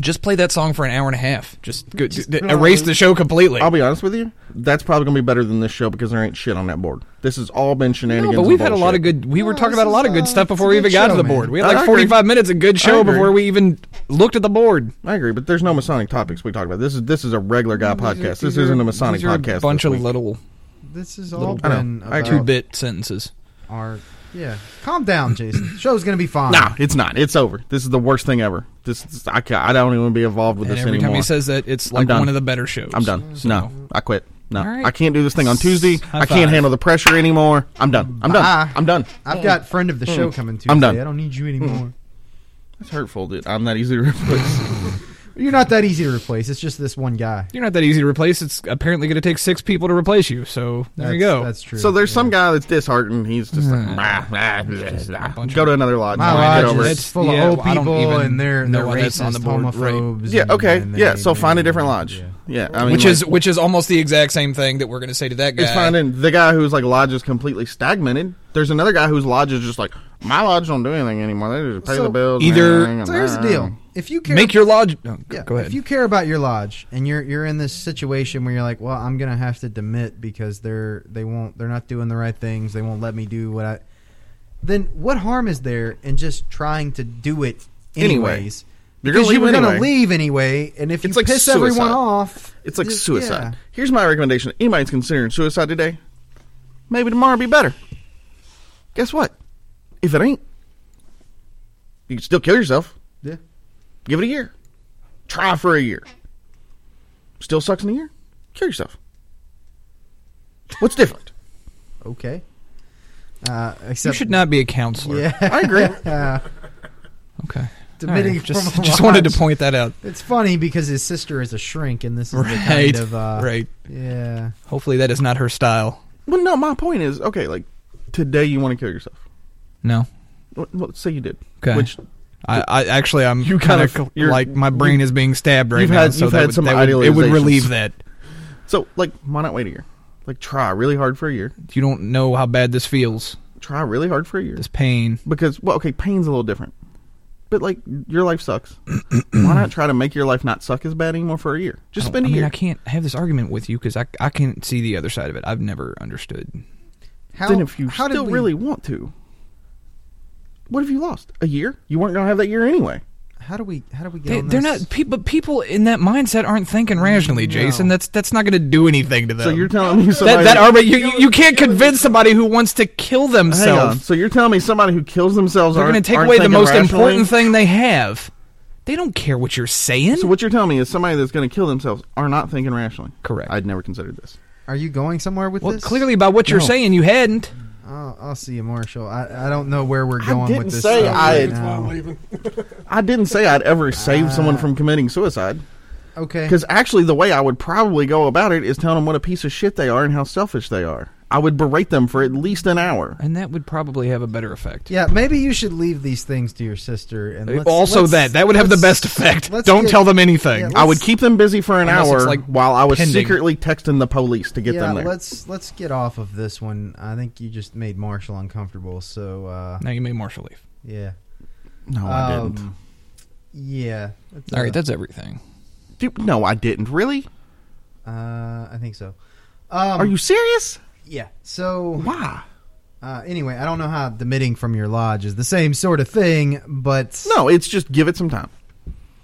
[SPEAKER 3] Just play that song for an hour and a half. Just, go, just erase the show completely.
[SPEAKER 4] i'll be honest with you that's probably gonna be better than this show because there ain't shit on that board this has all been
[SPEAKER 3] no,
[SPEAKER 4] shenanigans
[SPEAKER 3] but
[SPEAKER 4] and
[SPEAKER 3] we've had a lot of
[SPEAKER 4] bullshit.
[SPEAKER 3] good. We were
[SPEAKER 2] No,
[SPEAKER 3] talking
[SPEAKER 2] this
[SPEAKER 3] about a lot
[SPEAKER 2] is,
[SPEAKER 3] of
[SPEAKER 2] uh,
[SPEAKER 3] good stuff
[SPEAKER 2] it's a
[SPEAKER 3] before we
[SPEAKER 2] good
[SPEAKER 3] even got
[SPEAKER 2] show,
[SPEAKER 3] to the
[SPEAKER 2] man.
[SPEAKER 3] board. We had
[SPEAKER 4] I
[SPEAKER 3] like
[SPEAKER 4] agree.
[SPEAKER 3] forty-five minutes of good show
[SPEAKER 4] agree.
[SPEAKER 3] before we even looked at the board.
[SPEAKER 4] i agree but there's no masonic topics we talk about this is this is a regular guy podcast this isn't a masonic
[SPEAKER 3] These are
[SPEAKER 4] podcast
[SPEAKER 3] A bunch
[SPEAKER 4] this
[SPEAKER 3] of
[SPEAKER 4] week.
[SPEAKER 3] little
[SPEAKER 2] This has all
[SPEAKER 4] I know.
[SPEAKER 2] been
[SPEAKER 4] I
[SPEAKER 2] about
[SPEAKER 4] agree.
[SPEAKER 3] two-bit sentences.
[SPEAKER 2] our yeah. Calm down, Jason. The show's gonna be fine.
[SPEAKER 4] No, it's not. It's over. This is the worst thing ever. This is, I, ca I don't even want to be involved with
[SPEAKER 3] And
[SPEAKER 4] this
[SPEAKER 3] every
[SPEAKER 4] anymore.
[SPEAKER 3] time he says that, it's
[SPEAKER 4] I'm
[SPEAKER 3] like
[SPEAKER 4] done.
[SPEAKER 3] one of the better shows.
[SPEAKER 4] I'm done. No, I quit. No,
[SPEAKER 3] All right.
[SPEAKER 4] I can't do this thing on Tuesday.
[SPEAKER 3] High
[SPEAKER 4] I can't
[SPEAKER 3] five.
[SPEAKER 4] handle the pressure anymore. I'm done. I'm
[SPEAKER 2] Bye.
[SPEAKER 4] done. I'm done.
[SPEAKER 2] I've got friend of the show coming Tuesday.
[SPEAKER 4] done.
[SPEAKER 2] I don't need you anymore.
[SPEAKER 4] That's hurtful, dude. I'm not easy to replace.
[SPEAKER 2] You're not that easy to replace. It's just this one guy.
[SPEAKER 3] You're not that easy to replace. It's apparently going to take six people to replace you. So there
[SPEAKER 2] that's,
[SPEAKER 3] you go.
[SPEAKER 2] That's true.
[SPEAKER 4] so there's
[SPEAKER 2] Yeah.
[SPEAKER 4] some guy that's disheartened. He's just like, "Bah, bah, bah, bah." go to another lodge.
[SPEAKER 2] My
[SPEAKER 4] and get
[SPEAKER 2] lodge
[SPEAKER 4] over
[SPEAKER 2] is
[SPEAKER 4] it.
[SPEAKER 3] It's-
[SPEAKER 2] Oh, full
[SPEAKER 3] yeah,
[SPEAKER 2] of old
[SPEAKER 3] well, I don't
[SPEAKER 2] people,
[SPEAKER 3] even
[SPEAKER 2] and they're
[SPEAKER 3] know
[SPEAKER 2] they're
[SPEAKER 3] why that's
[SPEAKER 2] racist,
[SPEAKER 3] on the board, right.
[SPEAKER 2] homophobes.
[SPEAKER 4] Yeah.
[SPEAKER 2] and-
[SPEAKER 4] Okay.
[SPEAKER 2] and they-
[SPEAKER 4] Yeah. So find a
[SPEAKER 2] they-
[SPEAKER 4] different lodge.
[SPEAKER 2] yeah.
[SPEAKER 4] Yeah. I mean,
[SPEAKER 3] which
[SPEAKER 4] like,
[SPEAKER 3] is which is almost the exact same thing that we're going to say to that guy.
[SPEAKER 4] It's finding the guy whose like lodge is completely stagnated. There's another guy whose lodge is just like my lodge don't do anything anymore. They just pay
[SPEAKER 2] So
[SPEAKER 4] the bills. and
[SPEAKER 3] either-
[SPEAKER 4] everything, and
[SPEAKER 2] So here's the
[SPEAKER 4] blah."
[SPEAKER 2] deal. If you care
[SPEAKER 3] Make your lodge. oh, go-
[SPEAKER 2] Yeah,
[SPEAKER 3] go ahead.
[SPEAKER 2] If you care about your lodge and you're you're in this situation where you're like, well, I'm gonna have to demit because they're they won't they're not doing the right things. They won't let me do what I. Then what harm is there in just trying to do it
[SPEAKER 4] Anyway.
[SPEAKER 2] anyways?
[SPEAKER 4] You're gonna
[SPEAKER 2] Because you
[SPEAKER 4] leave
[SPEAKER 2] were
[SPEAKER 4] anyway.
[SPEAKER 2] gonna leave anyway, and if
[SPEAKER 4] It's
[SPEAKER 2] you
[SPEAKER 4] like
[SPEAKER 2] piss
[SPEAKER 4] suicide.
[SPEAKER 2] everyone off,
[SPEAKER 4] It's like
[SPEAKER 2] just-
[SPEAKER 4] suicide.
[SPEAKER 2] yeah.
[SPEAKER 4] Here's my recommendation. Anybody's considering suicide today, maybe tomorrow be better. Guess what? If it ain't, you can still kill yourself.
[SPEAKER 2] Yeah.
[SPEAKER 4] Give it a year. Try for a year. Still sucks in a year? Kill yourself. What's different?
[SPEAKER 2] Okay. Uh,
[SPEAKER 3] You
[SPEAKER 2] except
[SPEAKER 3] should not be a counselor.
[SPEAKER 2] Yeah.
[SPEAKER 4] I agree.
[SPEAKER 2] Uh,
[SPEAKER 3] Okay.
[SPEAKER 2] Dimitri
[SPEAKER 3] Alright, just
[SPEAKER 2] from
[SPEAKER 3] just wanted to
[SPEAKER 2] Lodz.
[SPEAKER 3] point that out.
[SPEAKER 2] It's funny because his sister is a shrink, and this is the
[SPEAKER 3] Right.
[SPEAKER 2] kind of uh,
[SPEAKER 3] right.
[SPEAKER 2] Yeah.
[SPEAKER 3] Hopefully that is not her style.
[SPEAKER 4] Well, no, my point is okay, like, today you want to kill yourself.
[SPEAKER 3] No.
[SPEAKER 4] Well, Well, say you did.
[SPEAKER 3] Okay.
[SPEAKER 4] Which
[SPEAKER 3] I, I actually I'm
[SPEAKER 4] You
[SPEAKER 3] kind
[SPEAKER 4] kinda
[SPEAKER 3] of
[SPEAKER 4] feel- you're-
[SPEAKER 3] like my brain is being stabbed right
[SPEAKER 4] you've
[SPEAKER 3] now.
[SPEAKER 4] had-
[SPEAKER 3] so
[SPEAKER 4] you've
[SPEAKER 3] that
[SPEAKER 4] had
[SPEAKER 3] would,
[SPEAKER 4] some
[SPEAKER 3] that would, it would
[SPEAKER 4] idealizations.
[SPEAKER 3] relieve that.
[SPEAKER 4] so like why not wait a year? Like try really hard for a year.
[SPEAKER 3] You don't know how bad this feels.
[SPEAKER 4] Try really hard for a year.
[SPEAKER 3] This pain.
[SPEAKER 4] Because well, okay, pain's a little different. But like your life sucks. why not try to make your life not suck as bad anymore for a year? Just
[SPEAKER 3] I
[SPEAKER 2] Oh,
[SPEAKER 3] don't-
[SPEAKER 4] spend a
[SPEAKER 3] I mean,
[SPEAKER 4] year.
[SPEAKER 3] I can't have this argument with you because I, I can't see the other side of it. I've never understood.
[SPEAKER 2] How,
[SPEAKER 4] then if you
[SPEAKER 2] how did
[SPEAKER 4] still
[SPEAKER 2] we-
[SPEAKER 4] really want to, what have you lost? A year? You weren't gonna have that year anyway.
[SPEAKER 2] How do we? How do we get?
[SPEAKER 3] They,
[SPEAKER 2] on
[SPEAKER 3] they're
[SPEAKER 2] this?
[SPEAKER 3] not, pe- but people in that mindset aren't thinking rationally, Jason. That's that's not going to do anything to them.
[SPEAKER 4] So you're telling me
[SPEAKER 3] that,
[SPEAKER 4] somebody
[SPEAKER 3] that argument, you, you, you can't convince somebody who wants to kill
[SPEAKER 4] Hang on.
[SPEAKER 3] themselves.
[SPEAKER 4] So you're telling me somebody who kills themselves
[SPEAKER 3] They're
[SPEAKER 4] aren't
[SPEAKER 3] going to take
[SPEAKER 4] aren't
[SPEAKER 3] away the
[SPEAKER 4] thinking
[SPEAKER 3] most
[SPEAKER 4] rationally?
[SPEAKER 3] important thing they have. They don't care what you're saying.
[SPEAKER 4] So what you're telling me is somebody that's going to kill themselves are not thinking rationally.
[SPEAKER 3] Correct.
[SPEAKER 4] I'd never considered this.
[SPEAKER 2] Are you going somewhere with
[SPEAKER 3] well,
[SPEAKER 2] this?
[SPEAKER 3] clearly, by what you're
[SPEAKER 4] No.
[SPEAKER 3] saying, you hadn't.
[SPEAKER 2] I'll, I'll see you, Marshall. I, I don't know where we're going
[SPEAKER 4] didn't
[SPEAKER 2] with this.
[SPEAKER 4] say
[SPEAKER 2] stuff
[SPEAKER 4] I-
[SPEAKER 2] right
[SPEAKER 5] That's why I'm
[SPEAKER 2] now.
[SPEAKER 5] leaving.
[SPEAKER 4] I didn't say I'd ever save
[SPEAKER 2] Ah.
[SPEAKER 4] someone from committing suicide.
[SPEAKER 2] Okay.
[SPEAKER 4] Because actually, the way I would probably go about it is telling them what a piece of shit they are and how selfish they are. I would berate them for at least an hour.
[SPEAKER 3] And that would probably have a better effect.
[SPEAKER 2] Yeah, maybe you should leave these things to your sister. And let's,
[SPEAKER 3] also,
[SPEAKER 2] let's-
[SPEAKER 3] that that would have the
[SPEAKER 2] let's-
[SPEAKER 3] best effect.
[SPEAKER 2] let's
[SPEAKER 3] Don't
[SPEAKER 2] get-
[SPEAKER 3] tell them anything.
[SPEAKER 2] yeah,
[SPEAKER 4] I would
[SPEAKER 2] let's-
[SPEAKER 4] keep them busy for an
[SPEAKER 3] Unless it's,
[SPEAKER 4] hour
[SPEAKER 3] like,
[SPEAKER 4] while I was
[SPEAKER 3] pending.
[SPEAKER 4] secretly texting the police to get
[SPEAKER 2] yeah,
[SPEAKER 4] them there.
[SPEAKER 2] let's let's get off of this one. I think you just made Marshall uncomfortable. So uh,
[SPEAKER 3] now you made Marshall leave.
[SPEAKER 2] yeah,
[SPEAKER 4] No, I didn't.
[SPEAKER 2] Um, yeah. That's,
[SPEAKER 3] All right,
[SPEAKER 2] uh,
[SPEAKER 3] that's everything.
[SPEAKER 4] Dude, no, I didn't. Really?
[SPEAKER 2] uh, I think so. Um,
[SPEAKER 4] Are you serious?
[SPEAKER 2] Yeah. So
[SPEAKER 4] Why?
[SPEAKER 2] uh, anyway, I don't know how demitting from your lodge is the same sort of thing, but
[SPEAKER 4] No, it's just give it some time.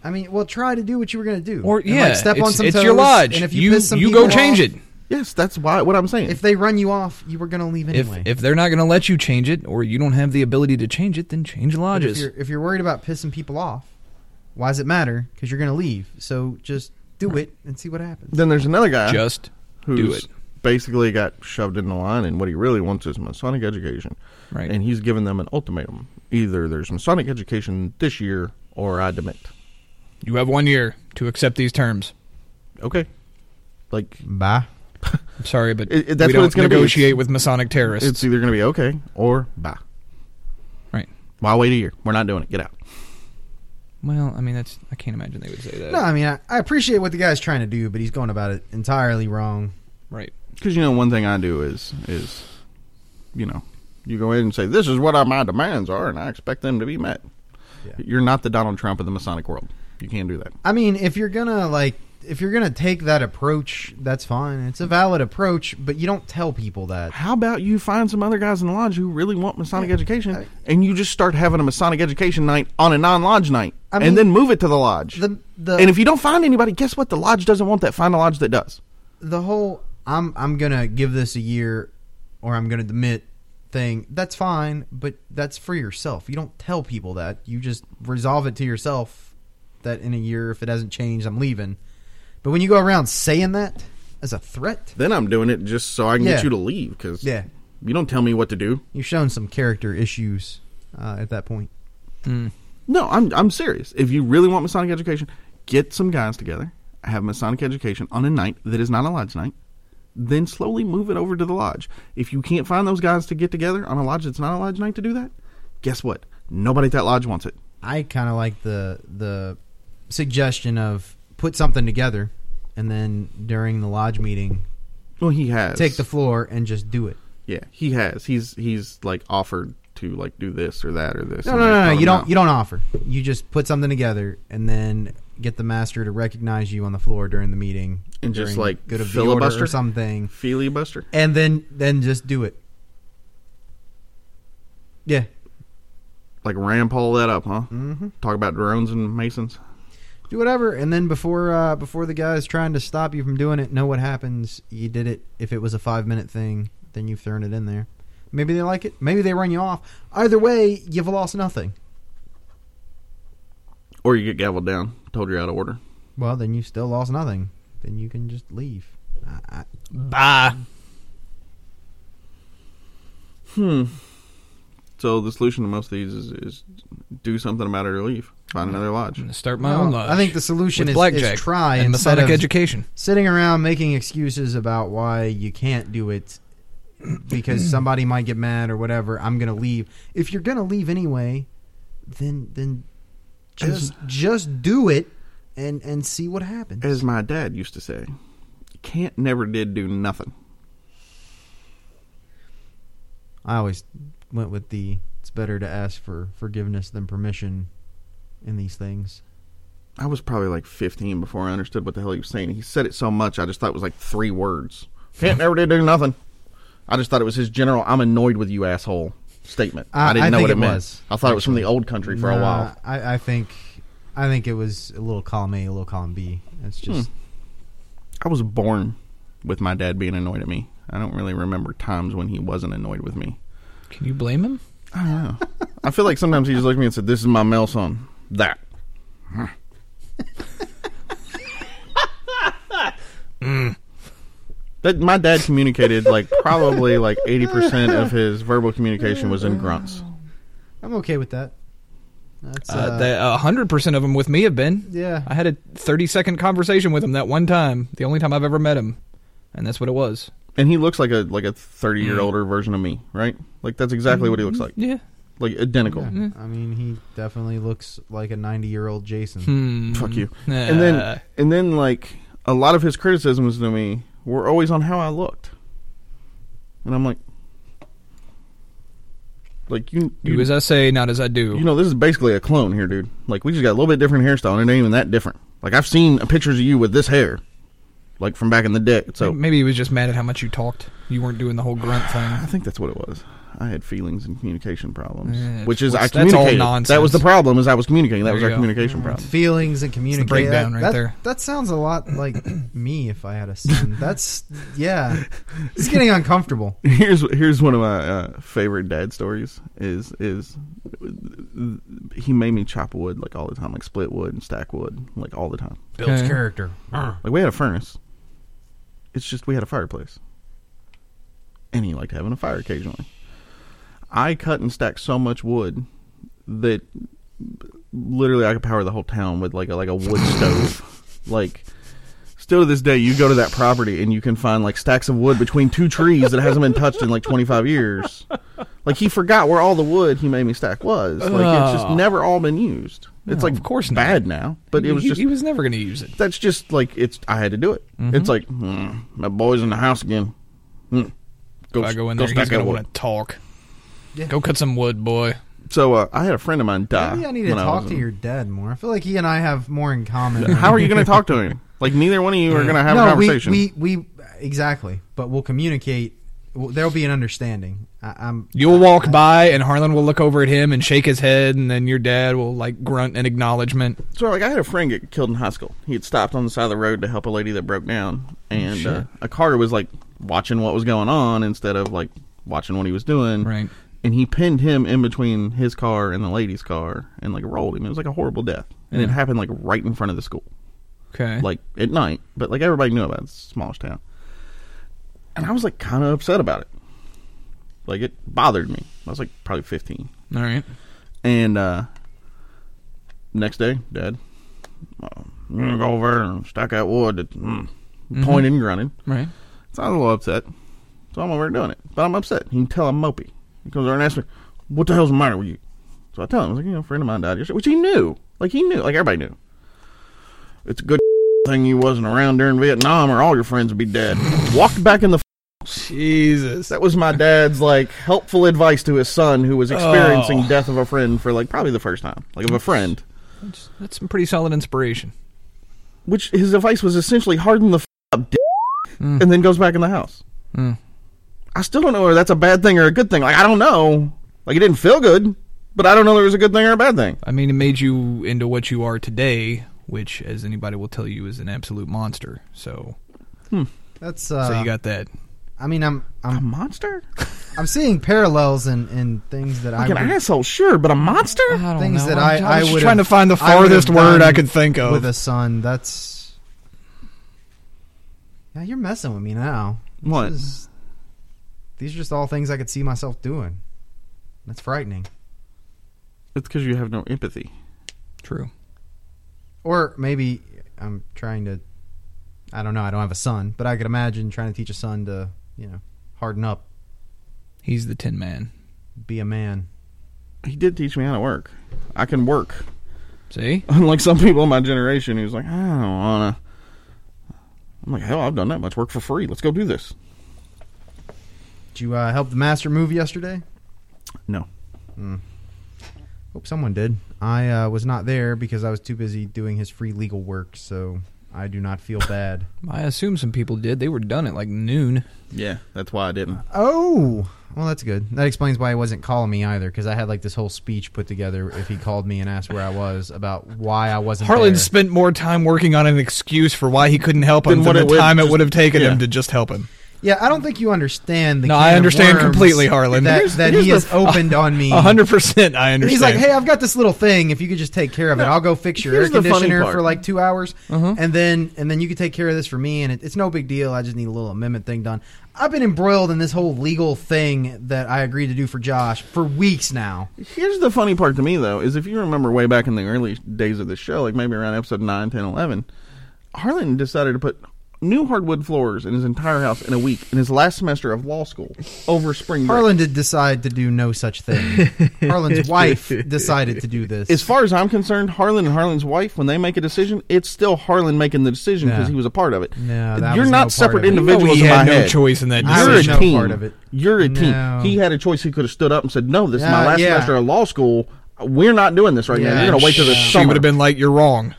[SPEAKER 2] I mean, well, try to do what you were going to do.
[SPEAKER 3] Or
[SPEAKER 2] And,
[SPEAKER 3] yeah,
[SPEAKER 2] like, step
[SPEAKER 3] it's,
[SPEAKER 2] on some
[SPEAKER 3] it's
[SPEAKER 2] toes,
[SPEAKER 3] your lodge.
[SPEAKER 2] And if you
[SPEAKER 3] you,
[SPEAKER 2] piss some
[SPEAKER 3] go
[SPEAKER 2] people
[SPEAKER 3] change
[SPEAKER 2] off-
[SPEAKER 3] it.
[SPEAKER 4] Yes, that's why what I'm saying.
[SPEAKER 2] If they run you off, you were going to leave
[SPEAKER 3] If
[SPEAKER 2] anyway.
[SPEAKER 3] if they're not going to let you change it, or you don't have the ability to change it, then change
[SPEAKER 2] But if
[SPEAKER 3] lodges.
[SPEAKER 2] you're, if you're worried about pissing people off, why does it matter? Because you're going to leave. So just do it and see what happens.
[SPEAKER 4] then there's another guy.
[SPEAKER 3] Just
[SPEAKER 4] who's
[SPEAKER 3] do it.
[SPEAKER 4] basically got shoved in the line, and what he really wants is Masonic education.
[SPEAKER 3] Right.
[SPEAKER 4] And he's given them an ultimatum: either there's Masonic education this year, or I demit.
[SPEAKER 3] You have one year to accept these terms.
[SPEAKER 4] Okay. Like
[SPEAKER 2] Bye.
[SPEAKER 3] I'm sorry, but
[SPEAKER 4] It- it- that's
[SPEAKER 3] we
[SPEAKER 4] what
[SPEAKER 3] don't
[SPEAKER 4] it's gonna be.
[SPEAKER 3] negotiate
[SPEAKER 4] It's-
[SPEAKER 3] with Masonic terrorists.
[SPEAKER 4] it's either going to be okay or bye.
[SPEAKER 3] right.
[SPEAKER 4] Why wait a year? We're not doing it. Get out.
[SPEAKER 3] Well, I mean, that's I can't imagine they would say that.
[SPEAKER 2] No, I mean, I, I appreciate what the guy's trying to do, but he's going about it entirely wrong.
[SPEAKER 3] Right.
[SPEAKER 4] Because you know one thing I do is is, you know, you go in and say this is what my demands are, and I expect them to be met.
[SPEAKER 2] Yeah.
[SPEAKER 4] You're not the Donald Trump of the Masonic world. You can't do that.
[SPEAKER 2] I mean, if you're gonna like, if you're gonna take that approach, that's fine. It's a valid approach, but you don't tell people that.
[SPEAKER 4] How about you find some other guys in the lodge who really want Masonic education,
[SPEAKER 2] I-
[SPEAKER 4] and you just start having a Masonic education night on a non-lodge night,
[SPEAKER 2] I mean,
[SPEAKER 4] and then move it to the lodge.
[SPEAKER 2] The the
[SPEAKER 4] and if you don't find anybody, guess what? The lodge doesn't want that. Find a lodge that does.
[SPEAKER 2] the whole I'm I'm gonna give this a year, or I'm gonna demit thing. That's fine, but that's for yourself. You don't tell people that. You just resolve it to yourself that in a year, if it hasn't changed, I'm leaving. But when you go around saying that as a threat,
[SPEAKER 4] Then I'm doing it just so I can
[SPEAKER 2] Yeah.
[SPEAKER 4] get you to leave because
[SPEAKER 2] Yeah.
[SPEAKER 4] you don't tell me what to do.
[SPEAKER 2] you've shown some character issues uh, at that point.
[SPEAKER 4] No, I'm I'm serious. If you really want Masonic education, get some guys together, have Masonic education on a night that is not a lodge night, then slowly move it over to the lodge. If you can't find those guys to get together on a lodge that's not a lodge night to do that, guess what? Nobody at that lodge wants it.
[SPEAKER 2] I kind of like the the suggestion of put something together and then during the lodge meeting
[SPEAKER 4] Well, he has
[SPEAKER 2] take the floor and just do it.
[SPEAKER 4] yeah. He has. He's he's like offered to like do this or that or this.
[SPEAKER 2] No,
[SPEAKER 4] and
[SPEAKER 2] no,
[SPEAKER 4] I
[SPEAKER 2] no,
[SPEAKER 4] told
[SPEAKER 2] no.
[SPEAKER 4] him
[SPEAKER 2] You don't you don't offer. You just put something together and then get the master to recognize you on the floor during the meeting
[SPEAKER 4] And just,
[SPEAKER 2] during
[SPEAKER 4] like,
[SPEAKER 2] good of the order
[SPEAKER 4] filibuster?
[SPEAKER 2] or something
[SPEAKER 4] filibuster.
[SPEAKER 2] and then then just do it. Yeah.
[SPEAKER 4] Like Rand Paul that up, huh? Mm-hmm. Talk about drones and masons.
[SPEAKER 2] Do whatever and then before uh before the guy's trying to stop you from doing it, know what happens. You did it. If it was a 5-minute thing, then you've thrown it in there. Maybe they like it. Maybe they run you off. Either way, you've lost nothing.
[SPEAKER 4] Or you get gavelled down. Told you're out of order.
[SPEAKER 2] Well, then you still lost nothing. Then you can just leave. I, I,
[SPEAKER 3] Bye.
[SPEAKER 4] So the solution to most of these is, is do something about it or leave. Find another lodge.
[SPEAKER 3] I'm
[SPEAKER 2] Mm-hmm.
[SPEAKER 3] gonna start my
[SPEAKER 2] No,
[SPEAKER 3] own lodge.
[SPEAKER 2] I think the solution
[SPEAKER 3] with
[SPEAKER 2] is-
[SPEAKER 3] blackjack
[SPEAKER 2] is try
[SPEAKER 3] and
[SPEAKER 2] instead
[SPEAKER 3] Masonic
[SPEAKER 2] of-
[SPEAKER 3] education.
[SPEAKER 2] sitting around making excuses about why you can't do it because somebody might get mad or whatever. I'm gonna leave. If you're gonna leave anyway, then then just just do it and and see what happens.
[SPEAKER 4] As my dad used to say, can't never did do nothing.
[SPEAKER 2] I always went with the it's better to ask for forgiveness than permission in these things.
[SPEAKER 4] I was probably like 15 before I understood what the hell he was saying. He said it so much, I just thought it was like three words. Can't never did do nothing. I just thought it was his general, I'm annoyed with you, asshole statement.
[SPEAKER 2] I-
[SPEAKER 4] I, didn't
[SPEAKER 2] I
[SPEAKER 4] know
[SPEAKER 2] think
[SPEAKER 4] what it,
[SPEAKER 2] it
[SPEAKER 4] meant.
[SPEAKER 2] was,
[SPEAKER 4] I thought it was from the old country for a
[SPEAKER 2] Nah,
[SPEAKER 4] while.
[SPEAKER 2] I, I think I think it was a little column A, a little column B. That's
[SPEAKER 4] Hmm.
[SPEAKER 2] just
[SPEAKER 4] I was born with my dad being annoyed at me. I don't really remember times when he wasn't annoyed with me.
[SPEAKER 3] Can you blame him?
[SPEAKER 4] I don't know. I feel like sometimes he just looked at me and said, This is my male son. That. That my dad communicated like probably like eighty percent of his verbal communication was in grunts.
[SPEAKER 2] I'm okay with that. That's
[SPEAKER 3] Uh,
[SPEAKER 2] uh,
[SPEAKER 3] the- A hundred percent of them with me have been.
[SPEAKER 2] yeah.
[SPEAKER 3] I had a thirty-second conversation with him that one time, the only time I've ever met him, and that's what it was.
[SPEAKER 4] And he looks like a like a thirty year older version of me, right? Like that's exactly what he looks like.
[SPEAKER 3] Yeah.
[SPEAKER 4] Like identical.
[SPEAKER 2] Yeah,
[SPEAKER 3] Mm.
[SPEAKER 2] I mean, he definitely looks like a 90 year old Jason.
[SPEAKER 3] Hmm.
[SPEAKER 4] Fuck you.
[SPEAKER 3] Uh,
[SPEAKER 4] And then and then like a lot of his criticisms to me were always on how I looked. And I'm like like you
[SPEAKER 3] do
[SPEAKER 4] you,
[SPEAKER 3] as I say, not as I do.
[SPEAKER 4] you know this is basically a clone here, dude. Like we just got a little bit different hairstyle and it ain't even that different. Like I've seen pictures of you with this hair like from back in the day. So
[SPEAKER 3] maybe he was just mad at how much you talked. You weren't doing the whole grunt
[SPEAKER 4] I
[SPEAKER 3] thing.
[SPEAKER 4] think that's what it was. I had feelings and communication problems,
[SPEAKER 3] Yeah,
[SPEAKER 4] which is
[SPEAKER 3] which-
[SPEAKER 4] I
[SPEAKER 3] that's all
[SPEAKER 4] communicated. That was
[SPEAKER 3] nonsense.
[SPEAKER 4] the problem. Is I was communicating. That
[SPEAKER 3] There
[SPEAKER 4] was
[SPEAKER 3] you
[SPEAKER 4] our
[SPEAKER 3] go. Mm-hmm.
[SPEAKER 4] communication problem.
[SPEAKER 2] Feelings and communication.
[SPEAKER 3] breakdown right
[SPEAKER 2] that,
[SPEAKER 3] there.
[SPEAKER 2] That sounds a lot like me if I had a son. That's, yeah. It's getting uncomfortable.
[SPEAKER 4] here's here's one of my uh, favorite dad stories is is he made me chop wood like all the time like split wood and stack wood like all the time
[SPEAKER 2] Builds
[SPEAKER 3] Okay.
[SPEAKER 2] character.
[SPEAKER 4] like we had a furnace it's just we had a fireplace and he liked having a fire occasionally i cut and stacked so much wood that literally i could power the whole town with like a like a wood stove like still to this day you go to that property and you can find like stacks of wood between two trees that hasn't been touched in like 25 years like he forgot where all the wood he made me stack was like it's just
[SPEAKER 3] Oh.
[SPEAKER 4] never all been used it's
[SPEAKER 3] No,
[SPEAKER 4] like
[SPEAKER 3] of course not.
[SPEAKER 4] bad now but it was
[SPEAKER 3] he,
[SPEAKER 4] just
[SPEAKER 3] he was never going to use it.
[SPEAKER 4] that's just like it's. I had to do it.
[SPEAKER 3] Mm-hmm.
[SPEAKER 4] It's like mm, my boy's in the house again. Mm. Go,
[SPEAKER 3] If I go in there,
[SPEAKER 4] stack
[SPEAKER 3] he's going
[SPEAKER 4] that
[SPEAKER 3] to
[SPEAKER 4] wood.
[SPEAKER 3] want to talk.
[SPEAKER 2] Yeah.
[SPEAKER 3] Go cut some wood, boy.
[SPEAKER 4] So uh, I had a friend of mine die.
[SPEAKER 2] Maybe I need to
[SPEAKER 4] when
[SPEAKER 2] talk
[SPEAKER 4] was
[SPEAKER 2] to
[SPEAKER 4] in-
[SPEAKER 2] your dad more. I feel like he and I have more in common.
[SPEAKER 4] How are you going to talk to him? Like neither one of you are going to have a
[SPEAKER 2] no, we,
[SPEAKER 4] conversation.
[SPEAKER 2] we, we, exactly. But we'll communicate. Well, there'll be an understanding. I, I'm,
[SPEAKER 3] You'll walk by, and Harlan will look over at him and shake his head, and then your dad will like grunt an acknowledgement.
[SPEAKER 4] so like I had a friend get killed in high school. He had stopped on the side of the road to help a lady that broke down, and uh, a car was like watching what was going on instead of like watching what he was doing.
[SPEAKER 3] Right.
[SPEAKER 4] And he pinned him in between his car and the lady's car, and like rolled him. It was like a horrible death, and it happened like right in front of the school.
[SPEAKER 3] Okay.
[SPEAKER 4] like at night, but like everybody knew about it. It's the smallest town. And I was like kind of upset about it. Like it bothered me. I was like probably 15.
[SPEAKER 3] all right.
[SPEAKER 4] And uh next day, dad, uh, I'm gonna go over there and stack that wood. That, mm, Pointing and grunting.
[SPEAKER 3] Right.
[SPEAKER 4] So I was a little upset. So I'm over there doing it. But I'm upset. You can tell I'm mopey. He comes over and asks me, What the hell's the matter with you? So I tell him, I was like, you know, a friend of mine died yesterday, which he knew. Like he knew. Like everybody knew. It's a good thing you wasn't around during Vietnam or all your friends would be dead. Walked back in the
[SPEAKER 3] Jesus.
[SPEAKER 4] that was my dad's like helpful advice to his son who was experiencing death of a friend for like probably the first time, like of a friend.
[SPEAKER 3] That's, that's some pretty solid inspiration.
[SPEAKER 4] Which his advice was essentially harden the f- up, d-
[SPEAKER 2] Hmm.
[SPEAKER 4] and then goes back in the house.
[SPEAKER 3] Mm.
[SPEAKER 4] I still don't know whether that's a bad thing or a good thing. Like I don't know. Like it didn't feel good, but I don't know if it was a good thing or a bad thing.
[SPEAKER 3] I mean, it made you into what you are today, which, as anybody will tell you, is an absolute monster. So,
[SPEAKER 2] that's, uh,
[SPEAKER 3] so you got that.
[SPEAKER 2] I mean, I'm,
[SPEAKER 4] A
[SPEAKER 2] I'm,
[SPEAKER 4] monster?
[SPEAKER 2] I'm seeing parallels in, in things that I
[SPEAKER 4] Like an
[SPEAKER 2] would, Uh,
[SPEAKER 4] asshole, sure, but a monster?
[SPEAKER 3] I don't
[SPEAKER 2] things
[SPEAKER 3] know.
[SPEAKER 2] that
[SPEAKER 3] I'm
[SPEAKER 2] I
[SPEAKER 3] just
[SPEAKER 2] I would
[SPEAKER 3] trying to find the farthest word I could think of.
[SPEAKER 2] with a son. That's now you're messing with me now. This
[SPEAKER 4] What?
[SPEAKER 2] is- these are just all things I could see myself doing. That's frightening.
[SPEAKER 4] It's because you have no empathy.
[SPEAKER 3] True.
[SPEAKER 2] Or maybe I'm trying to. I don't know. I don't have a son, but I could imagine trying to teach a son to you know harden up,
[SPEAKER 3] He's the Tin Man.
[SPEAKER 2] be a man.
[SPEAKER 4] He did teach me how to work. I can work.
[SPEAKER 3] See?
[SPEAKER 4] Unlike some people in my generation who's like, I don't wanna. I'm like, hell, I've done that much work for free. Let's go do this.
[SPEAKER 2] Did you uh, help the master move yesterday?
[SPEAKER 4] No.
[SPEAKER 2] Hope someone did. I uh, was not there because I was too busy doing his free legal work, so I do not feel bad.
[SPEAKER 3] I assume some people did. They were done at like noon.
[SPEAKER 4] Yeah, that's why I didn't.
[SPEAKER 2] Oh, well, that's good. That explains why he wasn't calling me either, because I had like this whole speech put together. If he called me and asked where I was, about why I wasn't
[SPEAKER 3] Harlan
[SPEAKER 2] there.
[SPEAKER 3] spent more time working on an excuse for why he couldn't help
[SPEAKER 4] Then
[SPEAKER 3] him
[SPEAKER 4] what
[SPEAKER 3] than the
[SPEAKER 4] it would
[SPEAKER 3] time it
[SPEAKER 4] just-
[SPEAKER 3] would have taken
[SPEAKER 4] yeah.
[SPEAKER 3] him to just help him.
[SPEAKER 2] yeah, I don't think you understand. The
[SPEAKER 3] No,
[SPEAKER 2] can
[SPEAKER 3] I
[SPEAKER 2] of
[SPEAKER 3] understand
[SPEAKER 2] worms
[SPEAKER 3] completely, Harlan.
[SPEAKER 2] That,
[SPEAKER 3] Here's-
[SPEAKER 2] that he has opened on me.
[SPEAKER 3] A hundred percent, I understand.
[SPEAKER 2] He's like, hey, I've got this little thing. If you could just take care of it, I'll go fix your air
[SPEAKER 4] here's the funny
[SPEAKER 2] conditioner
[SPEAKER 4] part.
[SPEAKER 2] for like two hours,
[SPEAKER 3] Uh-huh.
[SPEAKER 2] and then and then you can take care of this for me, and it, it's no big deal. I just need a little amendment thing done. I've been embroiled in this whole legal thing that I agreed to do for Josh for weeks now.
[SPEAKER 4] Here's the funny part to me, though, is if you remember way back in the early days of the show, like maybe around episode 9, 10, 11, Harlan decided to put new hardwood floors in his entire house in a week in his last semester of law school over spring break.
[SPEAKER 2] Harlan did decide to do no such thing. Harlan's wife decided to do this.
[SPEAKER 4] as far as I'm concerned, Harlan and Harlan's wife, when they make a decision, it's still Harlan making the decision because
[SPEAKER 2] Yeah.
[SPEAKER 4] he was a part of it.
[SPEAKER 2] No, that
[SPEAKER 4] You're
[SPEAKER 2] was no
[SPEAKER 4] not
[SPEAKER 2] part
[SPEAKER 4] separate
[SPEAKER 2] of it. You know
[SPEAKER 4] individuals
[SPEAKER 3] he
[SPEAKER 4] in
[SPEAKER 3] had
[SPEAKER 4] my
[SPEAKER 3] no
[SPEAKER 4] head.
[SPEAKER 3] choice in that
[SPEAKER 2] I
[SPEAKER 4] You're a
[SPEAKER 2] was
[SPEAKER 3] decision.
[SPEAKER 2] no
[SPEAKER 4] team.
[SPEAKER 2] part of it.
[SPEAKER 4] You're a
[SPEAKER 2] No.
[SPEAKER 4] team. He had a choice. He could have stood up and said, "No, this is my
[SPEAKER 2] Yeah,
[SPEAKER 4] last
[SPEAKER 2] yeah.
[SPEAKER 4] semester of law school. We're not doing this right
[SPEAKER 2] Yeah.
[SPEAKER 4] now. You're going to wait till the
[SPEAKER 2] She
[SPEAKER 3] She
[SPEAKER 4] summer."
[SPEAKER 3] would have been like, "You're wrong."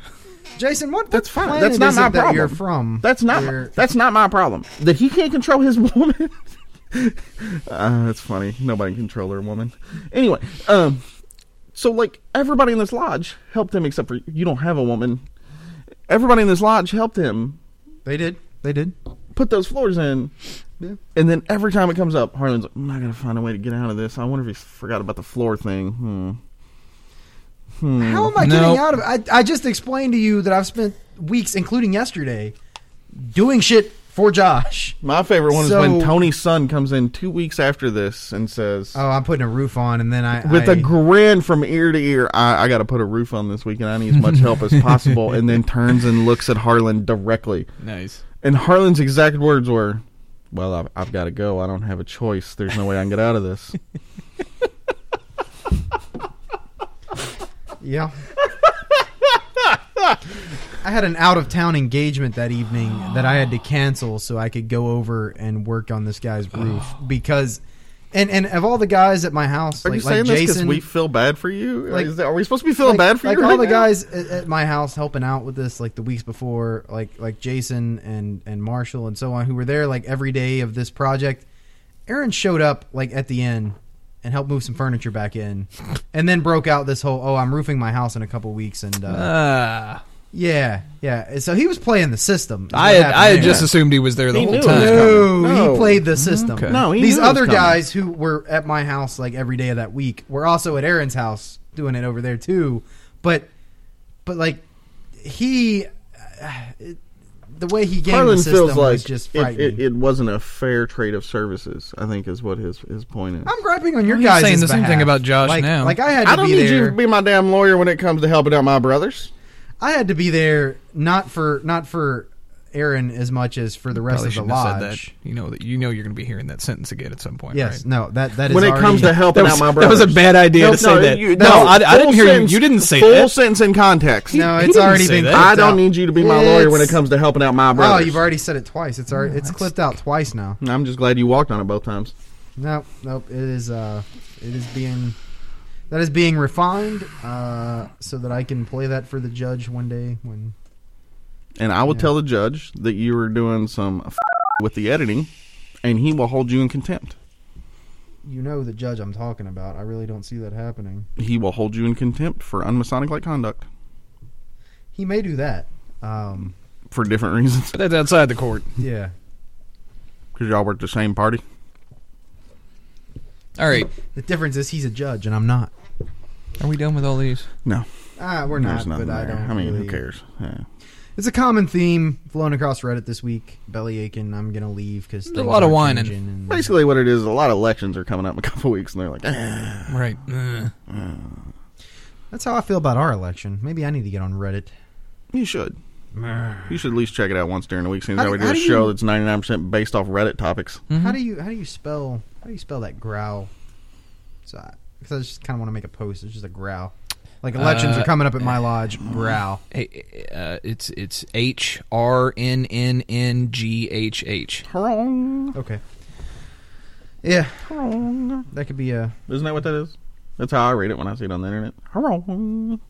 [SPEAKER 2] Jason, what
[SPEAKER 4] That's
[SPEAKER 2] what
[SPEAKER 4] fine. That's
[SPEAKER 2] planet
[SPEAKER 4] not
[SPEAKER 2] is
[SPEAKER 4] my
[SPEAKER 2] it that
[SPEAKER 4] problem.
[SPEAKER 2] You're from
[SPEAKER 4] That's not.
[SPEAKER 2] Where-
[SPEAKER 4] That's not my problem. That he can't control his woman. uh, that's funny. Nobody can control their woman. Anyway, um, so like everybody in this lodge helped him except for you. Don't have a woman. Everybody in this lodge helped him
[SPEAKER 2] they did. They did.
[SPEAKER 4] put those floors in. And then every time it comes up, Harlan's like, "I'm not gonna find a way to get out of this. I wonder if he forgot about the floor thing." Hmm.
[SPEAKER 2] How am I
[SPEAKER 3] No.
[SPEAKER 2] getting out of it? I, I just explained to you that I've spent weeks, including yesterday, doing shit for Josh.
[SPEAKER 4] My favorite one is when
[SPEAKER 2] So-
[SPEAKER 4] Tony's son comes in two weeks after this and says,
[SPEAKER 2] Oh, I'm putting a roof on, and then I
[SPEAKER 4] with
[SPEAKER 2] I,
[SPEAKER 4] a grin from ear to ear, I, I got to put a roof on this week, and I need as much help as possible. And then turns and looks at Harlan directly.
[SPEAKER 3] Nice.
[SPEAKER 4] And Harlan's exact words were, "Well, I've, I've got to go. I don't have a choice. There's no way I can get out of this."
[SPEAKER 2] yeah. I had an out of town engagement that evening that I had to cancel so I could go over and work on this guy's roof because, and and of all the guys at my house,
[SPEAKER 4] Are
[SPEAKER 2] like,
[SPEAKER 4] you saying
[SPEAKER 2] like
[SPEAKER 4] this because
[SPEAKER 2] Jason,
[SPEAKER 4] we feel bad for you?
[SPEAKER 2] like-
[SPEAKER 4] Is that- are we supposed to be feeling
[SPEAKER 2] like,
[SPEAKER 4] bad for
[SPEAKER 2] like
[SPEAKER 4] you?
[SPEAKER 2] all
[SPEAKER 4] right
[SPEAKER 2] the
[SPEAKER 4] now?
[SPEAKER 2] guys at, at my house helping out with this like the weeks before like like jason and and marshall and so on who were there like every day of this project aaron showed up like at the end and helped move some furniture back in and then broke out this whole oh i'm roofing my house in a couple weeks and uh,
[SPEAKER 3] Uh,
[SPEAKER 2] yeah yeah And so he was playing the system is
[SPEAKER 3] I
[SPEAKER 2] what
[SPEAKER 3] had,
[SPEAKER 2] happened
[SPEAKER 3] I had
[SPEAKER 2] there.
[SPEAKER 3] just assumed he was there the
[SPEAKER 4] He
[SPEAKER 3] whole
[SPEAKER 4] knew it was
[SPEAKER 3] time.
[SPEAKER 4] coming.
[SPEAKER 2] no,
[SPEAKER 4] No.
[SPEAKER 2] he played the system.
[SPEAKER 3] Okay.
[SPEAKER 4] No, he
[SPEAKER 2] these
[SPEAKER 4] knew it
[SPEAKER 2] other
[SPEAKER 4] was coming.
[SPEAKER 2] guys who were at my house like every day of that week were also at Aaron's house doing it over there too. But, but like he, uh, it- the way he gained
[SPEAKER 4] Harlan
[SPEAKER 2] the system
[SPEAKER 4] feels like
[SPEAKER 2] was just
[SPEAKER 4] it,
[SPEAKER 2] frightening.
[SPEAKER 4] it, it wasn't a fair trade of services. I think is what his his point is.
[SPEAKER 2] I'm griping on your
[SPEAKER 3] He's
[SPEAKER 2] guys.
[SPEAKER 3] saying the same thing
[SPEAKER 2] behalf.
[SPEAKER 3] about Josh
[SPEAKER 2] like,
[SPEAKER 3] now.
[SPEAKER 2] Like I had to
[SPEAKER 4] I don't
[SPEAKER 2] be
[SPEAKER 4] need
[SPEAKER 2] there.
[SPEAKER 4] you to be my damn lawyer when it comes to helping out my brothers.
[SPEAKER 2] I had to be there not for not for Aaron as much as for the rest
[SPEAKER 3] Probably
[SPEAKER 2] of the
[SPEAKER 3] shouldn't have
[SPEAKER 2] lodge.
[SPEAKER 3] said that. You know that you know you're going to be hearing that sentence again at some point.
[SPEAKER 2] Yes,
[SPEAKER 3] right?
[SPEAKER 2] no, that that is
[SPEAKER 4] when it
[SPEAKER 2] already-
[SPEAKER 4] comes to helping
[SPEAKER 3] That
[SPEAKER 4] out
[SPEAKER 3] was,
[SPEAKER 4] my
[SPEAKER 3] that
[SPEAKER 4] brothers.
[SPEAKER 3] was a bad idea to
[SPEAKER 4] Nope,
[SPEAKER 3] say that.
[SPEAKER 4] you-
[SPEAKER 3] no, I, I didn't
[SPEAKER 4] full
[SPEAKER 3] hear
[SPEAKER 4] sentence-
[SPEAKER 3] you. You didn't say
[SPEAKER 4] full
[SPEAKER 3] that.
[SPEAKER 4] sentence in context.
[SPEAKER 2] No,
[SPEAKER 3] He
[SPEAKER 2] it's
[SPEAKER 3] didn't
[SPEAKER 2] already
[SPEAKER 3] say
[SPEAKER 2] been.
[SPEAKER 3] that.
[SPEAKER 2] clipped
[SPEAKER 4] I don't
[SPEAKER 2] out.
[SPEAKER 4] need you to be my lawyer when it
[SPEAKER 2] It's-
[SPEAKER 4] comes to helping out my brothers.
[SPEAKER 2] Oh, you've already said it twice. It's
[SPEAKER 4] Oh,
[SPEAKER 2] already it's clipped out twice now.
[SPEAKER 4] I'm just glad you walked on it both times.
[SPEAKER 2] Nope, nope. It is uh, it is being that is being refined uh, so that I can play that for the judge one day when
[SPEAKER 4] And I will
[SPEAKER 2] Yeah.
[SPEAKER 4] tell the judge that you were doing some f- with the editing, and he will hold you in contempt.
[SPEAKER 2] you know the judge I'm talking about. I really don't see that happening.
[SPEAKER 4] He will hold you in contempt for unmasonic-like conduct
[SPEAKER 2] He may do that. Um,
[SPEAKER 4] for different reasons
[SPEAKER 3] But that's outside the court.
[SPEAKER 2] yeah.
[SPEAKER 4] because y'all were at the same party.
[SPEAKER 3] All right.
[SPEAKER 2] The difference is he's a judge and I'm not.
[SPEAKER 3] Are we done with all these?
[SPEAKER 4] No,
[SPEAKER 2] Ah, we're
[SPEAKER 4] there's
[SPEAKER 2] not.
[SPEAKER 4] nothing
[SPEAKER 2] But I
[SPEAKER 4] there.
[SPEAKER 2] don't.
[SPEAKER 4] I mean,
[SPEAKER 2] really-
[SPEAKER 4] who cares? Yeah.
[SPEAKER 2] It's a common theme flown across Reddit this week. Belly aching. I'm gonna leave because
[SPEAKER 3] There's a lot of whining.
[SPEAKER 2] And
[SPEAKER 4] Basically, what it is, a lot of elections are coming up in a couple weeks, and they're like, eh.
[SPEAKER 3] Right. Ugh.
[SPEAKER 2] that's how I feel about our election. Maybe I need to get on Reddit.
[SPEAKER 4] "You should, you should at least check it out once during the week." Seeing
[SPEAKER 2] How
[SPEAKER 4] that
[SPEAKER 2] do-
[SPEAKER 4] we
[SPEAKER 2] how
[SPEAKER 4] do a
[SPEAKER 2] do
[SPEAKER 4] show
[SPEAKER 2] you- Hmm?
[SPEAKER 4] that's ninety nine percent based off Reddit topics.
[SPEAKER 3] Mm-hmm.
[SPEAKER 2] How do you how do you spell how do you spell that growl? Because I, just kind of want to make a post. It's just a growl. Like elections
[SPEAKER 3] Uh,
[SPEAKER 2] are coming up at my lodge. Growl.
[SPEAKER 3] Hey, uh, it's it's H R N N N G H H.
[SPEAKER 4] Wrong.
[SPEAKER 2] Okay. Yeah,
[SPEAKER 4] Wrong.
[SPEAKER 2] that could be a.
[SPEAKER 4] Isn't that what that is? That's how I read it when I see it on the internet. Wrong.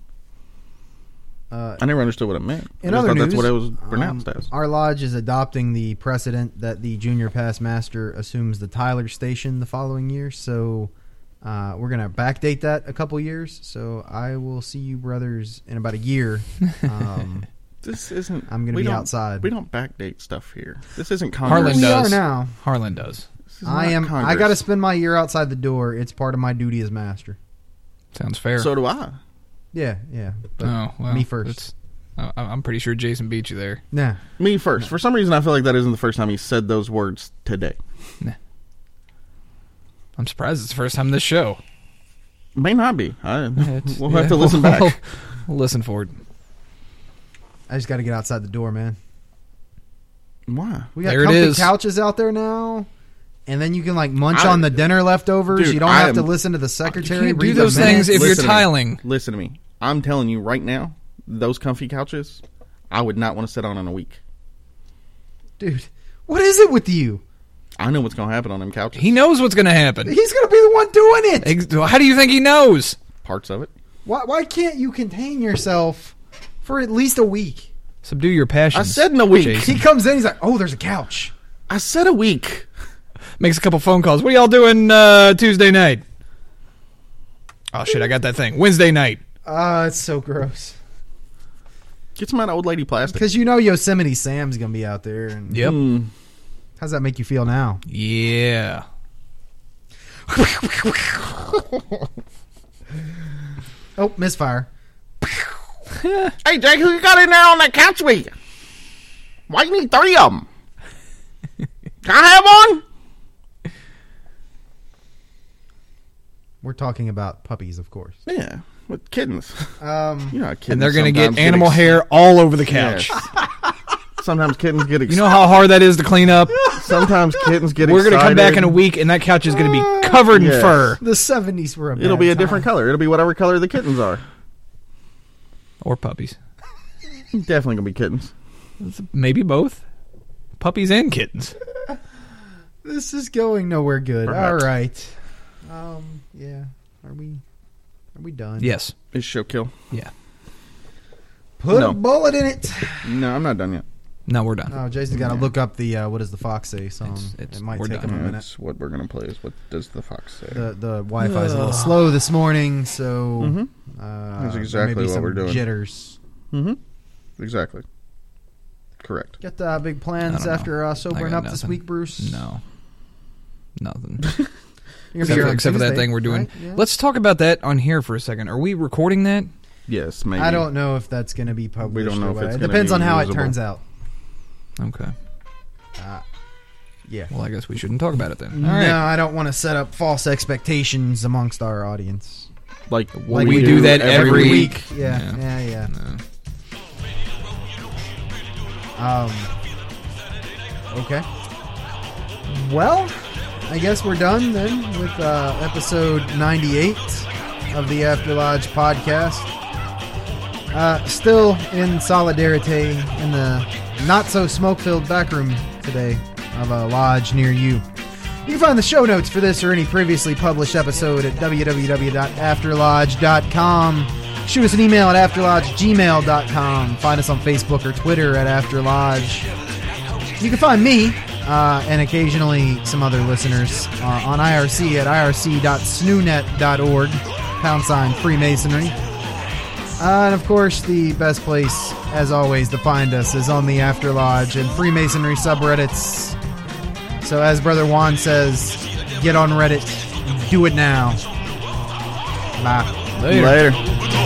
[SPEAKER 2] Uh,
[SPEAKER 4] I never understood what it meant. I
[SPEAKER 2] In
[SPEAKER 4] just
[SPEAKER 2] other
[SPEAKER 4] thought
[SPEAKER 2] news,
[SPEAKER 4] that's what it was
[SPEAKER 2] um,
[SPEAKER 4] pronounced as.
[SPEAKER 2] Our lodge is adopting the precedent that the junior past master assumes the Tyler station the following year, so uh, we're gonna backdate that a couple years. So I will see you brothers in about a year. Um,
[SPEAKER 4] This isn't.
[SPEAKER 2] I'm gonna
[SPEAKER 4] we
[SPEAKER 2] be
[SPEAKER 4] don't-
[SPEAKER 2] outside.
[SPEAKER 4] We don't backdate stuff here. This isn't
[SPEAKER 3] Harlan
[SPEAKER 4] Congress.
[SPEAKER 2] we
[SPEAKER 3] does.
[SPEAKER 2] are now.
[SPEAKER 3] Harlan does.
[SPEAKER 4] This is
[SPEAKER 2] I
[SPEAKER 4] not
[SPEAKER 2] am. I
[SPEAKER 4] Congress.
[SPEAKER 2] got to spend my year outside the door. It's part of my duty as master.
[SPEAKER 3] Sounds fair.
[SPEAKER 4] So do I.
[SPEAKER 2] Yeah, yeah. But
[SPEAKER 3] oh, well,
[SPEAKER 2] me first.
[SPEAKER 3] that's- I, I'm pretty sure Jason beat you there.
[SPEAKER 2] nah.
[SPEAKER 4] Me first. For some reason, I feel like that isn't the first time he said those words today.
[SPEAKER 3] I'm surprised it's the first time this show.
[SPEAKER 4] May not be. I,
[SPEAKER 3] It's-
[SPEAKER 4] we'll
[SPEAKER 3] yeah,
[SPEAKER 4] have to listen
[SPEAKER 3] we'll-
[SPEAKER 4] back.
[SPEAKER 3] we'll listen forward.
[SPEAKER 2] I just got to get outside the door, man.
[SPEAKER 4] Why?
[SPEAKER 2] We got
[SPEAKER 3] There it
[SPEAKER 2] comfy
[SPEAKER 3] is.
[SPEAKER 2] couches out there now. And then you can like munch
[SPEAKER 4] I-
[SPEAKER 2] on the dinner leftovers.
[SPEAKER 4] Dude,
[SPEAKER 2] you don't
[SPEAKER 4] I
[SPEAKER 2] have to
[SPEAKER 4] am-
[SPEAKER 2] listen to the secretary.
[SPEAKER 3] can't
[SPEAKER 2] read
[SPEAKER 3] do
[SPEAKER 2] the
[SPEAKER 3] those things
[SPEAKER 2] minutes.
[SPEAKER 3] if you're
[SPEAKER 4] Listen to me.
[SPEAKER 3] tiling.
[SPEAKER 4] Listen to me. I'm telling you right now, those comfy couches, I would not want to sit on in a week.
[SPEAKER 2] dude. What is it with you?
[SPEAKER 4] I know what's going to happen on them couches.
[SPEAKER 3] He knows what's going to happen.
[SPEAKER 2] He's gonna be the one doing it.
[SPEAKER 3] Ex- How do you think he knows?
[SPEAKER 4] Parts of it.
[SPEAKER 2] Why? Why can't you contain yourself for at least a week?
[SPEAKER 3] Subdue your passion.
[SPEAKER 4] I said in a week.
[SPEAKER 2] He comes in. He's like, "Oh, there's a couch."
[SPEAKER 4] I said a week.
[SPEAKER 3] makes a couple phone calls. What are y'all doing uh, Tuesday night? Oh shit, I got that thing. Wednesday night.
[SPEAKER 2] Ah, it's so gross.
[SPEAKER 4] Get some of that old lady plastic.
[SPEAKER 2] Because you know Yosemite Sam's gonna be out there. And
[SPEAKER 3] Yep.
[SPEAKER 4] Mm.
[SPEAKER 2] How's that make you feel now?
[SPEAKER 3] Yeah.
[SPEAKER 2] Oh, misfire.
[SPEAKER 4] Hey, Jake, who you got in there on that couch with you? Why you need three of them? Can I have one?
[SPEAKER 2] We're talking about puppies, of course.
[SPEAKER 4] Yeah, with kittens.
[SPEAKER 2] Um,
[SPEAKER 4] You know, how kittens
[SPEAKER 3] And they're going to
[SPEAKER 4] sometimes
[SPEAKER 3] get animal
[SPEAKER 4] ex-
[SPEAKER 3] hair all over the couch.
[SPEAKER 4] Yes. sometimes kittens get. Ex-
[SPEAKER 3] You know how hard that is to clean up?
[SPEAKER 4] sometimes kittens get.
[SPEAKER 3] We're going to come back in a
[SPEAKER 4] excited.
[SPEAKER 3] week and that couch is going to be covered in
[SPEAKER 4] Yes.
[SPEAKER 3] fur
[SPEAKER 2] the seventies were a.
[SPEAKER 4] It'll
[SPEAKER 2] bad
[SPEAKER 4] be a
[SPEAKER 2] time.
[SPEAKER 4] different color. It'll be whatever color the kittens are.
[SPEAKER 3] or puppies.
[SPEAKER 4] Definitely gonna be kittens.
[SPEAKER 3] Maybe both. Puppies and kittens.
[SPEAKER 2] This is going nowhere good.
[SPEAKER 4] Perhaps.
[SPEAKER 2] All right. Um. Yeah. Are we? Are we done?
[SPEAKER 3] Yes.
[SPEAKER 4] Is show kill?
[SPEAKER 3] Yeah.
[SPEAKER 2] Put
[SPEAKER 4] No.
[SPEAKER 2] a bullet in it.
[SPEAKER 4] No, I'm not done yet.
[SPEAKER 3] No, we're done.
[SPEAKER 2] Oh, Jason's got to look up the uh, what does the fox say song.
[SPEAKER 3] It's- it's-
[SPEAKER 2] it might
[SPEAKER 3] we're
[SPEAKER 2] take
[SPEAKER 3] done.
[SPEAKER 2] him a minute.
[SPEAKER 4] That's what we're gonna play. Is what does the fox say?
[SPEAKER 2] The the Wi-Fi is a little slow this morning, so uh,
[SPEAKER 4] That's
[SPEAKER 2] there may
[SPEAKER 4] exactly
[SPEAKER 2] be
[SPEAKER 4] what
[SPEAKER 2] some
[SPEAKER 4] we're doing.
[SPEAKER 2] Jitters.
[SPEAKER 4] mm-hmm. Exactly. Correct.
[SPEAKER 2] Got uh, big
[SPEAKER 3] I
[SPEAKER 2] plans
[SPEAKER 3] don't
[SPEAKER 2] after uh,
[SPEAKER 3] I
[SPEAKER 2] sobering
[SPEAKER 3] got
[SPEAKER 2] up this
[SPEAKER 3] nothing.
[SPEAKER 2] week, Bruce.
[SPEAKER 3] No. Nothing.
[SPEAKER 2] You're gonna be
[SPEAKER 3] except
[SPEAKER 2] here
[SPEAKER 3] for,
[SPEAKER 2] on
[SPEAKER 3] except for that
[SPEAKER 2] Tuesday,
[SPEAKER 3] thing we're doing.
[SPEAKER 2] right? Yeah.
[SPEAKER 3] Let's talk about that on here for a second. Are we recording that?
[SPEAKER 4] Yes, maybe.
[SPEAKER 2] I don't know if that's going to be published.
[SPEAKER 4] know
[SPEAKER 2] or
[SPEAKER 4] if
[SPEAKER 2] what.
[SPEAKER 4] it's
[SPEAKER 2] It
[SPEAKER 4] gonna
[SPEAKER 2] depends
[SPEAKER 4] be
[SPEAKER 2] on how
[SPEAKER 4] usable.
[SPEAKER 2] it turns out.
[SPEAKER 3] Okay.
[SPEAKER 2] Yeah.
[SPEAKER 3] Well, I guess we shouldn't talk about it then. All
[SPEAKER 2] no,
[SPEAKER 3] right.
[SPEAKER 2] I don't want to set up false expectations amongst our audience.
[SPEAKER 4] Like
[SPEAKER 3] Like we do that every week.
[SPEAKER 2] Yeah,
[SPEAKER 3] Yeah.
[SPEAKER 2] yeah, yeah.
[SPEAKER 3] No.
[SPEAKER 2] Um, okay. Well, I guess we're done then with uh, episode 98 of the After Lodge podcast. Uh, still in solidarity in the not so smoke filled back room today of a lodge near you. You can find the show notes for this or any previously published episode at www.afterlodge.com. Shoot us an email at afterlodgegmail.com. Find us on Facebook or Twitter at afterlodge. You can find me uh, and occasionally some other listeners uh, on IRC at E irc.snoonet.org, pound sign Freemasonry. Uh, and of course, the best place, as always, to find us is on the Afterlodge and Freemasonry subreddits. So, as Brother Juan says, get on Reddit,
[SPEAKER 6] Do it now. Bye.
[SPEAKER 2] Later.
[SPEAKER 4] With